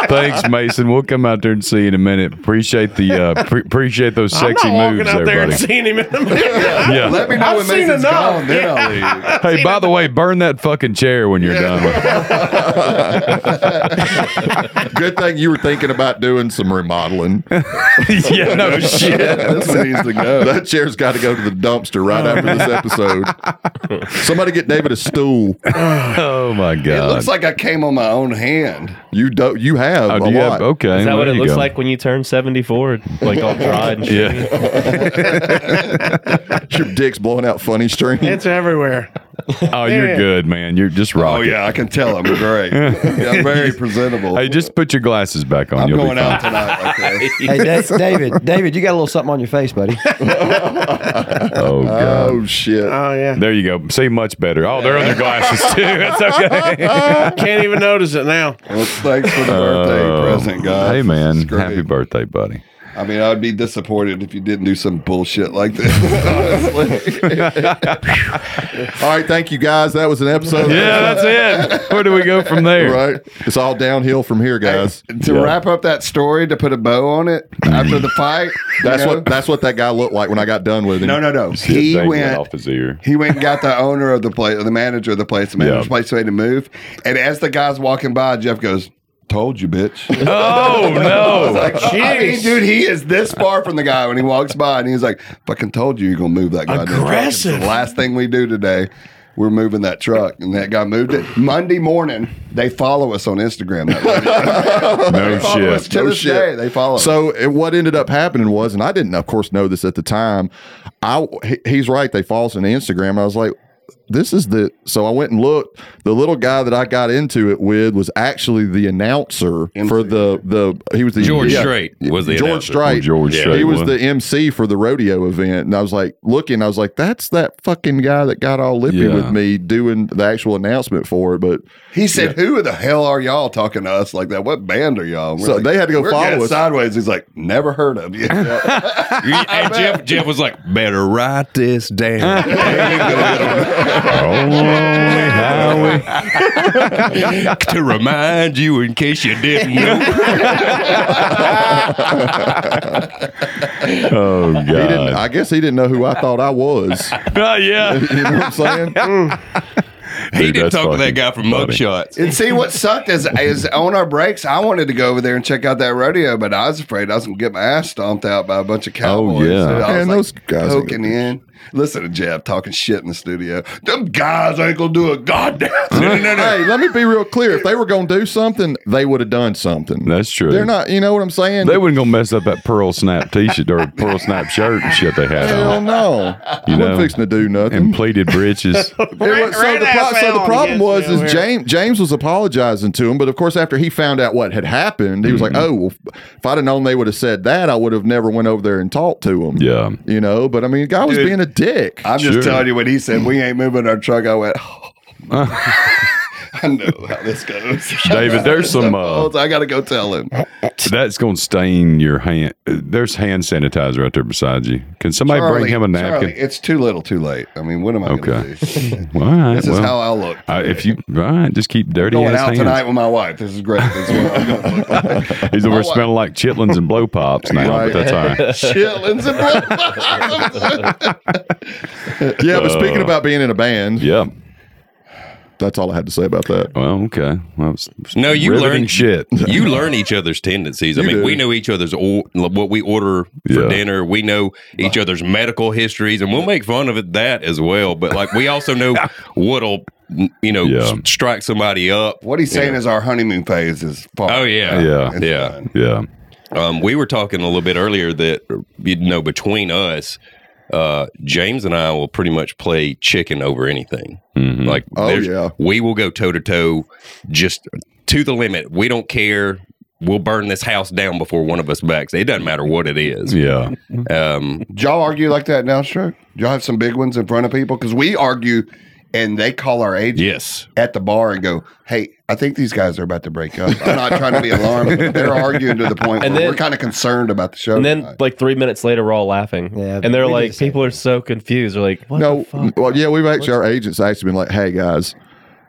Speaker 2: thanks, Mason. We'll come out there and see you in a minute. Appreciate the uh, pre- appreciate those sexy
Speaker 4: I'm not walking
Speaker 2: moves,
Speaker 4: out there
Speaker 2: everybody.
Speaker 4: and seeing him in the mirror.
Speaker 2: yeah.
Speaker 1: Let me know
Speaker 4: I've
Speaker 1: when
Speaker 4: seen
Speaker 1: Mason's
Speaker 4: enough.
Speaker 1: gone. Then I'll leave.
Speaker 2: Hey, by the way, burn that fucking chair when you're done *laughs* with it.
Speaker 3: Good thing you were thinking about doing some remodeling.
Speaker 2: yeah, no shit.
Speaker 1: This one needs to go.
Speaker 3: That chair's got to go to the dumpster right after this episode. Somebody get David a stool.
Speaker 2: Oh my
Speaker 1: It
Speaker 2: god.
Speaker 1: looks like I came on my own hand.
Speaker 3: You do you have
Speaker 2: oh,
Speaker 3: a
Speaker 2: do
Speaker 3: lot.
Speaker 2: you have, okay.
Speaker 8: Is
Speaker 2: there
Speaker 8: that what it
Speaker 2: you
Speaker 8: looks
Speaker 2: go.
Speaker 8: like when you turn 74? Like all dried and shit.
Speaker 2: Yeah.
Speaker 3: Your dick's blowing out funny string.
Speaker 4: It's everywhere.
Speaker 2: *laughs* Oh, you're
Speaker 4: Yeah.
Speaker 2: good, man. You're just rock.
Speaker 1: Oh
Speaker 2: it.
Speaker 1: yeah, I can tell I'm great. Yeah, I'm
Speaker 2: *laughs*
Speaker 1: very presentable.
Speaker 2: Hey, just put your glasses back on.
Speaker 1: I'm
Speaker 2: You'll be
Speaker 1: going
Speaker 2: fine.
Speaker 1: out tonight like this.
Speaker 2: *laughs*
Speaker 7: Hey, Da- David, David, you got a little something on your face, buddy.
Speaker 2: Oh god.
Speaker 3: Oh shit!
Speaker 4: *laughs* Oh, yeah.
Speaker 2: There you go. See, much better. Oh, they're on their glasses too. *laughs* That's okay.
Speaker 4: *laughs* Can't even notice it now.
Speaker 1: Well, thanks for the birthday present, guys.
Speaker 2: Oh. Hey,
Speaker 1: This
Speaker 2: man.
Speaker 1: is great.
Speaker 2: Happy birthday, buddy.
Speaker 1: I mean, I'd be disappointed if you didn't do some bullshit like
Speaker 3: *laughs*
Speaker 1: this. Honestly,
Speaker 3: All right, thank you guys. That was an episode.
Speaker 2: Yeah, that's it. Where do we go from there?
Speaker 3: right. It's all downhill from here, guys.
Speaker 1: to wrap up that story, to put a bow on it after the fight. you
Speaker 3: *laughs* That's
Speaker 1: know?
Speaker 3: what that's what that guy looked like when I got done with him.
Speaker 1: No, no,
Speaker 2: *laughs*
Speaker 1: no. He
Speaker 2: Dang,
Speaker 1: went.
Speaker 2: off his ear.
Speaker 1: He went and got the owner of the place, or the manager of the place, the manager's
Speaker 2: Yeah.
Speaker 1: place made a move. And as the guy's walking by, Jeff goes, "Told you, bitch."
Speaker 2: Oh no!
Speaker 4: uh,
Speaker 1: I mean, dude, he is this far from the guy when he walks by, and he's like, "Fucking told you, you're gonna move that guy."
Speaker 4: Aggressive.
Speaker 1: The last thing we do today, we're moving that truck, and that guy moved it Monday morning. They follow us on Instagram. That lady.
Speaker 2: No
Speaker 1: follow us
Speaker 2: shit.
Speaker 1: to this day. They follow. us.
Speaker 3: So it, what ended up happening was, and I didn't, of course, know this at the time. I he- he's right. They follow us on Instagram. I was like, this is the so I went and looked. The little guy that I got into it with was actually the announcer for the the he was the
Speaker 5: George
Speaker 3: yeah,
Speaker 5: Strait was the
Speaker 3: George
Speaker 5: announcer.
Speaker 3: Strait.
Speaker 2: George
Speaker 5: Yeah.
Speaker 2: Strait
Speaker 3: he was
Speaker 2: was.
Speaker 3: the MC for the rodeo event, and I was like looking. I was like, "That's that fucking guy that got all lippy
Speaker 2: Yeah.
Speaker 3: with me doing the actual announcement for it." But
Speaker 1: *laughs* He said, "Who the hell are y'all talking to us like that? What band are y'all?" And we're
Speaker 3: So
Speaker 1: like,
Speaker 3: they had to go
Speaker 1: "We're
Speaker 3: follow
Speaker 1: getting
Speaker 3: us."
Speaker 1: sideways. He's like, "Never heard
Speaker 3: *laughs*
Speaker 1: of you."
Speaker 5: and Jeff, Jeff was like, better write this *laughs* down. *laughs* to remind you in case you didn't *laughs* know.
Speaker 2: Oh
Speaker 3: he didn't.
Speaker 2: god.
Speaker 3: I guess he didn't know who I thought I was. *laughs*
Speaker 2: yeah.
Speaker 3: you know what
Speaker 1: *laughs*
Speaker 3: I'm saying?
Speaker 5: He
Speaker 2: Dude,
Speaker 5: didn't
Speaker 2: that's
Speaker 5: talk to that
Speaker 2: fucking
Speaker 5: guy from
Speaker 2: funny. *laughs*
Speaker 5: Mugshots.
Speaker 1: and see what sucked is, is on our breaks. I wanted to go over there and check out that rodeo, but I was afraid I was gonna get my ass stomped out by a bunch of cowboys.
Speaker 2: Oh, yeah.
Speaker 1: So I was
Speaker 3: Man,
Speaker 1: like,
Speaker 3: those guys ain't
Speaker 1: poking in. Listen to Jeff talking shit in the studio. Them guys ain't gonna do a
Speaker 2: *laughs*
Speaker 1: goddamn. thing."
Speaker 5: No, no, no.
Speaker 3: hey, let me be real clear. If they were going to do something, they would have done something.
Speaker 2: That's true.
Speaker 3: They're not. You know what I'm saying?
Speaker 2: They wouldn't gonna mess up that pearl snap t-shirt or pearl snap shirt and shit they had
Speaker 1: *laughs*
Speaker 3: Hell
Speaker 2: on
Speaker 3: no.
Speaker 2: You
Speaker 3: You
Speaker 2: know.
Speaker 3: not fixing to do
Speaker 2: and
Speaker 3: nothing.
Speaker 2: pleated
Speaker 1: *laughs*
Speaker 2: breeches.
Speaker 3: It was- so,
Speaker 4: Right
Speaker 3: the pro-
Speaker 4: ass
Speaker 3: so the
Speaker 4: down
Speaker 3: problem
Speaker 4: against
Speaker 3: was
Speaker 4: me
Speaker 3: is
Speaker 4: over here.
Speaker 3: James James was apologizing to him, but of course after he found out what had happened, he was like,
Speaker 1: Mm-hmm.
Speaker 3: "Oh, well, if I'd have known they would have said that, I would have never went over there and talked to him."
Speaker 2: Yeah.
Speaker 3: you know. But I mean, the guy was
Speaker 1: Dude.
Speaker 3: being a dick.
Speaker 1: I'm
Speaker 2: Sure.
Speaker 1: just telling you when he said we ain't moving our truck. I went. "Oh."
Speaker 2: *laughs*
Speaker 1: I know how this goes,
Speaker 2: David, there's some, uh,
Speaker 1: I gotta go tell him.
Speaker 2: That's gonna stain your hand. There's hand sanitizer right there beside you. Can somebody bring him a
Speaker 1: Charlie,
Speaker 2: napkin?
Speaker 1: it's too little, too late. I mean, what am I
Speaker 2: Okay. *laughs*
Speaker 1: gonna do?
Speaker 2: Well, all right,
Speaker 1: This is
Speaker 2: well,
Speaker 1: how I look.
Speaker 2: I- if you all right, just keep dirty
Speaker 1: going
Speaker 2: ass
Speaker 1: out
Speaker 2: hands.
Speaker 1: tonight with my wife. This is great. This is what I'm gonna look like.
Speaker 2: He's over
Speaker 1: I wa-
Speaker 2: smelling like chitlins and blow pops now,
Speaker 3: Right.
Speaker 2: but that's
Speaker 1: *laughs*
Speaker 2: all right.
Speaker 1: Chitlins and blow
Speaker 3: yeah, but speaking about being in a band,
Speaker 2: Yeah.
Speaker 3: that's all I had to say about that.
Speaker 2: Well, okay. Well, it's- it's
Speaker 5: No, you
Speaker 2: riveting
Speaker 5: learned-
Speaker 2: shit.
Speaker 5: You learn each other's tendencies. I
Speaker 3: You
Speaker 5: mean,
Speaker 3: do.
Speaker 5: we know each other's or, what we order for
Speaker 2: Yeah.
Speaker 5: dinner. We know each other's medical histories, and we'll make fun of it that as well. But like, we
Speaker 2: *laughs*
Speaker 5: also know what'll you know
Speaker 2: Yeah.
Speaker 5: s- strike somebody up.
Speaker 1: What he's saying is our honeymoon phase is far.
Speaker 5: Oh yeah,
Speaker 2: Yeah.
Speaker 1: It's
Speaker 5: yeah.
Speaker 1: done.
Speaker 2: Yeah.
Speaker 5: Um, we were talking a little bit earlier that you know between us, uh, James and I will pretty much play chicken over anything.
Speaker 2: Mm-hmm.
Speaker 5: Like,
Speaker 3: Oh,
Speaker 5: there's-
Speaker 3: yeah.
Speaker 5: we will go toe to toe, just to the limit. We don't care. We'll burn this house down before one of us backs. It doesn't matter what it is.
Speaker 2: Yeah.
Speaker 5: Um,
Speaker 1: Did y'all argue like that now, sure? Y'all have some big ones in front of people because we argue, and they call our agent
Speaker 5: yes.
Speaker 1: at the bar and go, "Hey, I think these guys are about to break up." I'm not trying to be alarmed. But they're arguing to the point
Speaker 6: And
Speaker 1: where
Speaker 6: then-
Speaker 1: we're kind of concerned about the show.
Speaker 6: And then,
Speaker 1: tonight.
Speaker 6: like three minutes later, we're all laughing.
Speaker 7: Yeah,
Speaker 6: and they're
Speaker 7: we do
Speaker 6: like,
Speaker 7: the same
Speaker 6: people are so confused. They're like, what
Speaker 3: no,
Speaker 6: the fuck?
Speaker 3: well, yeah, we've actually our agents actually been like, "Hey guys,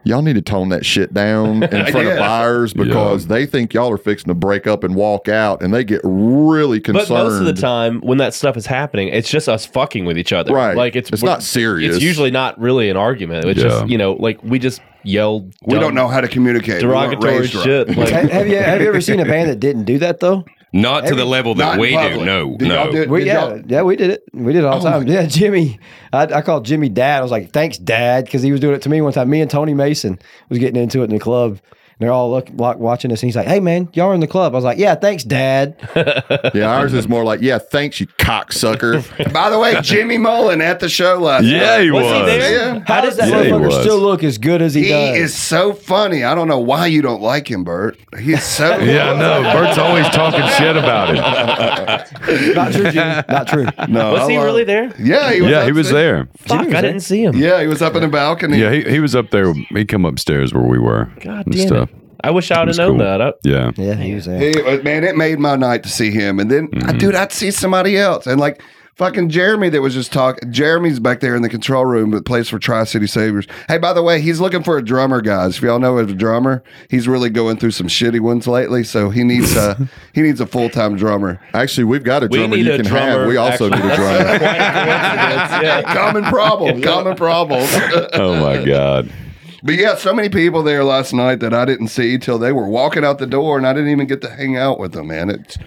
Speaker 3: y'all need to tone that
Speaker 1: *laughs*
Speaker 3: shit down in front of
Speaker 1: Yeah.
Speaker 3: buyers because they think y'all are fixing to break up and walk out, and they get really concerned."
Speaker 6: But most of the time, when that stuff is happening, it's just us fucking with each other.
Speaker 3: Right.
Speaker 6: Like it's
Speaker 3: It's
Speaker 6: we're-
Speaker 3: not serious.
Speaker 6: It's usually not really an argument. It's
Speaker 2: Yeah.
Speaker 6: just you know, like we just yelled.
Speaker 1: we don't know how to communicate. We weren't
Speaker 6: derogatory
Speaker 1: raised right.
Speaker 6: shit.
Speaker 7: have,
Speaker 6: Like,
Speaker 7: have you have you ever seen a band that didn't do that though?
Speaker 5: Not to the level
Speaker 1: Not
Speaker 5: that
Speaker 1: in
Speaker 5: we do.
Speaker 1: public.
Speaker 5: No,
Speaker 1: Did y'all *laughs*
Speaker 5: no.
Speaker 1: do-
Speaker 7: We
Speaker 1: did
Speaker 7: yeah
Speaker 1: y'all-
Speaker 7: yeah we did it we did it all the time yeah Jimmy I, I called Jimmy Dad I was like thanks Dad because he was doing it to me one time me and Tony Mason was getting into it in the club and they're all look, like watching us and he's like hey man y'all are in the club I was like yeah thanks Dad
Speaker 3: yeah, ours is more like, "Yeah, thanks, you cocksucker."
Speaker 1: By the way, Jimmy Mullen at the show last
Speaker 2: Yeah,
Speaker 1: night.
Speaker 2: he was.
Speaker 1: Yeah.
Speaker 7: how does that
Speaker 2: Yeah, he
Speaker 7: motherfucker
Speaker 2: was.
Speaker 7: still look as good as he,
Speaker 1: He
Speaker 7: does
Speaker 1: is so funny. I don't know why you don't like him, Bert. He's so
Speaker 2: *laughs* Yeah, I know. Bert's always talking shit about him.
Speaker 7: *laughs* not true Jimmy not true
Speaker 8: oh,
Speaker 1: No,
Speaker 6: was
Speaker 1: I
Speaker 6: he
Speaker 1: love-
Speaker 6: really there?
Speaker 1: Yeah, he was.
Speaker 2: Yeah,
Speaker 1: up
Speaker 2: he was there.
Speaker 6: Fuck, I didn't see him.
Speaker 1: Yeah, he was up in the balcony.
Speaker 2: Yeah, he, he was up there. He come upstairs where we were.
Speaker 6: God
Speaker 2: and
Speaker 6: damn
Speaker 2: stuff.
Speaker 6: it! I wish I would
Speaker 2: was
Speaker 6: have known
Speaker 2: cool.
Speaker 6: that. I,
Speaker 2: Yeah.
Speaker 7: yeah he was there
Speaker 1: He- uh, man, it made my night to see him. And then, I-
Speaker 6: Mm-hmm.
Speaker 1: dude, I'd see somebody else. And like fucking Jeremy that was just talking. Jeremy's back there in the control room that plays for Tri City Saviors. Hey, by the way, he's looking for a drummer, guys. If y'all know a drummer, he's really going through some shitty ones lately. So he
Speaker 6: *laughs*
Speaker 1: needs a he needs a full time drummer.
Speaker 3: Actually, we've got a
Speaker 6: We
Speaker 3: drummer
Speaker 6: need
Speaker 3: you
Speaker 6: a
Speaker 3: can
Speaker 6: drummer,
Speaker 3: have. We also
Speaker 6: actually.
Speaker 3: need a drummer.
Speaker 6: yeah.
Speaker 1: *laughs* common problem. Common problem. *laughs*
Speaker 2: Oh my God.
Speaker 1: But yeah, so many people there last night that I didn't see till they were walking out the door, and I didn't even get to hang out with them, man. It's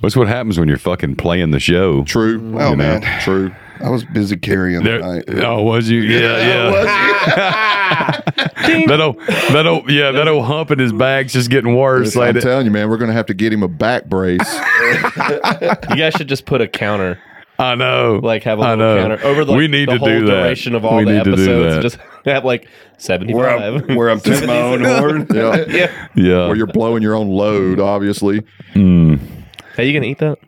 Speaker 2: What's what happens when you're fucking playing the show?
Speaker 3: True.
Speaker 1: Well, man.
Speaker 3: True.
Speaker 1: I was busy carrying
Speaker 2: There-
Speaker 1: the night.
Speaker 2: oh, was you? Yeah, *laughs*
Speaker 3: *laughs*
Speaker 1: *laughs*
Speaker 2: yeah. that old, that old, yeah, that old hump in his bag's just getting worse.
Speaker 3: I'm
Speaker 2: Like,
Speaker 3: telling you, man, we're gonna have to get him a back brace.
Speaker 6: You guys should just put a counter
Speaker 2: I know.
Speaker 8: Like have
Speaker 2: *laughs*
Speaker 8: a
Speaker 2: I
Speaker 8: little
Speaker 2: know.
Speaker 8: counter over the,
Speaker 2: We need
Speaker 8: the
Speaker 2: to
Speaker 8: whole
Speaker 2: do that.
Speaker 8: duration of all
Speaker 2: We
Speaker 8: the
Speaker 2: need to do
Speaker 8: episodes.
Speaker 2: that.
Speaker 8: Just *laughs* have like seventy
Speaker 1: Where I'm,
Speaker 8: five.
Speaker 1: where I'm tooting my own horn.
Speaker 3: Yeah.
Speaker 8: yeah.
Speaker 2: Yeah.
Speaker 3: Or *laughs* you're blowing your own load, obviously.
Speaker 2: Mm.
Speaker 8: *laughs* Hey, you gonna eat that?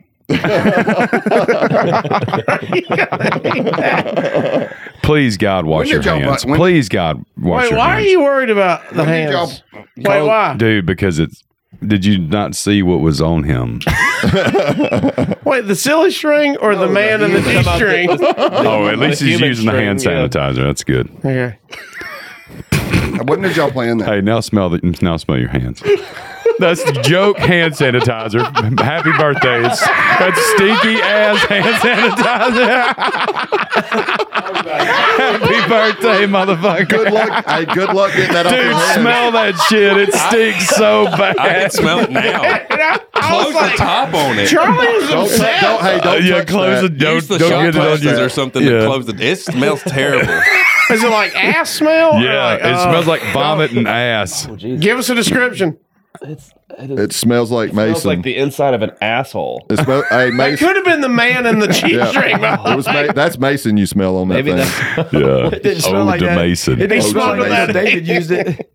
Speaker 2: Please, God, wash
Speaker 1: did
Speaker 2: your
Speaker 1: y'all
Speaker 2: hands.
Speaker 1: bu- when-
Speaker 2: Please, God, wash
Speaker 4: Wait,
Speaker 2: your
Speaker 4: why
Speaker 2: hands.
Speaker 4: are you worried about the hands? Wait, why?
Speaker 2: Dude, because it's. Did you not see what was on him?
Speaker 4: Wait, the silly string or the man in the D string?
Speaker 2: oh,
Speaker 8: *laughs*
Speaker 2: at least he's
Speaker 8: human
Speaker 2: using the hand
Speaker 8: string, yeah.
Speaker 2: sanitizer. That's good.
Speaker 4: *laughs* okay.
Speaker 1: When did y'all plan that?
Speaker 2: Hey, now smell the, now smell your hands. That's joke hand sanitizer. Happy birthday. It's, that's stinky ass hand sanitizer. Happy birthday, motherfucker.
Speaker 3: Good luck. hey, good luck getting that
Speaker 2: Dude,
Speaker 3: off your hands.
Speaker 2: smell that shit. It stinks so
Speaker 5: I can
Speaker 2: bad.
Speaker 5: smell
Speaker 1: *laughs*
Speaker 5: it now.
Speaker 4: And I, I
Speaker 5: Close
Speaker 4: was like,
Speaker 5: the top on it.
Speaker 4: Charlie was
Speaker 3: Don't,
Speaker 4: upset.
Speaker 3: touch- don't, hey,
Speaker 2: Uh,
Speaker 3: don't
Speaker 2: yeah,
Speaker 3: touch
Speaker 2: close
Speaker 3: that.
Speaker 2: it. Don't,
Speaker 5: Use the
Speaker 2: don't
Speaker 5: shot
Speaker 2: get it on
Speaker 5: glasses
Speaker 2: your
Speaker 5: or something
Speaker 2: Yeah.
Speaker 5: to close the. It smells terrible.
Speaker 4: Is it like ass smell?
Speaker 2: Yeah, it smells like vomit and ass.
Speaker 4: like. Give us a description.
Speaker 3: It smells like
Speaker 8: Smells
Speaker 3: Mason.
Speaker 8: like the inside of an asshole.
Speaker 3: it smell, hey,
Speaker 4: It
Speaker 3: Mason.
Speaker 4: could have been the
Speaker 2: *laughs*
Speaker 4: man in the G
Speaker 3: Yeah.
Speaker 4: string.
Speaker 3: It was Ma- that's Mason you smell on
Speaker 8: *laughs*
Speaker 3: that
Speaker 8: Maybe
Speaker 3: thing.
Speaker 8: that's
Speaker 2: Yeah,
Speaker 7: It didn't smell
Speaker 2: Old
Speaker 7: like that.
Speaker 2: Mason.
Speaker 7: It didn't
Speaker 3: Oh,
Speaker 7: smell like that.
Speaker 3: Mason.
Speaker 7: David used it.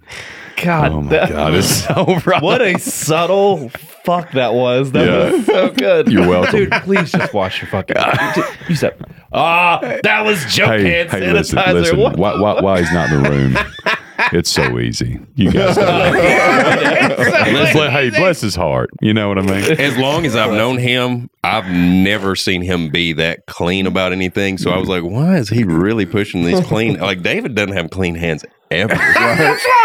Speaker 8: God.
Speaker 2: oh my
Speaker 8: that-
Speaker 2: god, it's so rough.
Speaker 8: *laughs* what a subtle fuck that was. That
Speaker 2: Yeah.
Speaker 8: was so good.
Speaker 2: You're welcome.
Speaker 8: Dude, please just wash your *laughs* fucking. You said, ah, that was joke
Speaker 2: Hey,
Speaker 8: hand
Speaker 2: hey,
Speaker 8: sanitizer.
Speaker 2: listen, listen.
Speaker 8: What?
Speaker 2: Why, why, why he's not in the
Speaker 4: *laughs*
Speaker 2: room? It's so easy. You guys. know. Let's let- hey, bless his heart. You know what I *laughs* mean?
Speaker 5: as long as I've known him, I've never seen him be that clean about anything. So I was like, why is he really pushing these *laughs* clean? Like David doesn't have clean hands *laughs* ever.
Speaker 4: That's why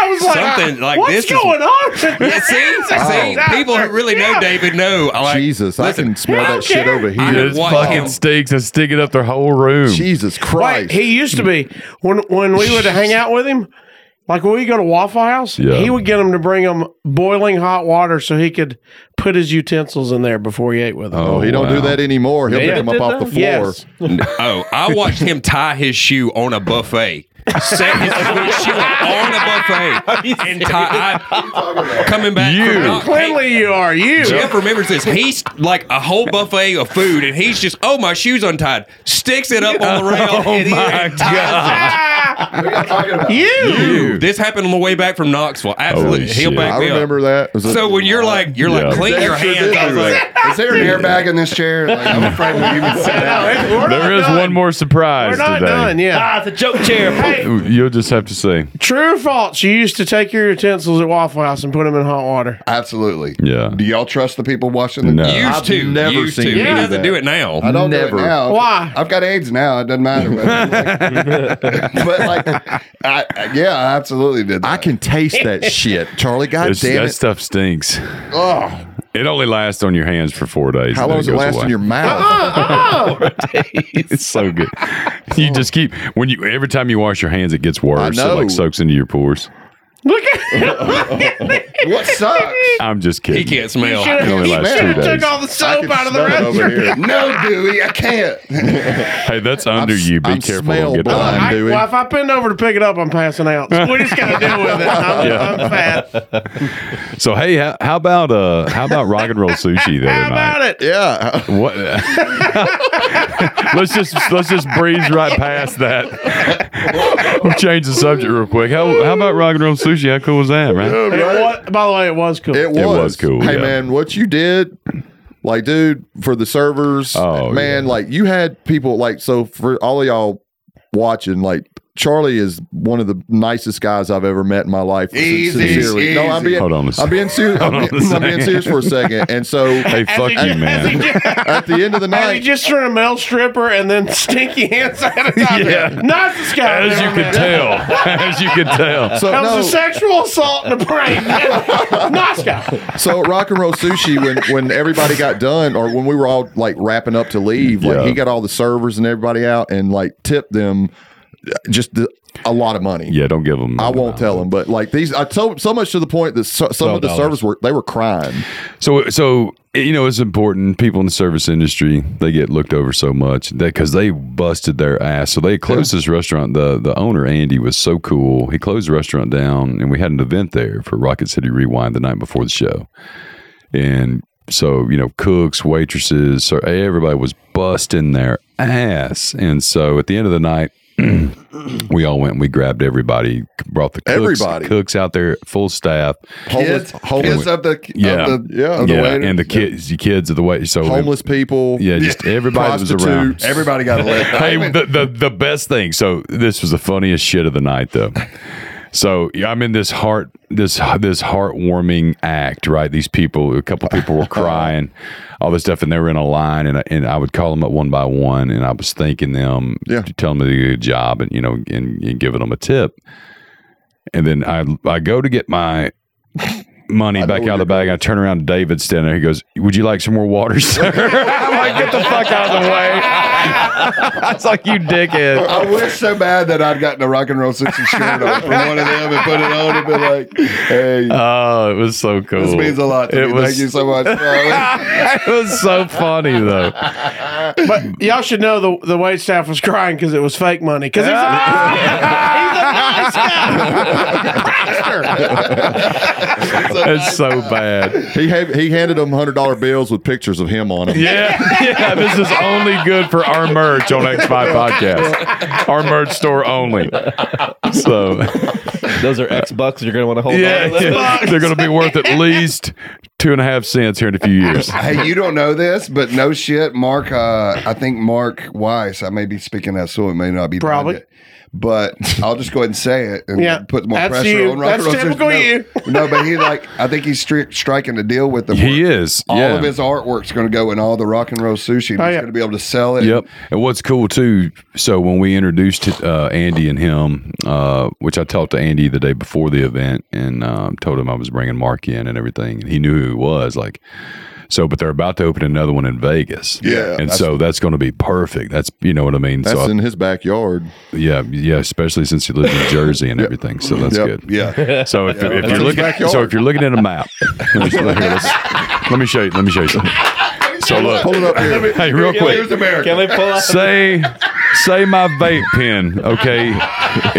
Speaker 4: I was like,
Speaker 5: Something like
Speaker 4: what's
Speaker 5: this is-
Speaker 4: going
Speaker 2: *laughs*
Speaker 4: on? with
Speaker 5: Yeah,
Speaker 4: this?
Speaker 5: see, see,
Speaker 4: Oh.
Speaker 5: people who really know
Speaker 4: Yeah.
Speaker 5: David know. I Like,
Speaker 3: Jesus, I
Speaker 5: listen,
Speaker 3: can smell that shit
Speaker 4: care.
Speaker 3: over
Speaker 5: I
Speaker 3: here.
Speaker 5: don't
Speaker 2: It
Speaker 5: watch
Speaker 2: fucking
Speaker 5: him.
Speaker 2: stinks and stinking up their whole room.
Speaker 3: Jesus
Speaker 4: Right,
Speaker 3: Christ.
Speaker 4: he used to be when when we would hang out with him. Like when we go to Waffle House,
Speaker 2: Yeah.
Speaker 4: he would get him to bring him boiling hot water so he could put his utensils in there before he ate with them.
Speaker 3: oh, he don't do
Speaker 2: wow.
Speaker 3: that anymore. He'll
Speaker 8: Yeah.
Speaker 3: pick him up
Speaker 8: Did
Speaker 3: off the
Speaker 8: that?
Speaker 3: floor.
Speaker 4: Yes.
Speaker 5: Oh, I watched him tie his shoe on a buffet. Set *laughs* his shoe on a buffet and tie. I, coming back,
Speaker 2: You.
Speaker 5: from-
Speaker 4: How cleanly you are, you.
Speaker 5: Jeff remembers this. He's like a whole buffet of food, and he's just, oh, my shoe's untied. Sticks it up on the rail.
Speaker 2: *laughs* Oh
Speaker 5: and he-
Speaker 2: my god!
Speaker 4: Ah, you.
Speaker 5: Dude, This happened on the way back from Knoxville. Absolutely,
Speaker 2: Holy
Speaker 5: he'll
Speaker 2: shit.
Speaker 5: back
Speaker 3: I
Speaker 5: me up.
Speaker 3: remember that. It was a-
Speaker 5: So when you're like, you're
Speaker 2: Yeah.
Speaker 5: like, clean your
Speaker 3: Sure
Speaker 5: hands.
Speaker 3: did.
Speaker 5: I was like,
Speaker 1: Is there an airbag in this chair? Like, I'm afraid we even sit down.
Speaker 4: We're not
Speaker 2: There is
Speaker 4: done.
Speaker 2: one more surprise
Speaker 4: We're not
Speaker 2: today.
Speaker 4: done. Yeah.
Speaker 8: Ah, it's a joke chair.
Speaker 4: Hey,
Speaker 2: You'll just have to see.
Speaker 4: true or false? You used to take your utensils at Waffle House and put them in hot water.
Speaker 1: Absolutely.
Speaker 2: Yeah.
Speaker 1: Do y'all trust the people watching the
Speaker 2: No.
Speaker 5: used
Speaker 3: I've
Speaker 5: to,
Speaker 3: never
Speaker 5: used
Speaker 3: seen
Speaker 5: to.
Speaker 3: you
Speaker 5: He
Speaker 3: do
Speaker 5: doesn't
Speaker 3: that.
Speaker 5: do it now.
Speaker 1: I don't
Speaker 3: Never.
Speaker 1: Do it now.
Speaker 4: Why?
Speaker 1: I've got AIDS now. It doesn't matter. But like, *laughs* but like I, I- yeah, I absolutely did. That.
Speaker 3: I can taste that shit, Charlie. God
Speaker 2: It's-
Speaker 3: damn
Speaker 2: that
Speaker 3: it.
Speaker 2: stuff stinks.
Speaker 3: Ugh.
Speaker 2: It only lasts on your hands for four days.
Speaker 3: How
Speaker 2: and then
Speaker 3: long does it
Speaker 2: goes
Speaker 3: last
Speaker 2: away.
Speaker 3: in your mouth?
Speaker 2: *laughs* It's
Speaker 3: *laughs*
Speaker 2: so good. You just keep when you every time you wash your hands, it gets worse.
Speaker 3: know.
Speaker 2: It like soaks into your pores.
Speaker 4: Look
Speaker 3: *laughs*
Speaker 4: at
Speaker 1: what
Speaker 4: *laughs*
Speaker 1: sucks?
Speaker 2: I'm just
Speaker 5: He
Speaker 2: kidding.
Speaker 5: can't smell.
Speaker 4: should
Speaker 2: It
Speaker 4: have
Speaker 2: only lasts two
Speaker 4: took
Speaker 2: days.
Speaker 4: all the
Speaker 3: I
Speaker 4: soap
Speaker 3: can
Speaker 4: out of the
Speaker 3: smell it over
Speaker 4: restroom.
Speaker 3: here.
Speaker 1: No, Dewey, I can't.
Speaker 3: *laughs*
Speaker 2: Hey, that's under you. Be
Speaker 3: I'm
Speaker 2: careful. Don't
Speaker 3: smell
Speaker 2: get
Speaker 3: blind.
Speaker 2: blind.
Speaker 4: I,
Speaker 3: Dewey.
Speaker 4: well, if I bend over to pick it up, I'm passing out. We just got to
Speaker 2: *laughs*
Speaker 4: deal with it. I'm, I'm fat.
Speaker 2: So hey, how, how about uh, how about rock and roll
Speaker 4: *laughs*
Speaker 2: sushi the
Speaker 4: How
Speaker 2: other night?
Speaker 4: about it?
Speaker 3: Yeah.
Speaker 4: *laughs*
Speaker 2: What? let's just let's just breeze right past that. we'll change the subject real quick. How how about rock and roll sushi? How cool was that, man?
Speaker 4: It wa- by the way, it was cool.
Speaker 3: It was.
Speaker 2: was cool,
Speaker 3: Hey
Speaker 2: yeah.
Speaker 3: man, what you did, like, dude, for the servers,
Speaker 2: Oh,
Speaker 3: man, like you had people like so for all of y'all watching, like Charlie is one of the nicest guys I've ever met in my life.
Speaker 1: Easy,
Speaker 3: No, I'm
Speaker 1: easy.
Speaker 3: being,
Speaker 2: Hold on a
Speaker 3: I'm
Speaker 2: second.
Speaker 3: being serious.
Speaker 2: *laughs*
Speaker 3: I'm,
Speaker 2: Hold on a
Speaker 3: being, I'm being
Speaker 2: second.
Speaker 3: serious for a second. And so
Speaker 2: Hey, fuck
Speaker 4: he
Speaker 2: you,
Speaker 4: ju- As he
Speaker 2: man.
Speaker 4: ju-
Speaker 3: at the end of the
Speaker 4: as he
Speaker 3: night,
Speaker 4: just turned a male stripper and then *laughs* stinky hands out of
Speaker 2: Yeah.
Speaker 4: Not the sky.
Speaker 2: As you can tell, *laughs* as you can tell.
Speaker 3: so
Speaker 4: That was
Speaker 3: no,
Speaker 4: a sexual assault and a
Speaker 3: *laughs*
Speaker 4: prank. Not guy.
Speaker 3: so at rock and roll sushi when when everybody got done or when we were all like wrapping up to leave like
Speaker 2: Yeah.
Speaker 3: he got all the servers and everybody out and like tipped them uh, just the, a lot of money
Speaker 2: Yeah, don't give them.
Speaker 3: I won't tell them, but like these, I told so much to the point that so, some of the servers were they were crying.
Speaker 2: So, so you know, it's important. People in the service industry they get looked over so much because they busted their ass. So they closed this restaurant. the The owner Andy was so cool. He closed the restaurant down, and we had an event there for Rocket City Rewind the night before the show. And so you know cooks waitresses so everybody was busting their ass and so at the end of the night *clears throat* we all went and we grabbed everybody brought the cooks,
Speaker 3: Everybody.
Speaker 2: cooks out there full staff
Speaker 1: Kids,
Speaker 3: Homeless, homeless,
Speaker 1: kids of the,
Speaker 2: Yeah.
Speaker 1: of the
Speaker 3: Yeah.
Speaker 1: of the
Speaker 2: yeah
Speaker 1: waiter.
Speaker 2: and the kids the kids of the way so
Speaker 3: homeless people.
Speaker 2: yeah
Speaker 3: *laughs*
Speaker 2: just everybody was around
Speaker 3: Prostitutes.
Speaker 1: Everybody got a leg. I
Speaker 2: hey,
Speaker 1: even-
Speaker 2: the, the the best thing. So this was the funniest shit of the night, though. So yeah, I'm in this heart this this heartwarming act, right? These people, a couple
Speaker 1: *laughs*
Speaker 2: people were crying, all this stuff, and they were in a line, and I, and I would call them up one by one, and I was thanking them,
Speaker 3: Yeah.
Speaker 2: to tell them to do a good job, and you know, and, and giving them a tip, and then I I go to get my.
Speaker 1: *laughs*
Speaker 2: Money back out of the bag. I turn around. David's standing there. He goes, "Would you like some
Speaker 1: *laughs*
Speaker 2: more water, sir?" *laughs* I'm like, "Get the fuck out of the way!" *laughs* I was like, "You
Speaker 1: *laughs*
Speaker 2: dickhead."
Speaker 1: I wish so bad that I'd gotten a rock and roll sixty shirt on from one of them and put it on and been like,
Speaker 3: Uh,
Speaker 1: "Hey,
Speaker 2: Oh, it was so cool.
Speaker 1: this means a lot to
Speaker 2: it
Speaker 1: me.
Speaker 2: Was,
Speaker 1: Thank you so much." Charlie."
Speaker 2: *laughs* it was so funny
Speaker 1: *laughs*
Speaker 2: though.
Speaker 4: But y'all should know the the wait staff was crying because it was fake money. Because he's,
Speaker 3: Ah.
Speaker 2: It's so bad.
Speaker 3: He had, he handed them hundred dollar bills with pictures of him on them.
Speaker 2: Yeah, yeah. This is only good for our merch on X Five Podcast. Our merch store only. So
Speaker 8: Those are X bucks you're going to want to hold
Speaker 2: yeah,
Speaker 8: on. to.
Speaker 2: yeah. they're going to be worth at least two and a half cents here in a few
Speaker 1: *laughs*
Speaker 2: years.
Speaker 1: hey, you don't know this, but no shit, Mark. Uh, I think Mark Weiss. I may be speaking out of school. It may not be
Speaker 4: Probably.
Speaker 1: It, but I'll just go ahead and say it and
Speaker 4: Yeah,
Speaker 1: put more
Speaker 4: that's
Speaker 1: pressure
Speaker 4: you.
Speaker 1: on rock and
Speaker 4: That's
Speaker 1: roll. Sisters.
Speaker 4: typical you.
Speaker 1: no, no, but he like I think he's stri- striking a deal with them.
Speaker 2: He is.
Speaker 1: All
Speaker 2: yeah.
Speaker 1: of his artwork's going to go in all the rock and roll sushi. and
Speaker 4: Oh,
Speaker 1: he's
Speaker 4: yeah.
Speaker 1: going to be able to sell it.
Speaker 2: Yep. And what's cool too, so when we introduced uh, Andy and him, uh, which I talked to Andy the day before the event and um, told him I was bringing Mark in and everything, and he knew who he was. Like, so, but they're about to open another one in Vegas.
Speaker 3: Yeah,
Speaker 2: And so that's going to be perfect. That's, you know what I mean?
Speaker 3: That's
Speaker 2: so, I-
Speaker 3: in his backyard.
Speaker 2: yeah, yeah, especially since he lives in Jersey and everything. So that's
Speaker 3: *laughs* Yep.
Speaker 2: good. *laughs*
Speaker 1: Yeah.
Speaker 2: So if, if
Speaker 3: That's
Speaker 2: you're
Speaker 3: his
Speaker 2: looking,
Speaker 3: backyard.
Speaker 2: so if you're looking at a map, *laughs* let me, here, let's- let me show you. Let me show you something. So look,
Speaker 3: Pull it up here.
Speaker 2: hey, real quick.
Speaker 8: Can we pull up?
Speaker 2: Say, say my vape pen, okay,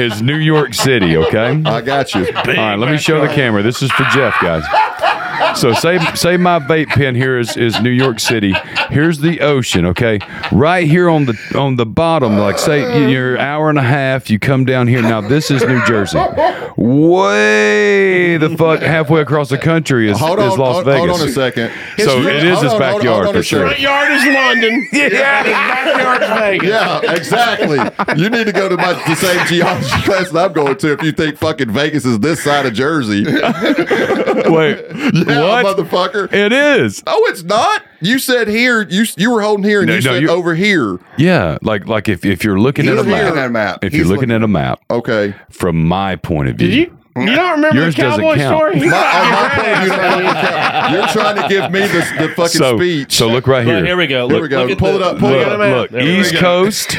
Speaker 2: is New York City, okay? All
Speaker 3: I got you.
Speaker 2: right, let me show the camera. This is for Jeff, guys. So say say my vape pen here is, is New York City. Here's the ocean, okay? Right here on the on the bottom, like say you're an hour and a half, you come down here. Now this is New Jersey. Way the fuck halfway across the country is,
Speaker 3: Hold
Speaker 2: is
Speaker 3: on,
Speaker 2: Las
Speaker 3: hold,
Speaker 2: Vegas.
Speaker 3: hold on a second.
Speaker 2: So it is
Speaker 3: Hold
Speaker 2: his
Speaker 3: on, hold on,
Speaker 2: backyard
Speaker 3: hold on
Speaker 2: for
Speaker 3: a
Speaker 2: sure.
Speaker 3: second.
Speaker 4: front *laughs* yard is
Speaker 3: *laughs*
Speaker 4: London.
Speaker 2: Yeah.
Speaker 4: his backyard is Vegas.
Speaker 3: Yeah, exactly. you need to go to my, the same geology *laughs* class that I'm going to if you think fucking Vegas is this side of Jersey. Yeah,
Speaker 2: Wait. what?
Speaker 3: motherfucker.
Speaker 2: It is.
Speaker 3: No, it's not. You said here. You you were holding here, and
Speaker 2: No,
Speaker 3: you
Speaker 2: no,
Speaker 3: said
Speaker 2: you're-
Speaker 3: over here.
Speaker 2: Yeah, like like if, if you're looking
Speaker 1: He's
Speaker 2: at a
Speaker 1: looking
Speaker 2: map,
Speaker 1: at a map.
Speaker 2: if
Speaker 1: He's
Speaker 2: you're looking at a map
Speaker 3: Okay.
Speaker 2: from my point of view,
Speaker 4: Did you? You don't remember
Speaker 2: Yours
Speaker 4: the
Speaker 2: doesn't
Speaker 4: cowboy
Speaker 2: count.
Speaker 4: story? He
Speaker 3: My, on my
Speaker 4: got
Speaker 3: point of view, that don't count. you're trying to give me this, the fucking
Speaker 2: so
Speaker 3: speech.
Speaker 2: so look right here.
Speaker 8: Here we go.
Speaker 3: here
Speaker 8: Look,
Speaker 3: we go.
Speaker 8: Look at
Speaker 3: Pull
Speaker 8: the-
Speaker 3: it up. Pull
Speaker 2: Look,
Speaker 3: it up.
Speaker 2: look,
Speaker 8: There we
Speaker 2: East Coast.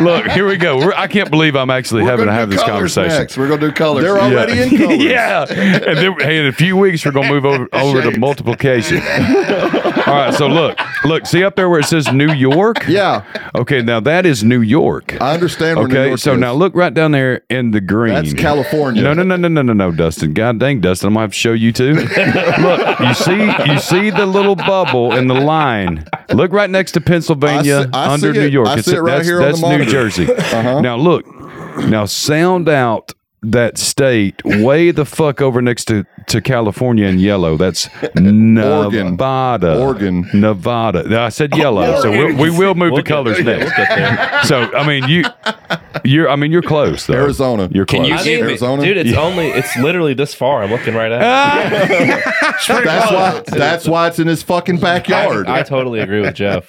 Speaker 2: look, here we go. We're, I can't believe I'm actually
Speaker 1: We're
Speaker 2: having to
Speaker 1: gonna
Speaker 2: have
Speaker 1: do
Speaker 2: this
Speaker 1: colors
Speaker 2: conversation.
Speaker 1: Next. We're going to do colors.
Speaker 3: They're already
Speaker 2: Yeah.
Speaker 3: in
Speaker 2: *laughs*
Speaker 3: colors.
Speaker 2: yeah. And then, hey, in a few weeks, we're going to move over, over to multiplication. All right. So look, look, see up there where it says New York?
Speaker 3: Yeah.
Speaker 2: Okay. Now that is New York.
Speaker 3: I understand. Where New
Speaker 2: Okay,
Speaker 3: York
Speaker 2: so
Speaker 3: is.
Speaker 2: now look right down there in the green.
Speaker 3: That's California.
Speaker 2: No, no, no, no, no, no, no, Dustin. God dang, Dustin, I'm gonna have to show you too. look, you see, you see the little bubble in the line. Look right next to Pennsylvania
Speaker 3: I see- I
Speaker 2: under
Speaker 3: see
Speaker 2: New
Speaker 3: it.
Speaker 2: York.
Speaker 3: I see it right
Speaker 2: that's
Speaker 3: here on the
Speaker 2: that's New
Speaker 3: monitor. Uh-huh.
Speaker 2: Jersey. Now look, now sound out that state way the fuck over next to, to California in yellow. That's
Speaker 3: Oregon.
Speaker 2: Nevada.
Speaker 3: Oregon.
Speaker 2: Nevada. Now, I said yellow, so we'll, we will move to colors next. So I mean you, you're I mean you're close though.
Speaker 3: Arizona.
Speaker 2: you're close.
Speaker 5: you-
Speaker 8: I mean,
Speaker 3: Arizona?
Speaker 8: Dude, it's only, it's literally this far. I'm looking right at it.
Speaker 3: That's why. That's why it's in his fucking backyard.
Speaker 8: I totally agree with Jeff.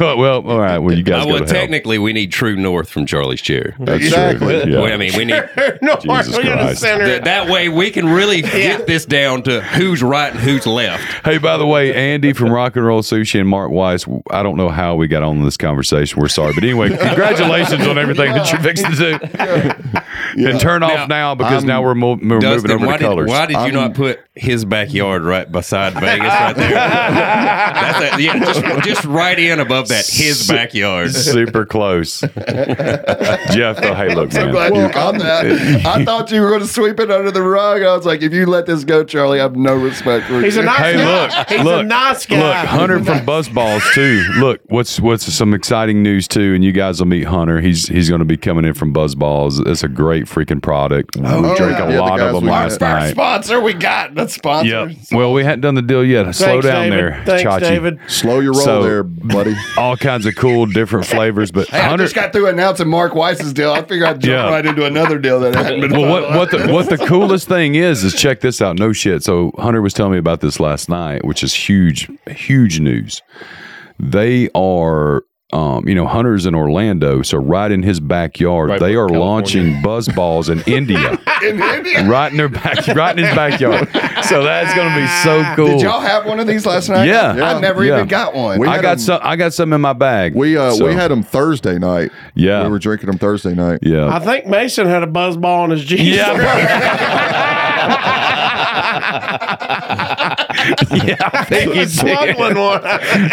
Speaker 2: *laughs* well, all right. Well, you guys
Speaker 5: Uh,
Speaker 2: go
Speaker 5: well,
Speaker 2: to hell.
Speaker 5: technically, we need true north from Charlie's chair.
Speaker 3: That's exactly.
Speaker 2: Yeah.
Speaker 5: Well, I mean, we need
Speaker 4: no,
Speaker 2: Jesus
Speaker 4: *laughs* we're in the
Speaker 2: Christ.
Speaker 4: center.
Speaker 5: th- that way we
Speaker 2: *laughs*
Speaker 5: can really get this down to who's right and who's left.
Speaker 2: Hey, by the way, Andy from Rock and Roll
Speaker 4: *laughs*
Speaker 2: Sushi and Mark Weiss. I don't know how we got on this conversation. We're sorry, but anyway, congratulations on everything that you're fixing to do. And turn off now because
Speaker 3: I'm-
Speaker 2: now we're, mo- we're moving
Speaker 5: Dustin,
Speaker 2: over
Speaker 5: why,
Speaker 2: to
Speaker 5: did,
Speaker 2: colors.
Speaker 5: why did you not put his backyard right beside Vegas right there? That's a, yeah, just, just right in above that, his backyard.
Speaker 2: Super
Speaker 5: *laughs*
Speaker 2: close. Jeff, oh, hey, look,
Speaker 1: So
Speaker 2: man.
Speaker 1: glad you caught
Speaker 3: *laughs*
Speaker 1: that. I thought you were going to sweep it under the rug. I was like, if you let this go, Charlie, I have no respect for
Speaker 4: He's
Speaker 1: you.
Speaker 4: a nice
Speaker 2: Hey,
Speaker 4: guy.
Speaker 2: look,
Speaker 4: He's
Speaker 2: look,
Speaker 4: a nice guy.
Speaker 2: Look, Hunter from Buzzballs too. Look, what's what's some exciting news too, and you guys will meet Hunter. He's he's going to be coming in from Buzzballs. It's a great freaking product. we drank
Speaker 3: yeah.
Speaker 2: a
Speaker 3: Yeah, the
Speaker 2: lot of
Speaker 3: guys
Speaker 2: them
Speaker 3: we
Speaker 2: last
Speaker 3: met.
Speaker 1: Our
Speaker 2: night.
Speaker 1: sponsor, we got the sponsor.
Speaker 2: Yep. Well, we hadn't done the deal yet. Slow
Speaker 4: Thanks,
Speaker 2: down
Speaker 4: David.
Speaker 2: there,
Speaker 4: Thanks,
Speaker 2: Chachi.
Speaker 4: David.
Speaker 3: Slow your roll
Speaker 2: So-
Speaker 3: there, *laughs* buddy.
Speaker 2: All kinds of cool, different flavors. But
Speaker 1: Hey, I
Speaker 2: Hunter,
Speaker 1: just got through announcing Mark Weiss's deal. I figured I'd jump
Speaker 2: Yeah.
Speaker 1: right into another deal that hadn't
Speaker 2: *laughs*
Speaker 1: been.
Speaker 2: well, what what the what the coolest thing is is check this out. No shit. So Hunter was telling me about this last night, which is huge, huge news. They are, um, you know, Hunter's in Orlando, so right in his backyard,
Speaker 6: Right
Speaker 2: they
Speaker 6: by
Speaker 2: are
Speaker 6: California.
Speaker 2: launching buzz balls in
Speaker 3: *laughs*
Speaker 2: India,
Speaker 1: in India.
Speaker 2: right in their back, right in his backyard. So that's gonna be so cool.
Speaker 1: Did y'all have one of these last night?
Speaker 2: Yeah.
Speaker 1: I never
Speaker 2: Yeah.
Speaker 1: even got one.
Speaker 3: We
Speaker 2: I
Speaker 3: had
Speaker 2: got
Speaker 3: them-
Speaker 2: some. I got some in my bag.
Speaker 3: We uh
Speaker 2: So,
Speaker 3: we had them Thursday night.
Speaker 2: Yeah.
Speaker 3: we were drinking them Thursday night.
Speaker 2: yeah.
Speaker 4: I think Mason had a buzz ball in his jeans. *laughs*
Speaker 2: *laughs* yeah, I think he,
Speaker 4: He's smuggling one.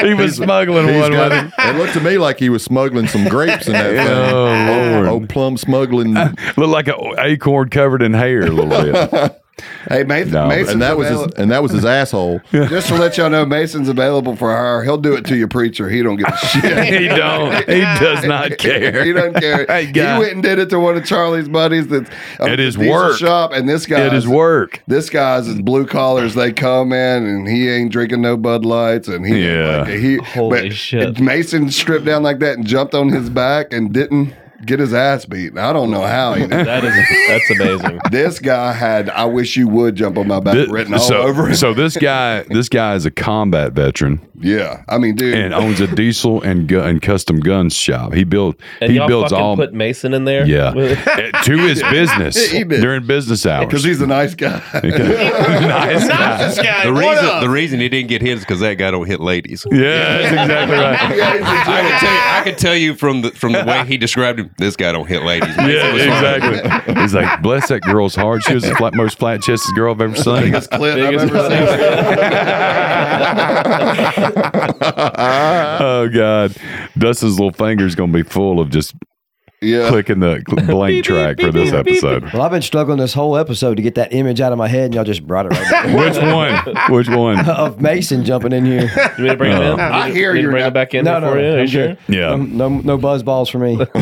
Speaker 2: he was smuggling
Speaker 3: He's
Speaker 2: one with
Speaker 3: got-
Speaker 2: him.
Speaker 3: it looked to me like he was smuggling some grapes
Speaker 2: *laughs*
Speaker 3: in that thing.
Speaker 2: Oh, Lord.
Speaker 3: *laughs* Oh, plum smuggling, and
Speaker 2: Look like an acorn covered in hair a little bit.
Speaker 1: hey, Mason.
Speaker 2: No,
Speaker 1: Mason's
Speaker 3: that was his,
Speaker 1: avail-
Speaker 3: and that was his asshole.
Speaker 1: just to let y'all know, Mason's available for hire. He'll do it to your preacher. He don't give
Speaker 2: *laughs*
Speaker 1: a shit.
Speaker 2: he don't. He does not care.
Speaker 1: *laughs* He doesn't care.
Speaker 2: Hey,
Speaker 1: he
Speaker 2: God.
Speaker 1: went and did it to one of Charlie's buddies. That's
Speaker 2: At his
Speaker 1: diesel
Speaker 2: work.
Speaker 1: shop, and this guy
Speaker 2: It is work.
Speaker 1: This guy's is blue collars. They come in and he ain't drinking no Bud Lights, and he
Speaker 2: Yeah.
Speaker 1: like, he
Speaker 8: Holy shit.
Speaker 1: Mason stripped down like that and jumped on his back and didn't get his ass beat. I don't know how he.
Speaker 2: *laughs*
Speaker 1: Did.
Speaker 6: That is that's amazing.
Speaker 1: this guy had "I wish you would jump on my back"
Speaker 2: Thi-
Speaker 1: written all
Speaker 2: so,
Speaker 1: over him.
Speaker 2: so this guy, this guy is a combat veteran
Speaker 1: yeah, I mean, dude,
Speaker 2: and owns a diesel and gu- and custom guns shop. He built.
Speaker 8: And
Speaker 2: he
Speaker 8: y'all
Speaker 2: builds
Speaker 8: fucking
Speaker 2: all.
Speaker 8: put Mason in there?
Speaker 2: yeah,
Speaker 8: With-
Speaker 2: Eh, to
Speaker 1: *laughs*
Speaker 2: his business
Speaker 1: He did.
Speaker 2: during business
Speaker 1: *laughs* because
Speaker 2: hours.
Speaker 1: he's a nice
Speaker 2: *laughs*
Speaker 1: guy.
Speaker 8: *laughs*
Speaker 2: nice guy.
Speaker 4: this guy.
Speaker 5: The
Speaker 4: what
Speaker 5: reason,
Speaker 4: up?
Speaker 5: the reason he didn't get hit is because that guy don't hit ladies.
Speaker 2: Yeah, that's
Speaker 1: *laughs*
Speaker 2: exactly right.
Speaker 1: Yeah, he's a
Speaker 5: I can tell you, I can tell you from the from the way he described him, this guy don't hit ladies.
Speaker 2: Yeah, exactly. He's like, bless that girl's heart. She was the flat, most flat chested girl I've
Speaker 1: *laughs*
Speaker 2: ever seen.
Speaker 1: biggest clit I've ever seen.
Speaker 2: oh God, Dustin's little finger's gonna be full of just
Speaker 1: Yeah,
Speaker 2: clicking the cl- blank track for this episode.
Speaker 7: Well, I've been struggling this whole episode to get that image out of my head, and y'all just brought it right
Speaker 2: *laughs*
Speaker 7: back.
Speaker 2: Which one? Which one?
Speaker 7: of Mason jumping in here.
Speaker 8: You want to bring him in?
Speaker 1: I
Speaker 8: You
Speaker 1: hear
Speaker 8: want me to
Speaker 1: you're
Speaker 8: bring
Speaker 1: not-
Speaker 8: him back in
Speaker 7: No,
Speaker 8: there
Speaker 7: no,
Speaker 8: for you. Are
Speaker 7: I'm
Speaker 8: you sure?
Speaker 7: No,
Speaker 2: Yeah.
Speaker 7: no, no buzz balls for me.
Speaker 3: Don't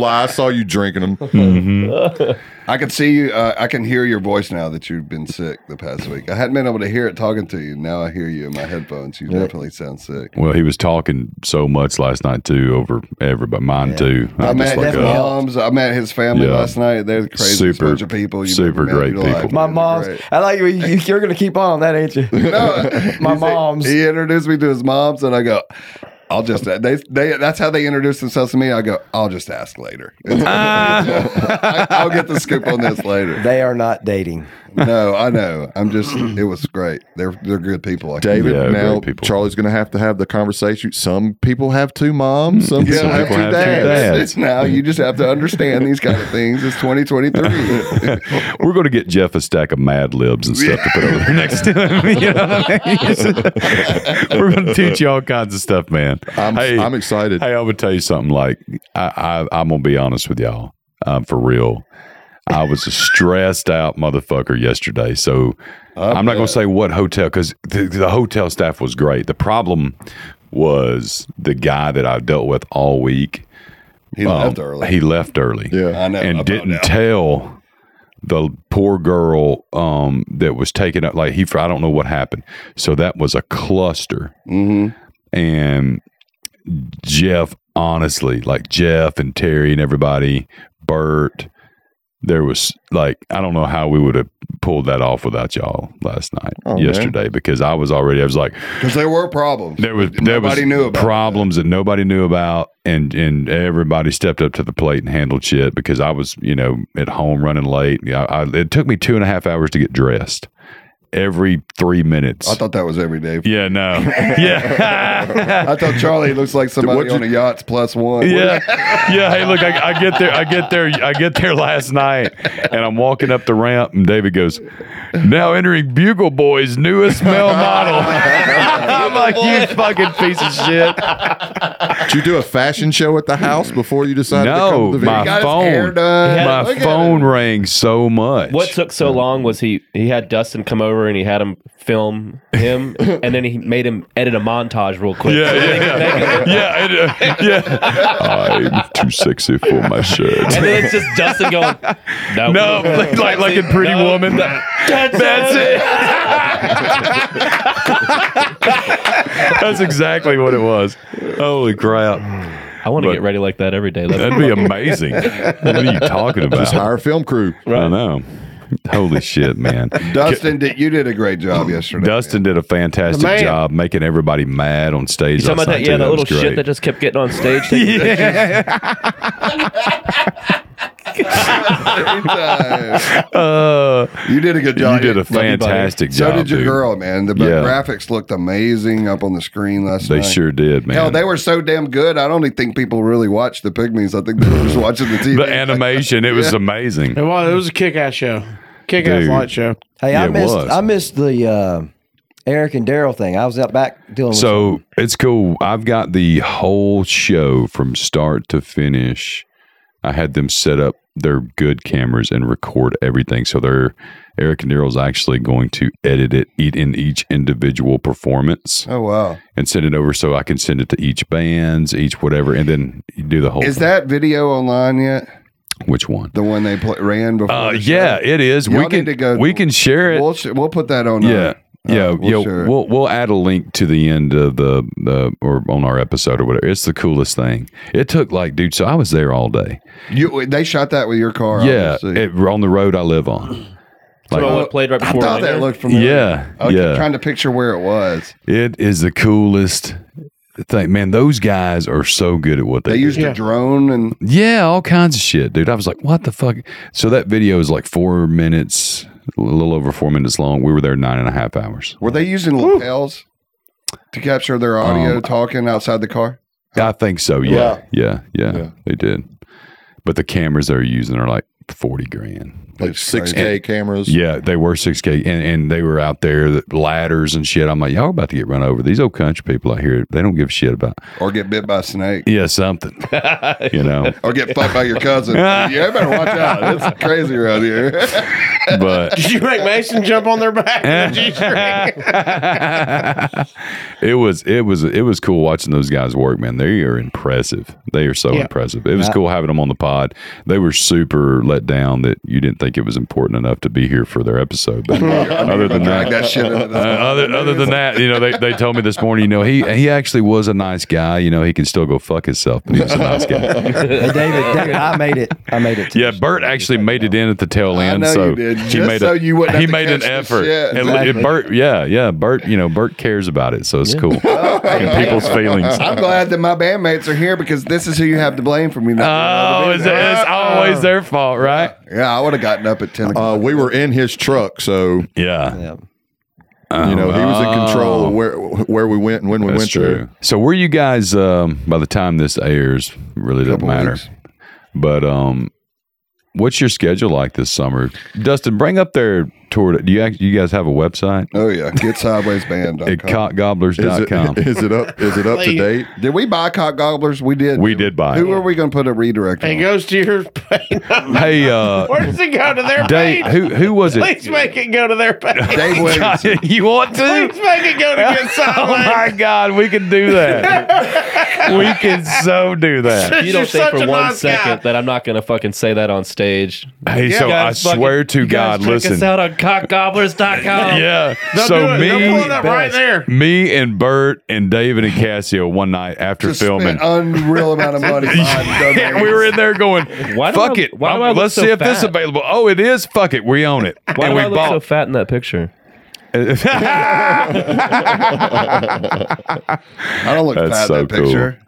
Speaker 3: lie, I saw you drinking them.
Speaker 1: I can see you. Uh, I can hear your voice now that you've been sick the past week. I hadn't been able to hear it talking to you. Now I hear you in my headphones. You definitely sound sick.
Speaker 2: Well, he was talking so much last night too over everybody, mine too.
Speaker 3: Oh,
Speaker 1: I
Speaker 2: I'm
Speaker 1: met
Speaker 2: just like,
Speaker 1: his
Speaker 7: definitely
Speaker 2: uh,
Speaker 7: helped.
Speaker 1: moms. I met his family
Speaker 2: Yeah.
Speaker 1: last night. They're the craziest
Speaker 2: Super-
Speaker 1: bunch of people. You've ever
Speaker 2: super
Speaker 1: met in
Speaker 2: great
Speaker 1: your life.
Speaker 2: people.
Speaker 7: My
Speaker 1: They're
Speaker 7: mom's. *laughs*
Speaker 1: great.
Speaker 7: I like you. you- You're gonna keep on that, ain't you?
Speaker 2: *laughs*
Speaker 7: my
Speaker 1: He's like-
Speaker 7: mom's.
Speaker 1: He introduced me to his moms, and I go, "I'll just." They, they. That's how they introduced themselves to me. I go, "I'll just ask
Speaker 7: *laughs*
Speaker 1: later. *laughs* I, I'll get the scoop on this later."
Speaker 7: They are not dating.
Speaker 1: No, I know. I'm just. It was great. They're they're good people. I
Speaker 3: David,
Speaker 2: Yeah,
Speaker 3: now
Speaker 2: great people.
Speaker 3: Charlie's going to have to have the conversation. Some people have two moms, some people
Speaker 1: Yeah,
Speaker 3: have two
Speaker 2: Hmm. people have two
Speaker 3: dads.
Speaker 2: dads.
Speaker 1: It's now you just have to understand these kind of things. It's 2023.
Speaker 2: uh, we're going to get Jeff a stack of Mad Libs and stuff to put over there next to him. *laughs* You know what I mean? *laughs* we're going to teach you all kinds of stuff, man.
Speaker 3: I'm, I'm excited.
Speaker 2: Hey, I would tell you something. Like, I, I I'm gonna be honest with y'all, um, for real. I was a stressed out motherfucker yesterday, so I'm not gonna say what hotel because the, the hotel staff was great. The problem was the guy that I dealt with all week.
Speaker 1: *laughs* he
Speaker 2: um,
Speaker 1: left early.
Speaker 2: He left early
Speaker 3: yeah.
Speaker 1: I know.
Speaker 2: and
Speaker 1: about
Speaker 2: didn't
Speaker 1: now.
Speaker 2: tell the poor girl um, that was taken up. Like he, I don't know what happened. So that was a cluster.
Speaker 1: Mm-hmm.
Speaker 2: And Jeff, honestly, like Jeff and Terry and everybody, Bert, there was like I don't know how we would have pulled that off without y'all last night,
Speaker 3: Oh, man.
Speaker 2: yesterday, because I was already I was like,
Speaker 1: because there were problems.
Speaker 2: there was
Speaker 1: Nobody
Speaker 2: there was
Speaker 1: knew about.
Speaker 2: problems that nobody knew about, and and everybody stepped up to the plate and handled shit because I was you know at home running late. I, I, it took me two and a half hours to get dressed every three minutes.
Speaker 1: I thought that was every day. *laughs*
Speaker 2: yeah, no. Yeah. *laughs*
Speaker 1: I thought Charlie looks like somebody
Speaker 3: What'd
Speaker 1: on a yacht's plus one.
Speaker 2: Yeah, yeah. Hey, look, I, I get there, I get there, I get there last night, and I'm walking up the ramp, and David goes, "Now entering Bugle Boy's newest male model." I'm like, "You fucking piece of shit!"
Speaker 3: Did you do a fashion show at the house before you decided to come
Speaker 2: No,
Speaker 3: to the video?
Speaker 2: my
Speaker 1: got his hair
Speaker 2: phone,
Speaker 1: done. Look
Speaker 2: my
Speaker 1: at
Speaker 2: phone rang so much.
Speaker 8: What took so long was he he had Dustin come over and he had him film
Speaker 2: *laughs*
Speaker 8: him, and then he made him edit a montage real quick.
Speaker 2: Yeah, yeah, yeah, yeah. it, uh, yeah. I'm too sexy for my shirt.
Speaker 8: *laughs* And then it's just Dustin going,
Speaker 2: *laughs*
Speaker 8: no,
Speaker 2: No, like like, like in Pretty
Speaker 8: No.
Speaker 2: Woman.
Speaker 8: *laughs* that's,
Speaker 2: That's it.
Speaker 8: it.
Speaker 2: That's exactly what it was. Holy crap.
Speaker 8: I want to
Speaker 2: But-
Speaker 8: get ready like that every day.
Speaker 2: *laughs*
Speaker 8: Like,
Speaker 2: That'd be amazing. What are you talking about?
Speaker 3: Just hire a film crew.
Speaker 2: I know. Holy shit,
Speaker 8: *laughs*
Speaker 2: man.
Speaker 1: Dustin, did, you did a great job yesterday.
Speaker 2: Dustin did a fantastic
Speaker 4: The man.
Speaker 2: job making everybody mad on stage.
Speaker 8: you talking
Speaker 2: last
Speaker 8: about
Speaker 2: night,
Speaker 8: that? Yeah,
Speaker 2: too.
Speaker 8: that
Speaker 2: was
Speaker 8: little shit
Speaker 2: great.
Speaker 8: that just kept getting on stage.
Speaker 2: *laughs*
Speaker 8: taking
Speaker 2: yeah. *laughs* Uh,
Speaker 1: you did a good
Speaker 2: you
Speaker 1: job.
Speaker 2: did a
Speaker 8: buddy.
Speaker 2: fantastic
Speaker 1: so
Speaker 2: job.
Speaker 1: did your
Speaker 2: dude.
Speaker 1: girl, man. The
Speaker 2: Yeah.
Speaker 1: graphics looked amazing up on the screen last
Speaker 2: They
Speaker 1: night.
Speaker 2: sure did, man.
Speaker 1: Hell, they were so damn good. I don't even think people really watched the pygmies. I think they were just watching the
Speaker 2: *laughs*
Speaker 1: TV.
Speaker 2: the animation, it was amazing.
Speaker 4: It was, it was a kick ass show. Kick ass
Speaker 2: Dude.
Speaker 4: light show. *laughs*
Speaker 7: Hey,
Speaker 2: Yeah,
Speaker 7: I
Speaker 2: it
Speaker 7: missed
Speaker 2: was.
Speaker 7: I missed the uh, Eric and Daryl thing. I was out back dealing with
Speaker 2: So it's cool. I've got the whole show from start to finish. I had them set up their good cameras and record everything. So they're Eric and Daryl's actually going to edit it eat in each individual performance
Speaker 1: Oh wow!
Speaker 2: and send it over so I can send it to each bands, each whatever, and then you do the whole
Speaker 1: Is
Speaker 2: thing.
Speaker 1: that video online yet?
Speaker 2: which one?
Speaker 1: The one they pl- ran before?
Speaker 2: Uh
Speaker 1: the show?
Speaker 2: yeah, it is.
Speaker 1: Y'all
Speaker 2: we can
Speaker 1: need to go-
Speaker 2: we can share it.
Speaker 1: We'll, sh- we'll put that on.
Speaker 2: Yeah.
Speaker 1: uh,
Speaker 2: Yeah,
Speaker 1: we'll
Speaker 2: we'll,
Speaker 1: share it.
Speaker 2: we'll we'll add a link to the end of the the or on our episode or whatever. It's the coolest thing. It took like, dude. So I was there all day.
Speaker 1: You, they shot that with your car.
Speaker 2: yeah,
Speaker 1: obviously.
Speaker 2: it, on the road I live on.
Speaker 8: So
Speaker 2: Like,
Speaker 8: what played right
Speaker 1: I
Speaker 8: before.
Speaker 1: thought that
Speaker 8: Linger?
Speaker 1: looked familiar.
Speaker 2: yeah,
Speaker 1: I was
Speaker 2: yeah.
Speaker 1: trying to picture where it was.
Speaker 2: it is the coolest thing, man. Those guys are so good at what they,
Speaker 1: They
Speaker 2: do.
Speaker 1: used
Speaker 4: Yeah.
Speaker 1: a drone and
Speaker 2: Yeah, all kinds of shit, dude. I was like, what the fuck? So that video is like four minutes, a little over four minutes long. We were there nine and a half hours.
Speaker 1: were they using lapels to capture their
Speaker 3: Um,
Speaker 1: audio talking outside the car?
Speaker 2: I think so. Yeah, yeah, yeah.
Speaker 3: Yeah.
Speaker 2: They did, but the cameras they're using are like forty grand.
Speaker 3: Like
Speaker 1: That's
Speaker 3: 6K
Speaker 1: crazy.
Speaker 3: cameras.
Speaker 2: Yeah, they were six K, and, and they were out there the ladders and shit. I'm like, y'all about to get run over. These old country people out here, they don't give a shit about
Speaker 1: Or get bit by a snake.
Speaker 2: yeah *laughs* something, you know.
Speaker 1: Or get fucked by your
Speaker 2: *laughs*
Speaker 1: cousin. yeah, you better watch out. It's crazy around here.
Speaker 2: But
Speaker 4: Did you make Mason jump on their back? Did you drink?
Speaker 2: it was it was it was cool watching those guys work, man. They are impressive. They are so
Speaker 4: Yeah.
Speaker 2: impressive. It was cool having them on the pod. They were super let down that you didn't think it was important enough to be here for their episode. *laughs* But other than
Speaker 1: Drag
Speaker 2: that,
Speaker 1: that shit into
Speaker 2: Uh,
Speaker 1: this.
Speaker 2: other other than that, you know, they, they told me this morning, you know, he he actually was a nice guy. You know, he can still go fuck himself, but he was a
Speaker 1: *laughs*
Speaker 2: nice guy. *laughs*
Speaker 7: Hey, David, David, I made it. I made it. to
Speaker 2: Yeah, *laughs*
Speaker 7: the-
Speaker 2: Bert actually made it in at the tail
Speaker 1: I
Speaker 2: end,
Speaker 1: know
Speaker 2: so
Speaker 1: you did,
Speaker 2: he
Speaker 1: just
Speaker 2: made
Speaker 1: so
Speaker 2: a,
Speaker 1: you wouldn't have
Speaker 2: he
Speaker 1: to
Speaker 2: made
Speaker 1: catch
Speaker 2: an
Speaker 1: this
Speaker 2: effort.
Speaker 1: shit.
Speaker 2: And
Speaker 7: Exactly.
Speaker 2: Bert, yeah, yeah, Bert, you know, Bert cares about it, so
Speaker 1: *laughs*
Speaker 2: it's cool.
Speaker 1: Oh,
Speaker 2: and people's feelings.
Speaker 1: I'm glad that my bandmates are here because this is who you have to blame for me.
Speaker 3: Uh,
Speaker 1: not
Speaker 2: Oh,
Speaker 1: being
Speaker 2: is
Speaker 1: able to be
Speaker 2: it,
Speaker 1: there.
Speaker 2: it's always their fault, right?
Speaker 1: Yeah, I would have gotten up at 10 o'clock.
Speaker 3: Uh, we were in his truck, so
Speaker 2: Yeah,
Speaker 7: Yeah.
Speaker 3: you know he was in control
Speaker 2: Oh.
Speaker 3: of where where we went and when we
Speaker 2: that's
Speaker 3: went
Speaker 2: true.
Speaker 3: to.
Speaker 2: So, were you guys? Um, by the time this airs, really doesn't
Speaker 1: Couple
Speaker 2: matter.
Speaker 1: weeks.
Speaker 2: But um, what's your schedule like this summer, Dustin? Bring up their tour. Do you act, you guys have a website
Speaker 1: Oh,
Speaker 3: *laughs*
Speaker 1: yeah. GetSidewaysBand.com.
Speaker 2: at
Speaker 3: Uh, Is it, *laughs*
Speaker 2: cockgobblers.com.
Speaker 3: is it up? Is it up to date?
Speaker 1: did we buy cock gobblers? We did.
Speaker 2: We did buy
Speaker 1: Who
Speaker 2: it.
Speaker 1: are we going to put a redirect
Speaker 4: It
Speaker 1: on?
Speaker 4: goes to your page.
Speaker 2: Hey, uh,
Speaker 4: *laughs* Where does it go to their
Speaker 2: Dave,
Speaker 4: page?
Speaker 2: who who was
Speaker 4: Please
Speaker 2: it?
Speaker 4: make it go to their
Speaker 3: *laughs*
Speaker 4: page.
Speaker 1: Dave Williams.
Speaker 2: *laughs* you want
Speaker 4: Please
Speaker 2: to?
Speaker 4: make it go to good
Speaker 2: Oh my
Speaker 4: silence.
Speaker 2: God, we can do that. we can so do that.
Speaker 8: You
Speaker 4: You're
Speaker 8: don't think
Speaker 4: such
Speaker 8: for
Speaker 4: a
Speaker 8: one
Speaker 4: nice
Speaker 8: second
Speaker 4: guy.
Speaker 8: that I'm not gonna fucking say that on stage.
Speaker 2: Hey, so I
Speaker 8: Guys,
Speaker 2: *laughs*
Speaker 8: fucking-
Speaker 2: swear to
Speaker 8: you guys
Speaker 2: God,
Speaker 8: check
Speaker 2: listen.
Speaker 8: us out on
Speaker 2: *laughs*
Speaker 8: cockgobblers.com.
Speaker 2: Yeah.
Speaker 4: They'll
Speaker 2: so
Speaker 4: do it.
Speaker 2: me,
Speaker 4: They'll pull it up right there.
Speaker 2: me and Bert and David and Cassio one night after
Speaker 1: Just
Speaker 2: filming.
Speaker 1: spent unreal amount of money. buying
Speaker 2: *laughs* Yeah,
Speaker 1: domains.
Speaker 2: we were in there going,
Speaker 8: Why do
Speaker 2: fuck
Speaker 8: I-
Speaker 2: it.
Speaker 8: why do
Speaker 2: Um,
Speaker 8: I look
Speaker 2: let's
Speaker 8: so
Speaker 2: see if this is
Speaker 8: fat?
Speaker 2: available. Oh, it is. Fuck it. We own it.
Speaker 8: Why
Speaker 2: and
Speaker 8: do
Speaker 2: we
Speaker 8: I look so
Speaker 2: bought.
Speaker 8: fat in that picture?
Speaker 2: *laughs*
Speaker 1: I don't look
Speaker 2: That's
Speaker 1: fat
Speaker 2: so
Speaker 1: in that picture.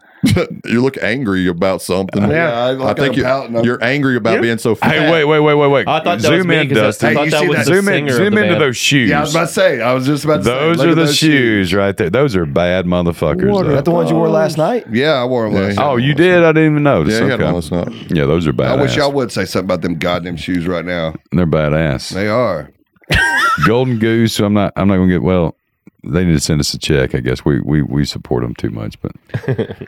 Speaker 3: you look angry about something.
Speaker 4: Yeah.
Speaker 1: I,
Speaker 3: I think you're, you're angry about
Speaker 4: Yeah.
Speaker 3: being so fat.
Speaker 2: Hey, wait, wait, wait, wait, wait.
Speaker 8: I thought that was
Speaker 2: zoom
Speaker 8: me
Speaker 2: in,
Speaker 8: 'cause I-
Speaker 2: Dustin.
Speaker 8: I thought
Speaker 1: Hey, you
Speaker 8: that
Speaker 1: see
Speaker 8: was
Speaker 1: that-
Speaker 8: the
Speaker 2: zoom in,
Speaker 8: singer
Speaker 2: zoom
Speaker 8: of the
Speaker 2: into
Speaker 8: band.
Speaker 2: those shoes.
Speaker 1: Yeah, I was about to say. I was just about to say.
Speaker 2: those
Speaker 1: look
Speaker 2: are
Speaker 1: at
Speaker 2: the shoes, right there. Those are bad motherfuckers.
Speaker 7: Is
Speaker 2: though.
Speaker 7: that the ones you wore last
Speaker 8: Oh, *laughs*
Speaker 7: night?
Speaker 1: Yeah, I wore them last
Speaker 3: Yeah.
Speaker 1: night.
Speaker 2: Oh, you did? I didn't even notice.
Speaker 3: Yeah, you had
Speaker 2: Okay.
Speaker 3: one last night.
Speaker 2: Yeah, those are badass.
Speaker 1: I wish y'all would say something about them goddamn shoes right now.
Speaker 2: They're badass.
Speaker 1: They are.
Speaker 2: Golden Goose. I'm not. I'm not gonna get. Well, they need to send us a check. I guess we we we support them too much,
Speaker 1: *laughs*
Speaker 2: but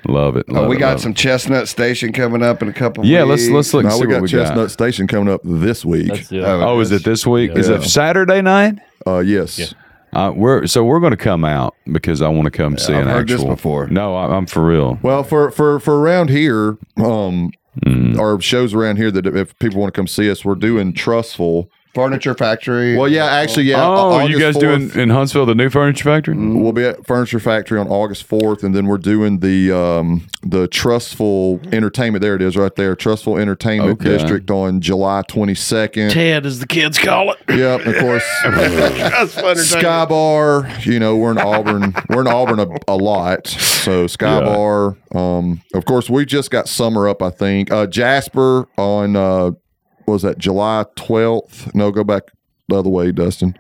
Speaker 2: love it.
Speaker 1: Uh,
Speaker 2: love
Speaker 1: we
Speaker 2: it,
Speaker 1: got
Speaker 2: love it.
Speaker 1: some Chestnut Station coming up in a couple.
Speaker 2: Yeah,
Speaker 1: weeks.
Speaker 2: let's let's look. and
Speaker 3: Now
Speaker 2: see
Speaker 3: we got
Speaker 2: what
Speaker 3: Chestnut
Speaker 2: we got.
Speaker 3: Station coming up this
Speaker 8: *laughs*
Speaker 3: week.
Speaker 8: That's it.
Speaker 1: Oh,
Speaker 2: Oh, is it this week? Is it
Speaker 3: Yeah.
Speaker 2: Saturday night?
Speaker 3: Uh, yes.
Speaker 2: Uh, we're so we're going to come out because I want to come see
Speaker 1: I've
Speaker 2: an
Speaker 1: heard this
Speaker 2: actual.
Speaker 1: before.
Speaker 2: No, I, I'm for real.
Speaker 3: Well, for for for around here, um,
Speaker 2: Mm.
Speaker 3: our shows around here that if people want to come see us, we're doing Trustful.
Speaker 1: Furniture Factory.
Speaker 3: Well, yeah, actually, yeah.
Speaker 2: oh,
Speaker 1: uh,
Speaker 3: Au-
Speaker 2: you guys
Speaker 3: August 4th,
Speaker 2: doing in Huntsville the new furniture factory?
Speaker 1: Mm.
Speaker 3: We'll be at Furniture Factory on August fourth, and then we're doing the um, the Trustful Entertainment. There it is, right there. Trustful Entertainment
Speaker 2: Okay.
Speaker 3: District on July twenty second.
Speaker 4: Ted, as the kids call it.
Speaker 3: Yep, and
Speaker 2: *laughs*
Speaker 3: of course.
Speaker 2: Oh,
Speaker 4: That's fun.
Speaker 3: Sky Bar, you know, we're in Auburn. we're in Auburn a, a lot. So Sky Bar, um, of course, we just got summer up, I think. Uh, Jasper on, uh, what was that, July 12th? No, go back the other way, Dustin.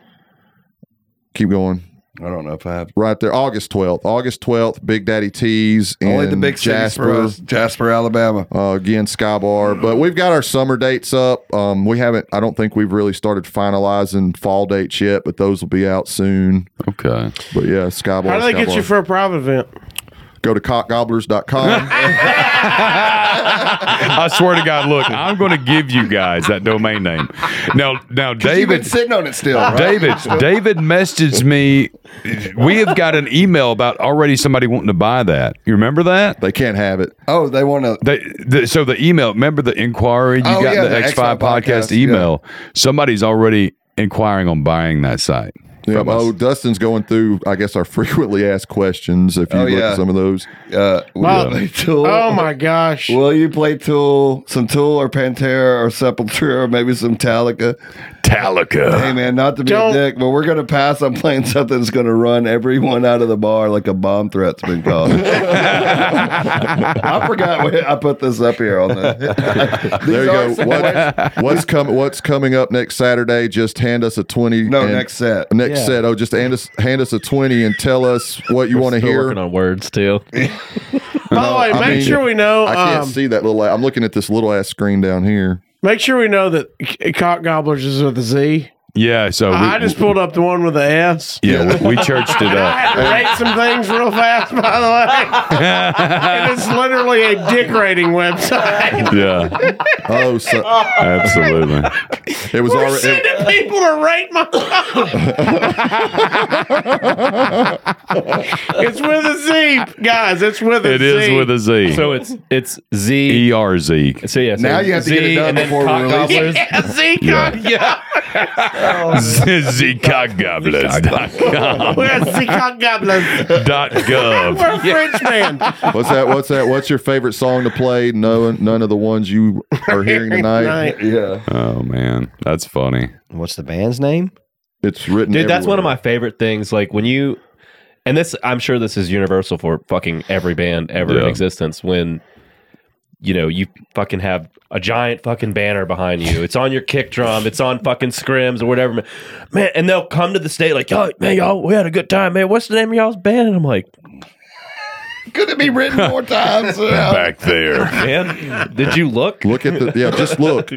Speaker 3: Keep going.
Speaker 1: I don't know if I have.
Speaker 3: Right there, August 12th. August 12th, Big Daddy Tees and
Speaker 1: Only the big cities for
Speaker 3: Jasper.
Speaker 1: us. Jasper, Alabama.
Speaker 3: Uh, again, Skybar, but we've got our summer dates up. Um, we haven't. I don't think we've really started finalizing fall dates yet, but those will be out soon.
Speaker 2: Okay.
Speaker 3: But yeah, Skybar.
Speaker 4: How do they
Speaker 3: Skybar.
Speaker 4: get you for a private event?
Speaker 3: Go
Speaker 4: *laughs*
Speaker 3: to cockgobblers.com.
Speaker 2: I swear to God, look, I'm going to give you guys that domain name. Now, now,
Speaker 1: You've been
Speaker 2: David.
Speaker 1: sitting on it still, right?
Speaker 2: David,
Speaker 1: *laughs*
Speaker 2: David messaged me. We have got an email about already somebody wanting to buy that. You remember that?
Speaker 3: they can't have it.
Speaker 1: Oh, they want to.
Speaker 2: They, the, so the email, remember the inquiry you
Speaker 1: Oh,
Speaker 2: got
Speaker 1: yeah,
Speaker 2: in the,
Speaker 1: the X5
Speaker 2: X5 podcast,
Speaker 1: podcast,
Speaker 2: email? Somebody's already inquiring on buying that site.
Speaker 3: Yeah,
Speaker 2: from us.
Speaker 3: oh, Dustin's going through, I guess, our *laughs* frequently asked questions. If you
Speaker 1: Oh,
Speaker 3: look
Speaker 1: yeah.
Speaker 3: at some of those,
Speaker 1: Uh, will
Speaker 4: Wow.
Speaker 1: you play Tool?
Speaker 4: Oh my gosh.
Speaker 1: Will you play Tool? Some Tool or Pantera or Sepultura or maybe some Talica?
Speaker 2: Talica.
Speaker 1: Hey man, not to be
Speaker 4: Don't-
Speaker 1: a dick, but we're gonna pass on playing *laughs* something that's gonna run everyone out of the bar like a bomb threat's been
Speaker 3: *laughs*
Speaker 1: called. I forgot where I put this up here on the. *laughs*
Speaker 3: there you
Speaker 1: These
Speaker 3: go.
Speaker 1: are
Speaker 3: What, what's coming? What's coming up next Saturday? Just hand us a twenty.
Speaker 1: No,
Speaker 3: and-
Speaker 1: next set.
Speaker 3: Next
Speaker 7: Yeah.
Speaker 3: set. Oh, just hand us hand us a twenty and tell us what you want to
Speaker 8: Still
Speaker 3: hear.
Speaker 8: working on words
Speaker 1: *laughs*
Speaker 8: too.
Speaker 4: By the way,
Speaker 3: I
Speaker 4: make
Speaker 3: mean,
Speaker 4: sure we know.
Speaker 3: I can't
Speaker 4: um,
Speaker 3: see that little. I'm looking at this little ass screen down here.
Speaker 4: Make sure we know that c- cock gobblers is with a Z.
Speaker 2: Yeah, so we,
Speaker 4: I just pulled up the one with the S.
Speaker 2: yeah,
Speaker 1: *laughs*
Speaker 2: we, we churched it
Speaker 4: I
Speaker 2: up.
Speaker 4: *laughs* had to rate some things real fast, by
Speaker 2: *laughs*
Speaker 4: the way. and it's literally a dick rating website.
Speaker 2: Yeah,
Speaker 4: *laughs*
Speaker 3: Oh, so,
Speaker 2: absolutely.
Speaker 3: it was
Speaker 4: We're
Speaker 3: already. it-
Speaker 4: sending people to rate my It's with a Z, guys. It's with a
Speaker 2: It is with a Z.
Speaker 8: So it's it's Z.
Speaker 2: E R Z.
Speaker 8: *laughs* So yeah. So
Speaker 1: Now you have to get it
Speaker 8: Z
Speaker 1: done
Speaker 8: and then
Speaker 1: before we
Speaker 8: cock
Speaker 1: release *laughs*
Speaker 8: gobblers. *laughs*
Speaker 4: Yeah, Z
Speaker 2: Yeah. *laughs*
Speaker 4: cock. Yeah.
Speaker 8: oh,
Speaker 1: *laughs*
Speaker 2: Zikagoblins.gov.
Speaker 4: We're Z cock goblins. We're Frenchmen.
Speaker 3: What's that? What's that? What's your favorite song to play? No, none of the
Speaker 4: *laughs*
Speaker 3: ones you are hearing tonight.
Speaker 4: Right.
Speaker 1: Yeah.
Speaker 2: Oh man, that's funny.
Speaker 7: What's the band's name?
Speaker 3: It's written.
Speaker 8: Dude, that's one of
Speaker 3: everywhere.
Speaker 8: my favorite things. Like when you, and this, I'm sure this is universal for fucking every band ever in
Speaker 2: Yeah.
Speaker 8: existence. When you know you fucking have a giant fucking banner behind you. It's on your kick drum. It's on fucking scrims or whatever, man. And they'll come to the state like, oh man, y'all, we had a good time, man. What's the name of y'all's band? And I'm like,
Speaker 1: Could it be written more *laughs* times?
Speaker 2: Back there.
Speaker 8: man, did you look?
Speaker 3: *laughs* Look at the yeah, just look.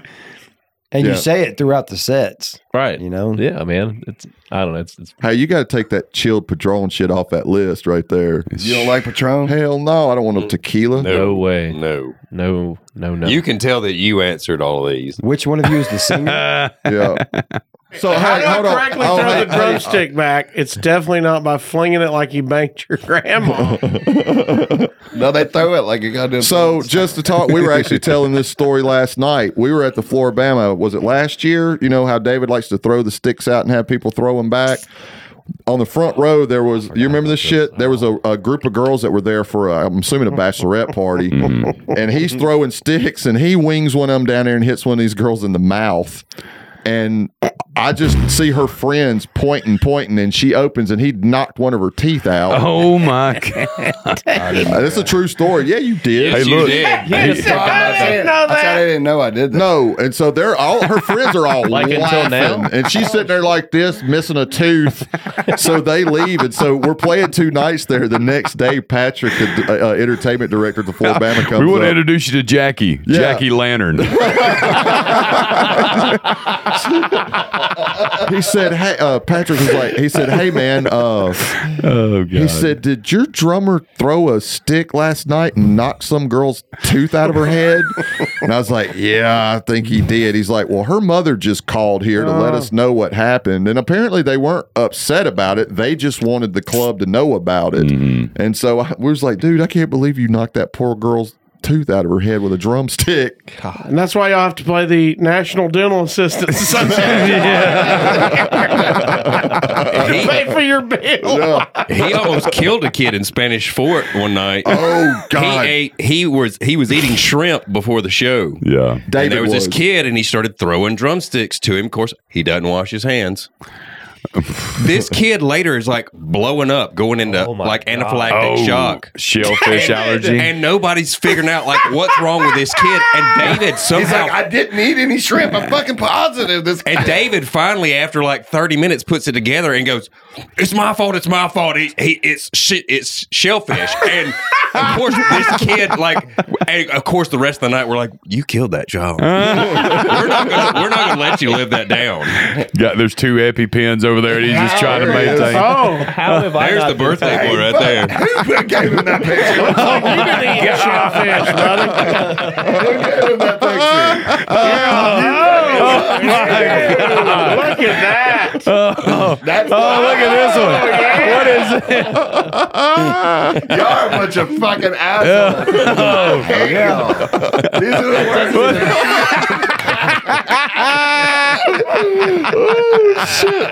Speaker 7: And
Speaker 3: Yeah.
Speaker 7: you say it throughout the sets,
Speaker 8: Right.
Speaker 7: you know?
Speaker 8: Yeah, man. It's I don't know. It's, it's
Speaker 3: Hey, you got to take that chilled Padron shit off that list right there.
Speaker 1: you don't like Patron?
Speaker 3: Hell no, I don't want no tequila.
Speaker 8: no, way.
Speaker 5: No.
Speaker 8: No, no, no.
Speaker 5: You can tell that you answered all these.
Speaker 7: Which one of you is
Speaker 2: *laughs*
Speaker 7: the singer?
Speaker 3: Yeah. So
Speaker 4: How
Speaker 3: hey,
Speaker 4: do I
Speaker 3: hold on.
Speaker 4: correctly
Speaker 3: Oh,
Speaker 4: throw
Speaker 3: hey,
Speaker 4: the
Speaker 3: hey,
Speaker 4: drumstick back? It's definitely not by flinging it like you banked your grandma.
Speaker 1: No, they throw it like a goddamn.
Speaker 3: So just to talk, we
Speaker 2: *laughs*
Speaker 3: were actually telling this story last night. We were at the Floribama. Was it last year? You know how David likes to throw the sticks out and have people throw them back. On the front row, there was. You remember this shit? There was a, a group of girls that were there for, i I'm assuming, a
Speaker 2: *laughs*
Speaker 3: bachelorette party,
Speaker 2: Mm-hmm.
Speaker 3: and he's throwing sticks and he wings one of them down there and hits one of these girls in the mouth. and I just see her friends pointing, pointing, and she opens, and he knocked one of her teeth out.
Speaker 2: Oh my god!
Speaker 3: Uh, That's a true story. Yeah, you did.
Speaker 2: Hey, look.
Speaker 4: Yes, I didn't know
Speaker 1: That's how
Speaker 4: that.
Speaker 1: they didn't know I did that.
Speaker 3: No, and so they're all her friends are
Speaker 6: *laughs*
Speaker 3: all
Speaker 6: Like
Speaker 3: laughing,
Speaker 6: until now.
Speaker 3: and she's sitting there like this, missing a tooth. so they leave, and so we're playing two nights there. The next day, Patrick, the uh, uh, entertainment director of
Speaker 6: *laughs*
Speaker 3: the Fort Bama, comes.
Speaker 2: We want to
Speaker 3: up.
Speaker 2: introduce you to Jackie,
Speaker 3: Yeah.
Speaker 2: Jackie Lantern.
Speaker 3: he said, "Hey, uh, Patrick was like, he said, hey
Speaker 5: *laughs*
Speaker 3: man, uh,
Speaker 2: oh god!
Speaker 3: he said, did your drummer throw a stick last night and knock some girl's tooth out of her head?" And I was like, "Yeah, I think he did." He's like, "Well, her mother just called here to
Speaker 5: Oh.
Speaker 3: let us know what happened, and apparently they weren't upset about it. They just wanted the club to know about it."
Speaker 5: Mm-hmm.
Speaker 3: And so I we was like, "Dude, I can't believe you knocked that poor girl's." Tooth out of her head with a drumstick.
Speaker 4: And that's why y'all have to play the National Dental Assistance Association. to pay for your bill.
Speaker 2: *laughs*
Speaker 3: *laughs*
Speaker 5: He almost killed a kid in Spanish Fort one night.
Speaker 3: Oh
Speaker 5: He
Speaker 3: God,
Speaker 5: ate. He was he was eating shrimp before the show.
Speaker 2: yeah.
Speaker 5: And
Speaker 3: David
Speaker 5: there was, *laughs*
Speaker 3: was.
Speaker 5: this kid, and he started throwing drumsticks to him. Of course, he doesn't wash his hands. this kid later is like blowing up, going into like anaphylactic
Speaker 3: Oh,
Speaker 5: shock.
Speaker 2: Shellfish allergy.
Speaker 5: And nobody's figuring out like what's wrong with this kid. And David
Speaker 1: He's
Speaker 5: somehow
Speaker 1: like, I didn't eat any shrimp. I'm fucking positive this.
Speaker 5: and David finally, after like thirty minutes, puts it together and goes, "It's my fault. It's my fault. He, he, it's shit. It's shellfish." And of course, this kid, like, and of course, the rest of the night, we're like, "You killed that child. we're not gonna, we're not gonna let you live that down."
Speaker 2: Got there's two EpiPens over there, and he's just trying to maintain. *laughs*
Speaker 4: Oh,
Speaker 6: How have I?
Speaker 5: There's the birthday boy right there.
Speaker 1: Who gave him *laughs* that picture?
Speaker 4: you didn't eat shellfish, buddy.
Speaker 1: Who gave him that picture?
Speaker 4: Oh, look at that.
Speaker 1: That's
Speaker 2: Oh, look at this one. What is it?
Speaker 1: *laughs* Y'all are a bunch of fucking assholes. Hell. These are the worst.
Speaker 3: *laughs*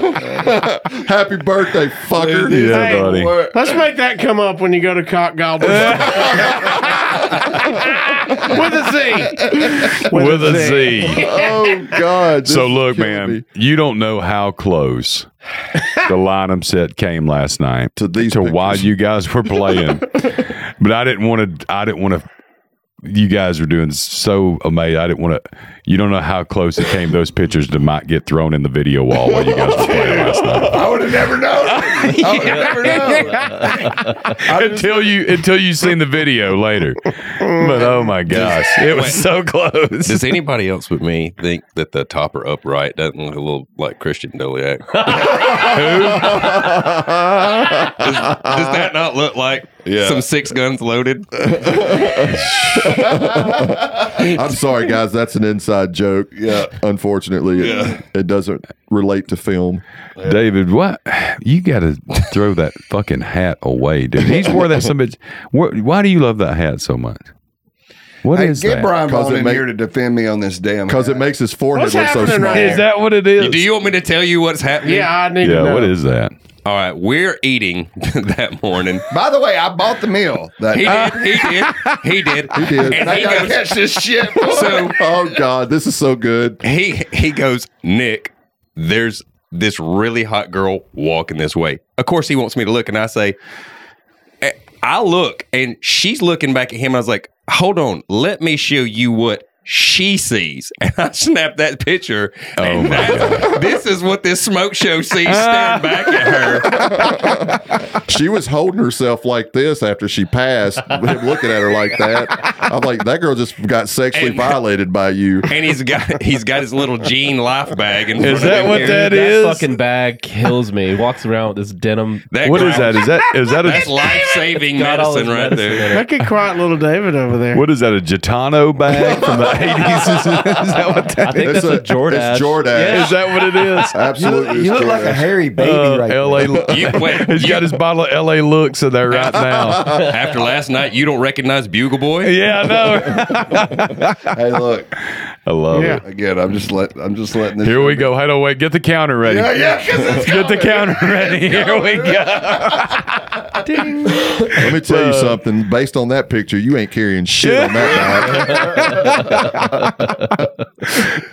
Speaker 3: happy birthday, fucker!
Speaker 2: Yeah,
Speaker 4: Hey,
Speaker 2: buddy.
Speaker 4: Let's make that come up when you go to
Speaker 2: *laughs*
Speaker 4: cock goblin. With a Z.
Speaker 2: With a Z.
Speaker 3: Oh God! this
Speaker 2: So
Speaker 3: is
Speaker 2: look,
Speaker 3: killing
Speaker 2: man,
Speaker 3: me.
Speaker 2: you don't know how close the lineup set came last night
Speaker 3: To these
Speaker 2: to why
Speaker 3: pictures.
Speaker 2: you guys were playing.
Speaker 1: *laughs*
Speaker 2: but I didn't want to. I didn't want to. You guys were doing so amazing. I didn't want to. You don't know how close it came. Those pictures to might get thrown in the video wall while you guys were
Speaker 1: *laughs*
Speaker 2: playing last night.
Speaker 1: I would have never
Speaker 2: *laughs*
Speaker 1: known. I would have never known.
Speaker 2: until you until you seen the video later. But oh my gosh, it was so close.
Speaker 5: Does anybody else but me think that the topper upright doesn't look a little like Christian Doliak? does, does that not look like some six guns loaded?
Speaker 3: I'm sorry, guys. That's an inside joke. Yeah, unfortunately, it, it doesn't relate to film.
Speaker 2: David, what you got to throw that fucking hat away, dude? He's wore that so much. Why, why do you love that hat so much? What
Speaker 1: Hey,
Speaker 2: is
Speaker 1: get
Speaker 2: that?
Speaker 1: Brian
Speaker 3: 'Cause
Speaker 1: Vaughn
Speaker 3: it
Speaker 1: in
Speaker 3: make-
Speaker 1: here to defend me on this damn.
Speaker 3: Because it makes his forehead
Speaker 4: What's
Speaker 3: look so
Speaker 4: happening
Speaker 3: small.
Speaker 4: right here?
Speaker 2: is that what it is?
Speaker 5: Do you want me to tell you what's happening?
Speaker 4: Yeah, I need to
Speaker 2: yeah,
Speaker 4: know.
Speaker 2: what is that?
Speaker 5: All right, we're eating *laughs* that morning.
Speaker 1: By the way, I bought the meal. That
Speaker 2: *laughs*
Speaker 5: He did. He did. He did.
Speaker 1: *laughs*
Speaker 5: He
Speaker 3: did.
Speaker 5: And
Speaker 1: I
Speaker 5: he
Speaker 1: gotta
Speaker 5: goes,
Speaker 1: catch this
Speaker 2: *laughs*
Speaker 1: shit.
Speaker 5: so
Speaker 3: Oh God, this is so good.
Speaker 5: he he goes, Nick, there's this really hot girl walking this way. Of course, he wants me to look, and I say, eh, I look, and she's looking back at him. And I was like, Hold on, let me show you what she sees. *laughs* And I snapped that picture. and that's- this is what this smoke show sees staring back at her.
Speaker 3: She was holding herself like this after she passed. *laughs* Him looking at her like that. I'm like, that girl just got sexually
Speaker 5: And-
Speaker 3: violated by you.
Speaker 5: And he's got he's got his little jean life bag. In front
Speaker 2: Is
Speaker 5: of
Speaker 2: that
Speaker 5: him
Speaker 2: what
Speaker 5: here.
Speaker 2: that
Speaker 6: That
Speaker 2: is?
Speaker 6: fucking bag kills me. He walks around with this denim.
Speaker 5: That
Speaker 2: What
Speaker 5: girl-
Speaker 2: is that? Is that is that
Speaker 5: That's
Speaker 2: a
Speaker 5: life saving
Speaker 6: Got all
Speaker 5: medicine
Speaker 6: his
Speaker 5: right
Speaker 6: medicine
Speaker 5: there.
Speaker 6: in it.
Speaker 4: Look at quiet little David over there.
Speaker 2: what is that? A gitano bag from the eighties? *laughs* Is, is that what
Speaker 6: I
Speaker 2: that is?
Speaker 6: think that's a, Jordache.
Speaker 3: It's Jordache.
Speaker 2: Is that what it is?
Speaker 3: Absolutely,
Speaker 7: You
Speaker 3: it's
Speaker 7: look like a
Speaker 3: Jordache.
Speaker 7: hairy baby
Speaker 2: Uh,
Speaker 7: right now.
Speaker 2: *laughs* L.A.
Speaker 5: You wait,
Speaker 2: He's
Speaker 5: you-
Speaker 2: got his bottle of L.A. looks in there right now. *laughs*
Speaker 5: After last night, you don't recognize Bugle Boy?
Speaker 2: yeah, I know.
Speaker 1: hey, look,
Speaker 2: I love
Speaker 4: Yeah.
Speaker 2: it.
Speaker 1: Again, I'm just let I'm just letting this.
Speaker 2: Here we go. Hey, no, wait. Get the counter ready.
Speaker 1: Yeah, yeah, 'cause it's
Speaker 2: Get the counter ready. *laughs* Here we go.
Speaker 3: Let me tell you something. Based on that picture, you ain't carrying shit on that night.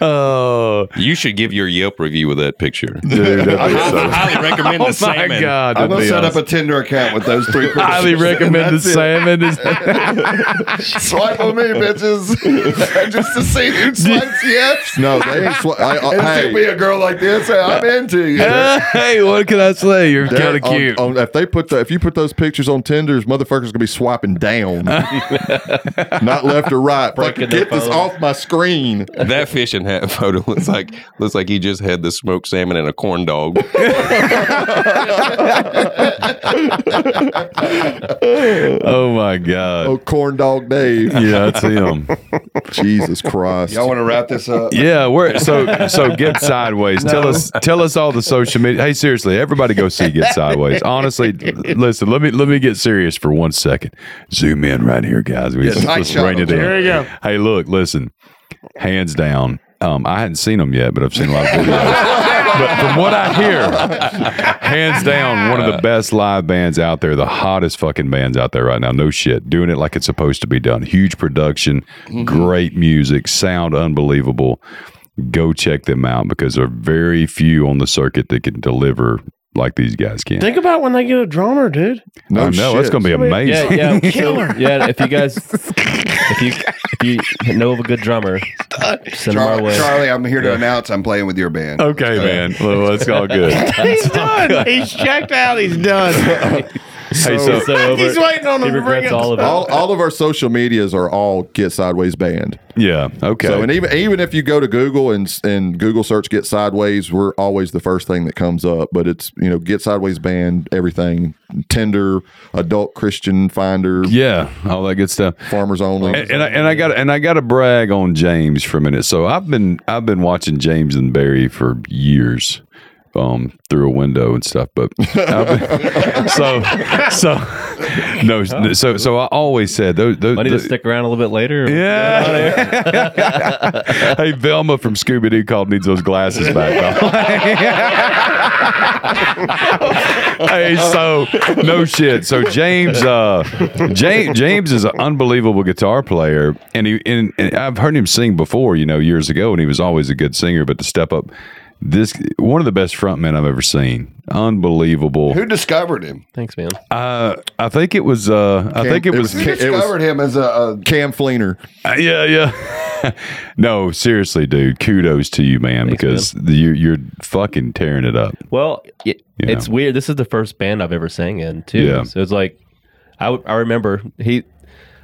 Speaker 2: Oh,
Speaker 5: You should give your Yelp review with that picture.
Speaker 2: dude, that'd be so. *laughs*
Speaker 5: I highly recommend the
Speaker 2: Oh my
Speaker 5: salmon.
Speaker 2: god,
Speaker 1: I'm
Speaker 2: that'd
Speaker 1: gonna
Speaker 2: be
Speaker 1: set
Speaker 2: awesome.
Speaker 1: up a Tinder account with those
Speaker 2: *laughs*
Speaker 1: three.
Speaker 2: Highly
Speaker 1: crystals.
Speaker 2: recommend the
Speaker 1: That's it.
Speaker 2: salmon. Is-
Speaker 1: *laughs* Swipe on me, bitches, *laughs* just to see
Speaker 2: *laughs*
Speaker 1: who swipes yes. *laughs*
Speaker 3: No, they ain't. Sw- I, I,
Speaker 1: And
Speaker 3: hey,
Speaker 1: it took me a girl like this. hey, I'm into you.
Speaker 2: hey, what can I say? You're
Speaker 3: they're
Speaker 2: kind of
Speaker 3: on-
Speaker 2: cute.
Speaker 3: on- if they put the, if you put those pictures on Tinder's, motherfuckers gonna be swiping down, not left or right. Fucking
Speaker 8: their
Speaker 3: get this
Speaker 8: phone.
Speaker 3: off my screen.
Speaker 5: That *laughs* fishing hat photo looks like looks like he just had the smoked salmon and a
Speaker 2: *laughs*
Speaker 5: corn dog.
Speaker 2: Oh my god.
Speaker 3: Oh, corn dog Dave.
Speaker 2: Yeah, that's
Speaker 1: *laughs*
Speaker 2: him.
Speaker 3: Jesus Christ.
Speaker 1: Y'all want to wrap this
Speaker 2: *laughs*
Speaker 1: up?
Speaker 2: Yeah, we're so so get sideways. Tell us tell us all the social media. Hey, seriously, everybody go see Get Sideways. Honestly, l- listen, let me let me get serious for one second. Zoom in right here, guys. We just,
Speaker 1: tight
Speaker 2: let's
Speaker 1: shot
Speaker 2: rein
Speaker 1: of
Speaker 2: it
Speaker 1: it.
Speaker 2: in.
Speaker 4: There you go.
Speaker 2: Hey, look, listen. Hands down. Um, I hadn't seen them yet, but I've seen a lot
Speaker 1: *laughs*
Speaker 2: of videos. but from what I hear, *laughs* hands down, one of the best live bands out there, the hottest fucking bands out there right now. No shit, doing it like it's supposed to be done. Huge production, great music, sound unbelievable. Go check them out because there are very few on the circuit that can deliver like these guys can.
Speaker 4: Think about when they get a
Speaker 2: *laughs*
Speaker 4: drummer, dude.
Speaker 2: No, I know it's going to be amazing.
Speaker 8: Yeah, yeah, killer. yeah. If you guys, if you if you know of a good drummer, send him our
Speaker 1: Charlie,
Speaker 8: way.
Speaker 1: Charlie, I'm here to announce I'm playing with your band.
Speaker 2: Okay, man. Well, it's all good.
Speaker 4: He's done. He's checked out. He's
Speaker 2: *laughs*
Speaker 4: done.
Speaker 2: hey, *laughs* so, uh,
Speaker 8: So over,
Speaker 4: He's waiting on
Speaker 8: he
Speaker 4: him to bring
Speaker 8: regrets
Speaker 4: it.
Speaker 8: all of it.
Speaker 3: all, all of our social medias are all get sideways banned.
Speaker 2: yeah, okay.
Speaker 3: So and even even if you go to Google and s- and Google search get sideways, we're always the first thing that comes up. But it's you know get sideways banned everything Tinder, adult Christian finder,
Speaker 2: yeah, all that good stuff.
Speaker 3: farmers only.
Speaker 2: And, and I and I got and I got to brag on James for a minute. So I've been I've been watching James and Barry for years, um, through a window and stuff. But I've been, *laughs* so so no so so I always said those, those
Speaker 8: I need to stick around a little bit later.
Speaker 2: yeah. *laughs* hey, Velma from Scooby Doo called needs those glasses back. *laughs* hey, so no shit. So James, uh, James, James is an unbelievable guitar player, and he and, and I've heard him sing before, you know, years ago, and he was always a good singer. But to step up, this one of the best frontmen I've ever seen. Unbelievable.
Speaker 1: Who discovered him?
Speaker 8: Thanks, man.
Speaker 2: Uh, I think it was. Uh, I
Speaker 3: Cam-
Speaker 2: think it
Speaker 3: it
Speaker 2: was.
Speaker 3: was
Speaker 1: Who
Speaker 3: It
Speaker 1: discovered him as a, a
Speaker 3: Cam Fleener.
Speaker 2: Uh, yeah, yeah. *laughs* no, seriously, dude. Kudos to you, man, because You, you're fucking tearing it up.
Speaker 8: Well, it,
Speaker 2: Yeah.
Speaker 8: it's weird. This is the first band I've ever sang in too.
Speaker 2: Yeah.
Speaker 8: So it's like, I, w- I remember he,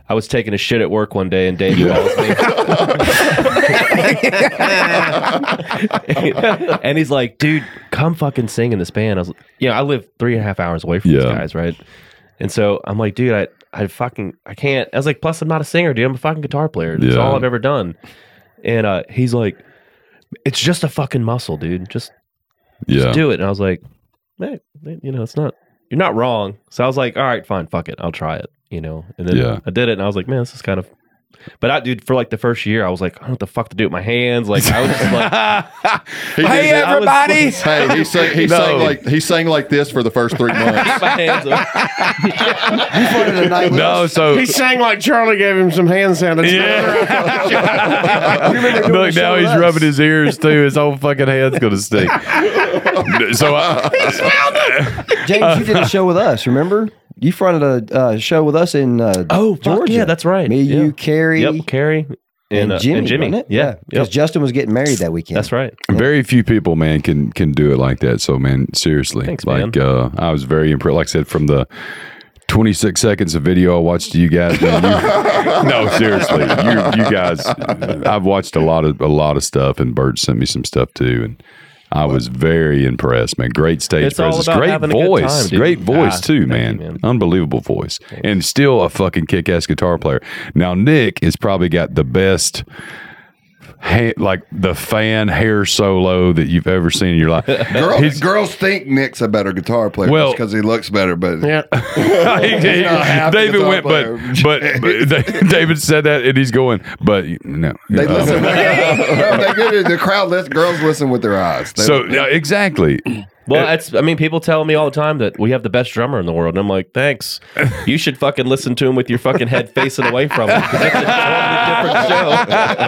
Speaker 8: I was taking a shit at work one day and Dave calls me,
Speaker 2: *laughs*
Speaker 8: and he's like, "Dude, come fucking sing in this band." I was, you know, I live three and a half hours away from these
Speaker 2: Yeah.
Speaker 8: guys, right? And so I'm like, dude, I, I fucking, I can't. I was like, plus I'm not a singer, dude. I'm a fucking guitar player. That's
Speaker 2: Yeah.
Speaker 8: all I've ever done. And uh, he's like, it's just a fucking muscle, dude. Just
Speaker 2: Yeah.
Speaker 8: just do it. And I was like, eh, eh, you know, it's not, you're not wrong. So I was like, all right, fine, fuck it. I'll try it, you know? And then
Speaker 2: Yeah.
Speaker 8: I did it and I was like, man, this is kind of, but I, dude, for like the first year, I was like, I don't know what the fuck to do with my hands. Like, I was just like,
Speaker 3: Hey,
Speaker 8: everybody!
Speaker 3: Hey, he sang, *laughs* he
Speaker 2: No.
Speaker 3: sang like he sang like this for the first three months.
Speaker 8: my hands are-
Speaker 2: *laughs* No, so
Speaker 4: He sang like Charlie gave him some hand sanitizer.
Speaker 2: yeah. Look, now he's rubbing his ears too. His whole fucking head's gonna stink. *laughs* so uh, I,
Speaker 7: James, you
Speaker 2: uh,
Speaker 7: did a show with us. Remember, you fronted a uh, show with us in uh,
Speaker 8: oh, fuck,
Speaker 7: Georgia.
Speaker 8: yeah, that's right.
Speaker 7: Me,
Speaker 8: yeah.
Speaker 7: you, *laughs* Carrie,
Speaker 8: Yep, Carrie. And,
Speaker 7: and,
Speaker 8: uh,
Speaker 7: Jimmy.
Speaker 8: and Jimmy.
Speaker 7: wasn't it?
Speaker 8: Yeah.
Speaker 7: because
Speaker 8: yep.
Speaker 7: Justin was getting married that weekend.
Speaker 8: That's right.
Speaker 2: very few people, man, can can do it like that. So, man, seriously,
Speaker 8: Thanks,
Speaker 2: like Uh, I was very impressed. Like I said, from the 26 seconds of video I watched you guys. man, you- *laughs* no, seriously, you, you guys. I've watched a lot of a lot of stuff, and Bert sent me some stuff too, and I was very impressed, man. Great stage
Speaker 8: It's all
Speaker 2: presence,
Speaker 8: about
Speaker 2: great
Speaker 8: having a good
Speaker 2: voice,
Speaker 8: time, dude.
Speaker 2: great voice
Speaker 8: Ah,
Speaker 2: too,
Speaker 8: thank
Speaker 2: man.
Speaker 8: you, man.
Speaker 2: Unbelievable voice, and still a fucking kick ass guitar player. Now Nick has probably got the best ha- like the fan hair solo that you've ever seen in your
Speaker 8: *laughs*
Speaker 2: life. *laughs*
Speaker 1: Girls,
Speaker 2: He's-
Speaker 1: girls think Nick's a better guitar player
Speaker 2: Well-
Speaker 1: because he looks better, but
Speaker 4: Yeah.
Speaker 2: He- he-
Speaker 1: not a happy
Speaker 2: David
Speaker 1: guitar
Speaker 2: went, but but,
Speaker 1: player.
Speaker 2: but
Speaker 8: *laughs*
Speaker 2: Da- David said that, and he's going, but no.
Speaker 1: they
Speaker 2: Um,
Speaker 1: listen. no,
Speaker 2: *laughs*
Speaker 1: they get it. The crowd, lis- girls listen with their eyes. They-
Speaker 2: so yeah, exactly.
Speaker 8: Well, that's. I mean, people tell me all the time that we have the best drummer in the world, and I'm like, thanks. You should fucking listen to him with your fucking head facing away from him. *laughs* 'cause That's a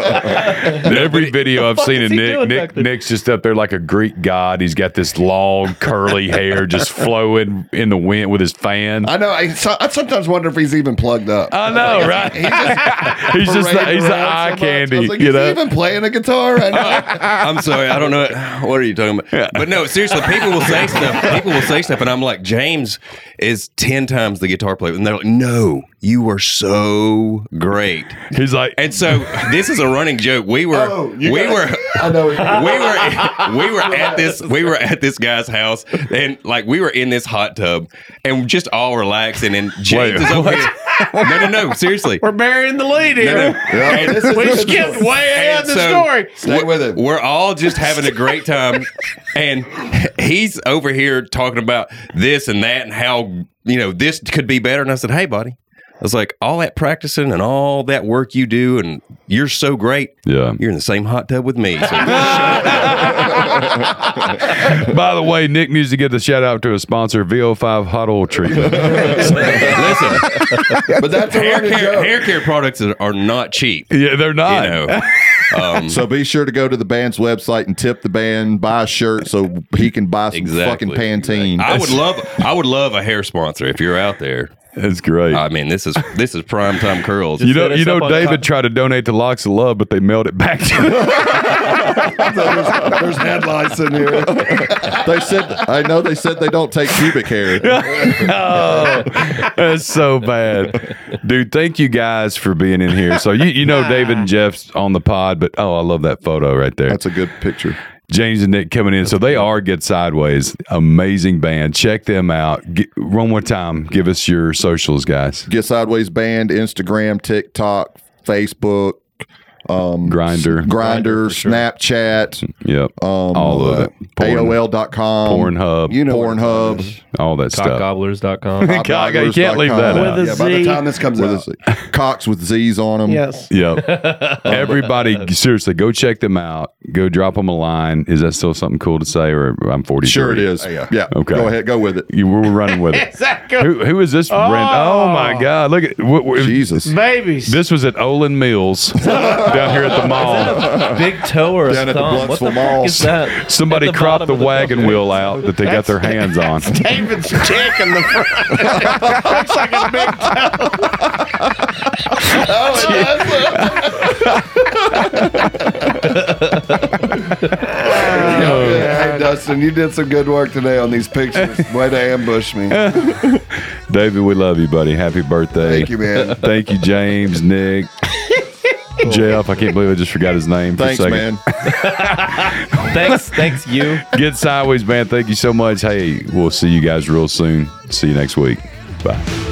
Speaker 8: totally different show.
Speaker 2: Every video I've
Speaker 8: fuck
Speaker 2: seen of
Speaker 8: is he
Speaker 2: Nick,
Speaker 8: doing back
Speaker 2: Nick
Speaker 8: there?
Speaker 2: Nick's just up there like a Greek god. He's got this long
Speaker 1: *laughs*
Speaker 2: curly hair just flowing in the wind with his fan.
Speaker 1: I know. I, so, I sometimes wonder if he's even plugged up.
Speaker 2: I know, right?
Speaker 1: He just
Speaker 2: *laughs* he's just the,
Speaker 1: parades
Speaker 2: he's
Speaker 1: around
Speaker 2: the
Speaker 1: so
Speaker 2: eye
Speaker 1: much. I
Speaker 2: candy,
Speaker 1: was like,
Speaker 2: you
Speaker 1: is he
Speaker 2: know.
Speaker 1: even playing a guitar right
Speaker 2: *laughs*
Speaker 1: now?
Speaker 5: I'm sorry, I don't know. What are you talking about? But no, seriously, people
Speaker 2: *laughs*
Speaker 5: will say stuff. People will say stuff, and I'm like, James is ten times the guitar player, and they're like, No, you are so great.
Speaker 2: He's like,
Speaker 5: And so this is a running joke. We were,
Speaker 1: Oh,
Speaker 5: we
Speaker 1: you got-
Speaker 5: were,
Speaker 1: I know. what you're-
Speaker 5: we were we were at this we were at this guy's house and like we were in this hot tub and just all relaxing and James
Speaker 2: Wait,
Speaker 5: is over here. No, no, no, seriously.
Speaker 4: We're burying the lead
Speaker 5: No,
Speaker 4: here.
Speaker 5: no.
Speaker 1: *laughs* Yeah, this is
Speaker 4: We *laughs*
Speaker 1: good.
Speaker 4: skipped way ahead
Speaker 5: And
Speaker 4: of the
Speaker 5: so-
Speaker 4: story.
Speaker 1: Stay with it.
Speaker 5: We're all just having a great time, and he's over here talking about this and that and how you know this could be better. And I said, "Hey, buddy." I was like, all that practicing and all that work you do, and you're so great.
Speaker 2: *laughs* yeah.
Speaker 5: You're in the same hot tub with me. So
Speaker 2: By the way, Nick needs to give the shout out to his sponsor, VO5 Hot Oil Treatment.
Speaker 5: listen,
Speaker 1: But that's a
Speaker 5: hair
Speaker 1: running
Speaker 5: care,
Speaker 1: joke.
Speaker 5: hair care products are, are not cheap. You
Speaker 2: *laughs* yeah, they're not. *laughs*
Speaker 5: know, um,
Speaker 3: *laughs* So be sure to go to the band's website and tip the band, buy a shirt so he can buy some
Speaker 5: Exactly.
Speaker 3: fucking Pantene.
Speaker 5: I would love, I would love a hair sponsor if you're out there.
Speaker 2: That's great.
Speaker 5: I mean, this is this is prime time curls.
Speaker 2: you know,
Speaker 8: hit us
Speaker 2: you know,
Speaker 8: up on
Speaker 2: David
Speaker 8: top.
Speaker 2: tried to donate to Locks of Love, but they mailed it back *laughs* to
Speaker 1: There's, there's headlights in
Speaker 2: *laughs*
Speaker 1: here.
Speaker 3: They said I know they said they don't take pubic
Speaker 2: *laughs*
Speaker 3: hair.
Speaker 2: Oh, That's so bad, dude. Thank you guys for being in here. So you, you know, David and Jeff's on the pod, but oh, I love that photo right there.
Speaker 3: That's a good picture.
Speaker 2: James and Nick coming in. So they are Get Sideways. Amazing band. Check them out. Get, one more time. Give us your socials, guys.
Speaker 3: Get Sideways Band, Instagram, TikTok, Facebook, um,
Speaker 2: Grinder.
Speaker 3: Grinder, Snapchat,
Speaker 2: Yep.
Speaker 3: um,
Speaker 2: All of it. Porn-
Speaker 3: AOL.com,
Speaker 2: Pornhub.
Speaker 1: You know what
Speaker 3: Pornhub.
Speaker 1: it is.
Speaker 2: all that stuff.
Speaker 6: Cockgobblers.com.
Speaker 2: God, you can't leave that out.
Speaker 4: With
Speaker 1: Yeah, by the
Speaker 4: Z.
Speaker 1: time this comes
Speaker 3: With
Speaker 1: out,
Speaker 2: *laughs*
Speaker 3: a Z. Cox with Z's on them.
Speaker 4: Yes.
Speaker 3: *laughs*
Speaker 2: Yep. Everybody, seriously, go check them out. Go drop them a line. Is that still something cool to say? Or I'm 40.
Speaker 3: Sure it is. Yeah.
Speaker 2: Okay.
Speaker 3: Go ahead. Go with it.
Speaker 2: You were running with
Speaker 4: *laughs*
Speaker 2: it.
Speaker 4: Exactly.
Speaker 2: Who, who is this? Oh, oh my God! Look at what, what-
Speaker 3: Jesus.
Speaker 4: Babies.
Speaker 2: this was at Olin Mills down here at the mall.
Speaker 8: Big toe or a
Speaker 3: Down at the
Speaker 8: thumb? What the
Speaker 3: Bluntsville
Speaker 8: fuck
Speaker 3: Mall.
Speaker 8: is that?
Speaker 2: Somebody
Speaker 8: At the
Speaker 2: cropped the
Speaker 8: bottom of the
Speaker 2: wagon
Speaker 8: bucket.
Speaker 2: wheel out that they got their hands on.
Speaker 4: David's dick in the front. Looks like a big toe.
Speaker 1: *laughs*
Speaker 2: Oh,
Speaker 1: Yeah, yeah. Hey, Dustin, you did some good work today on these pictures. Way to ambush me.
Speaker 2: David, we love you, buddy. Happy birthday.
Speaker 1: Thank you, man.
Speaker 2: Thank you, James, Nick, Jeff. I can't believe I just forgot his name
Speaker 3: Thanks,
Speaker 2: for a second.
Speaker 3: man.
Speaker 8: Thanks, thanks you.
Speaker 2: Get sideways, man. Thank you so much. Hey, we'll see you guys real soon. See you next week. Bye.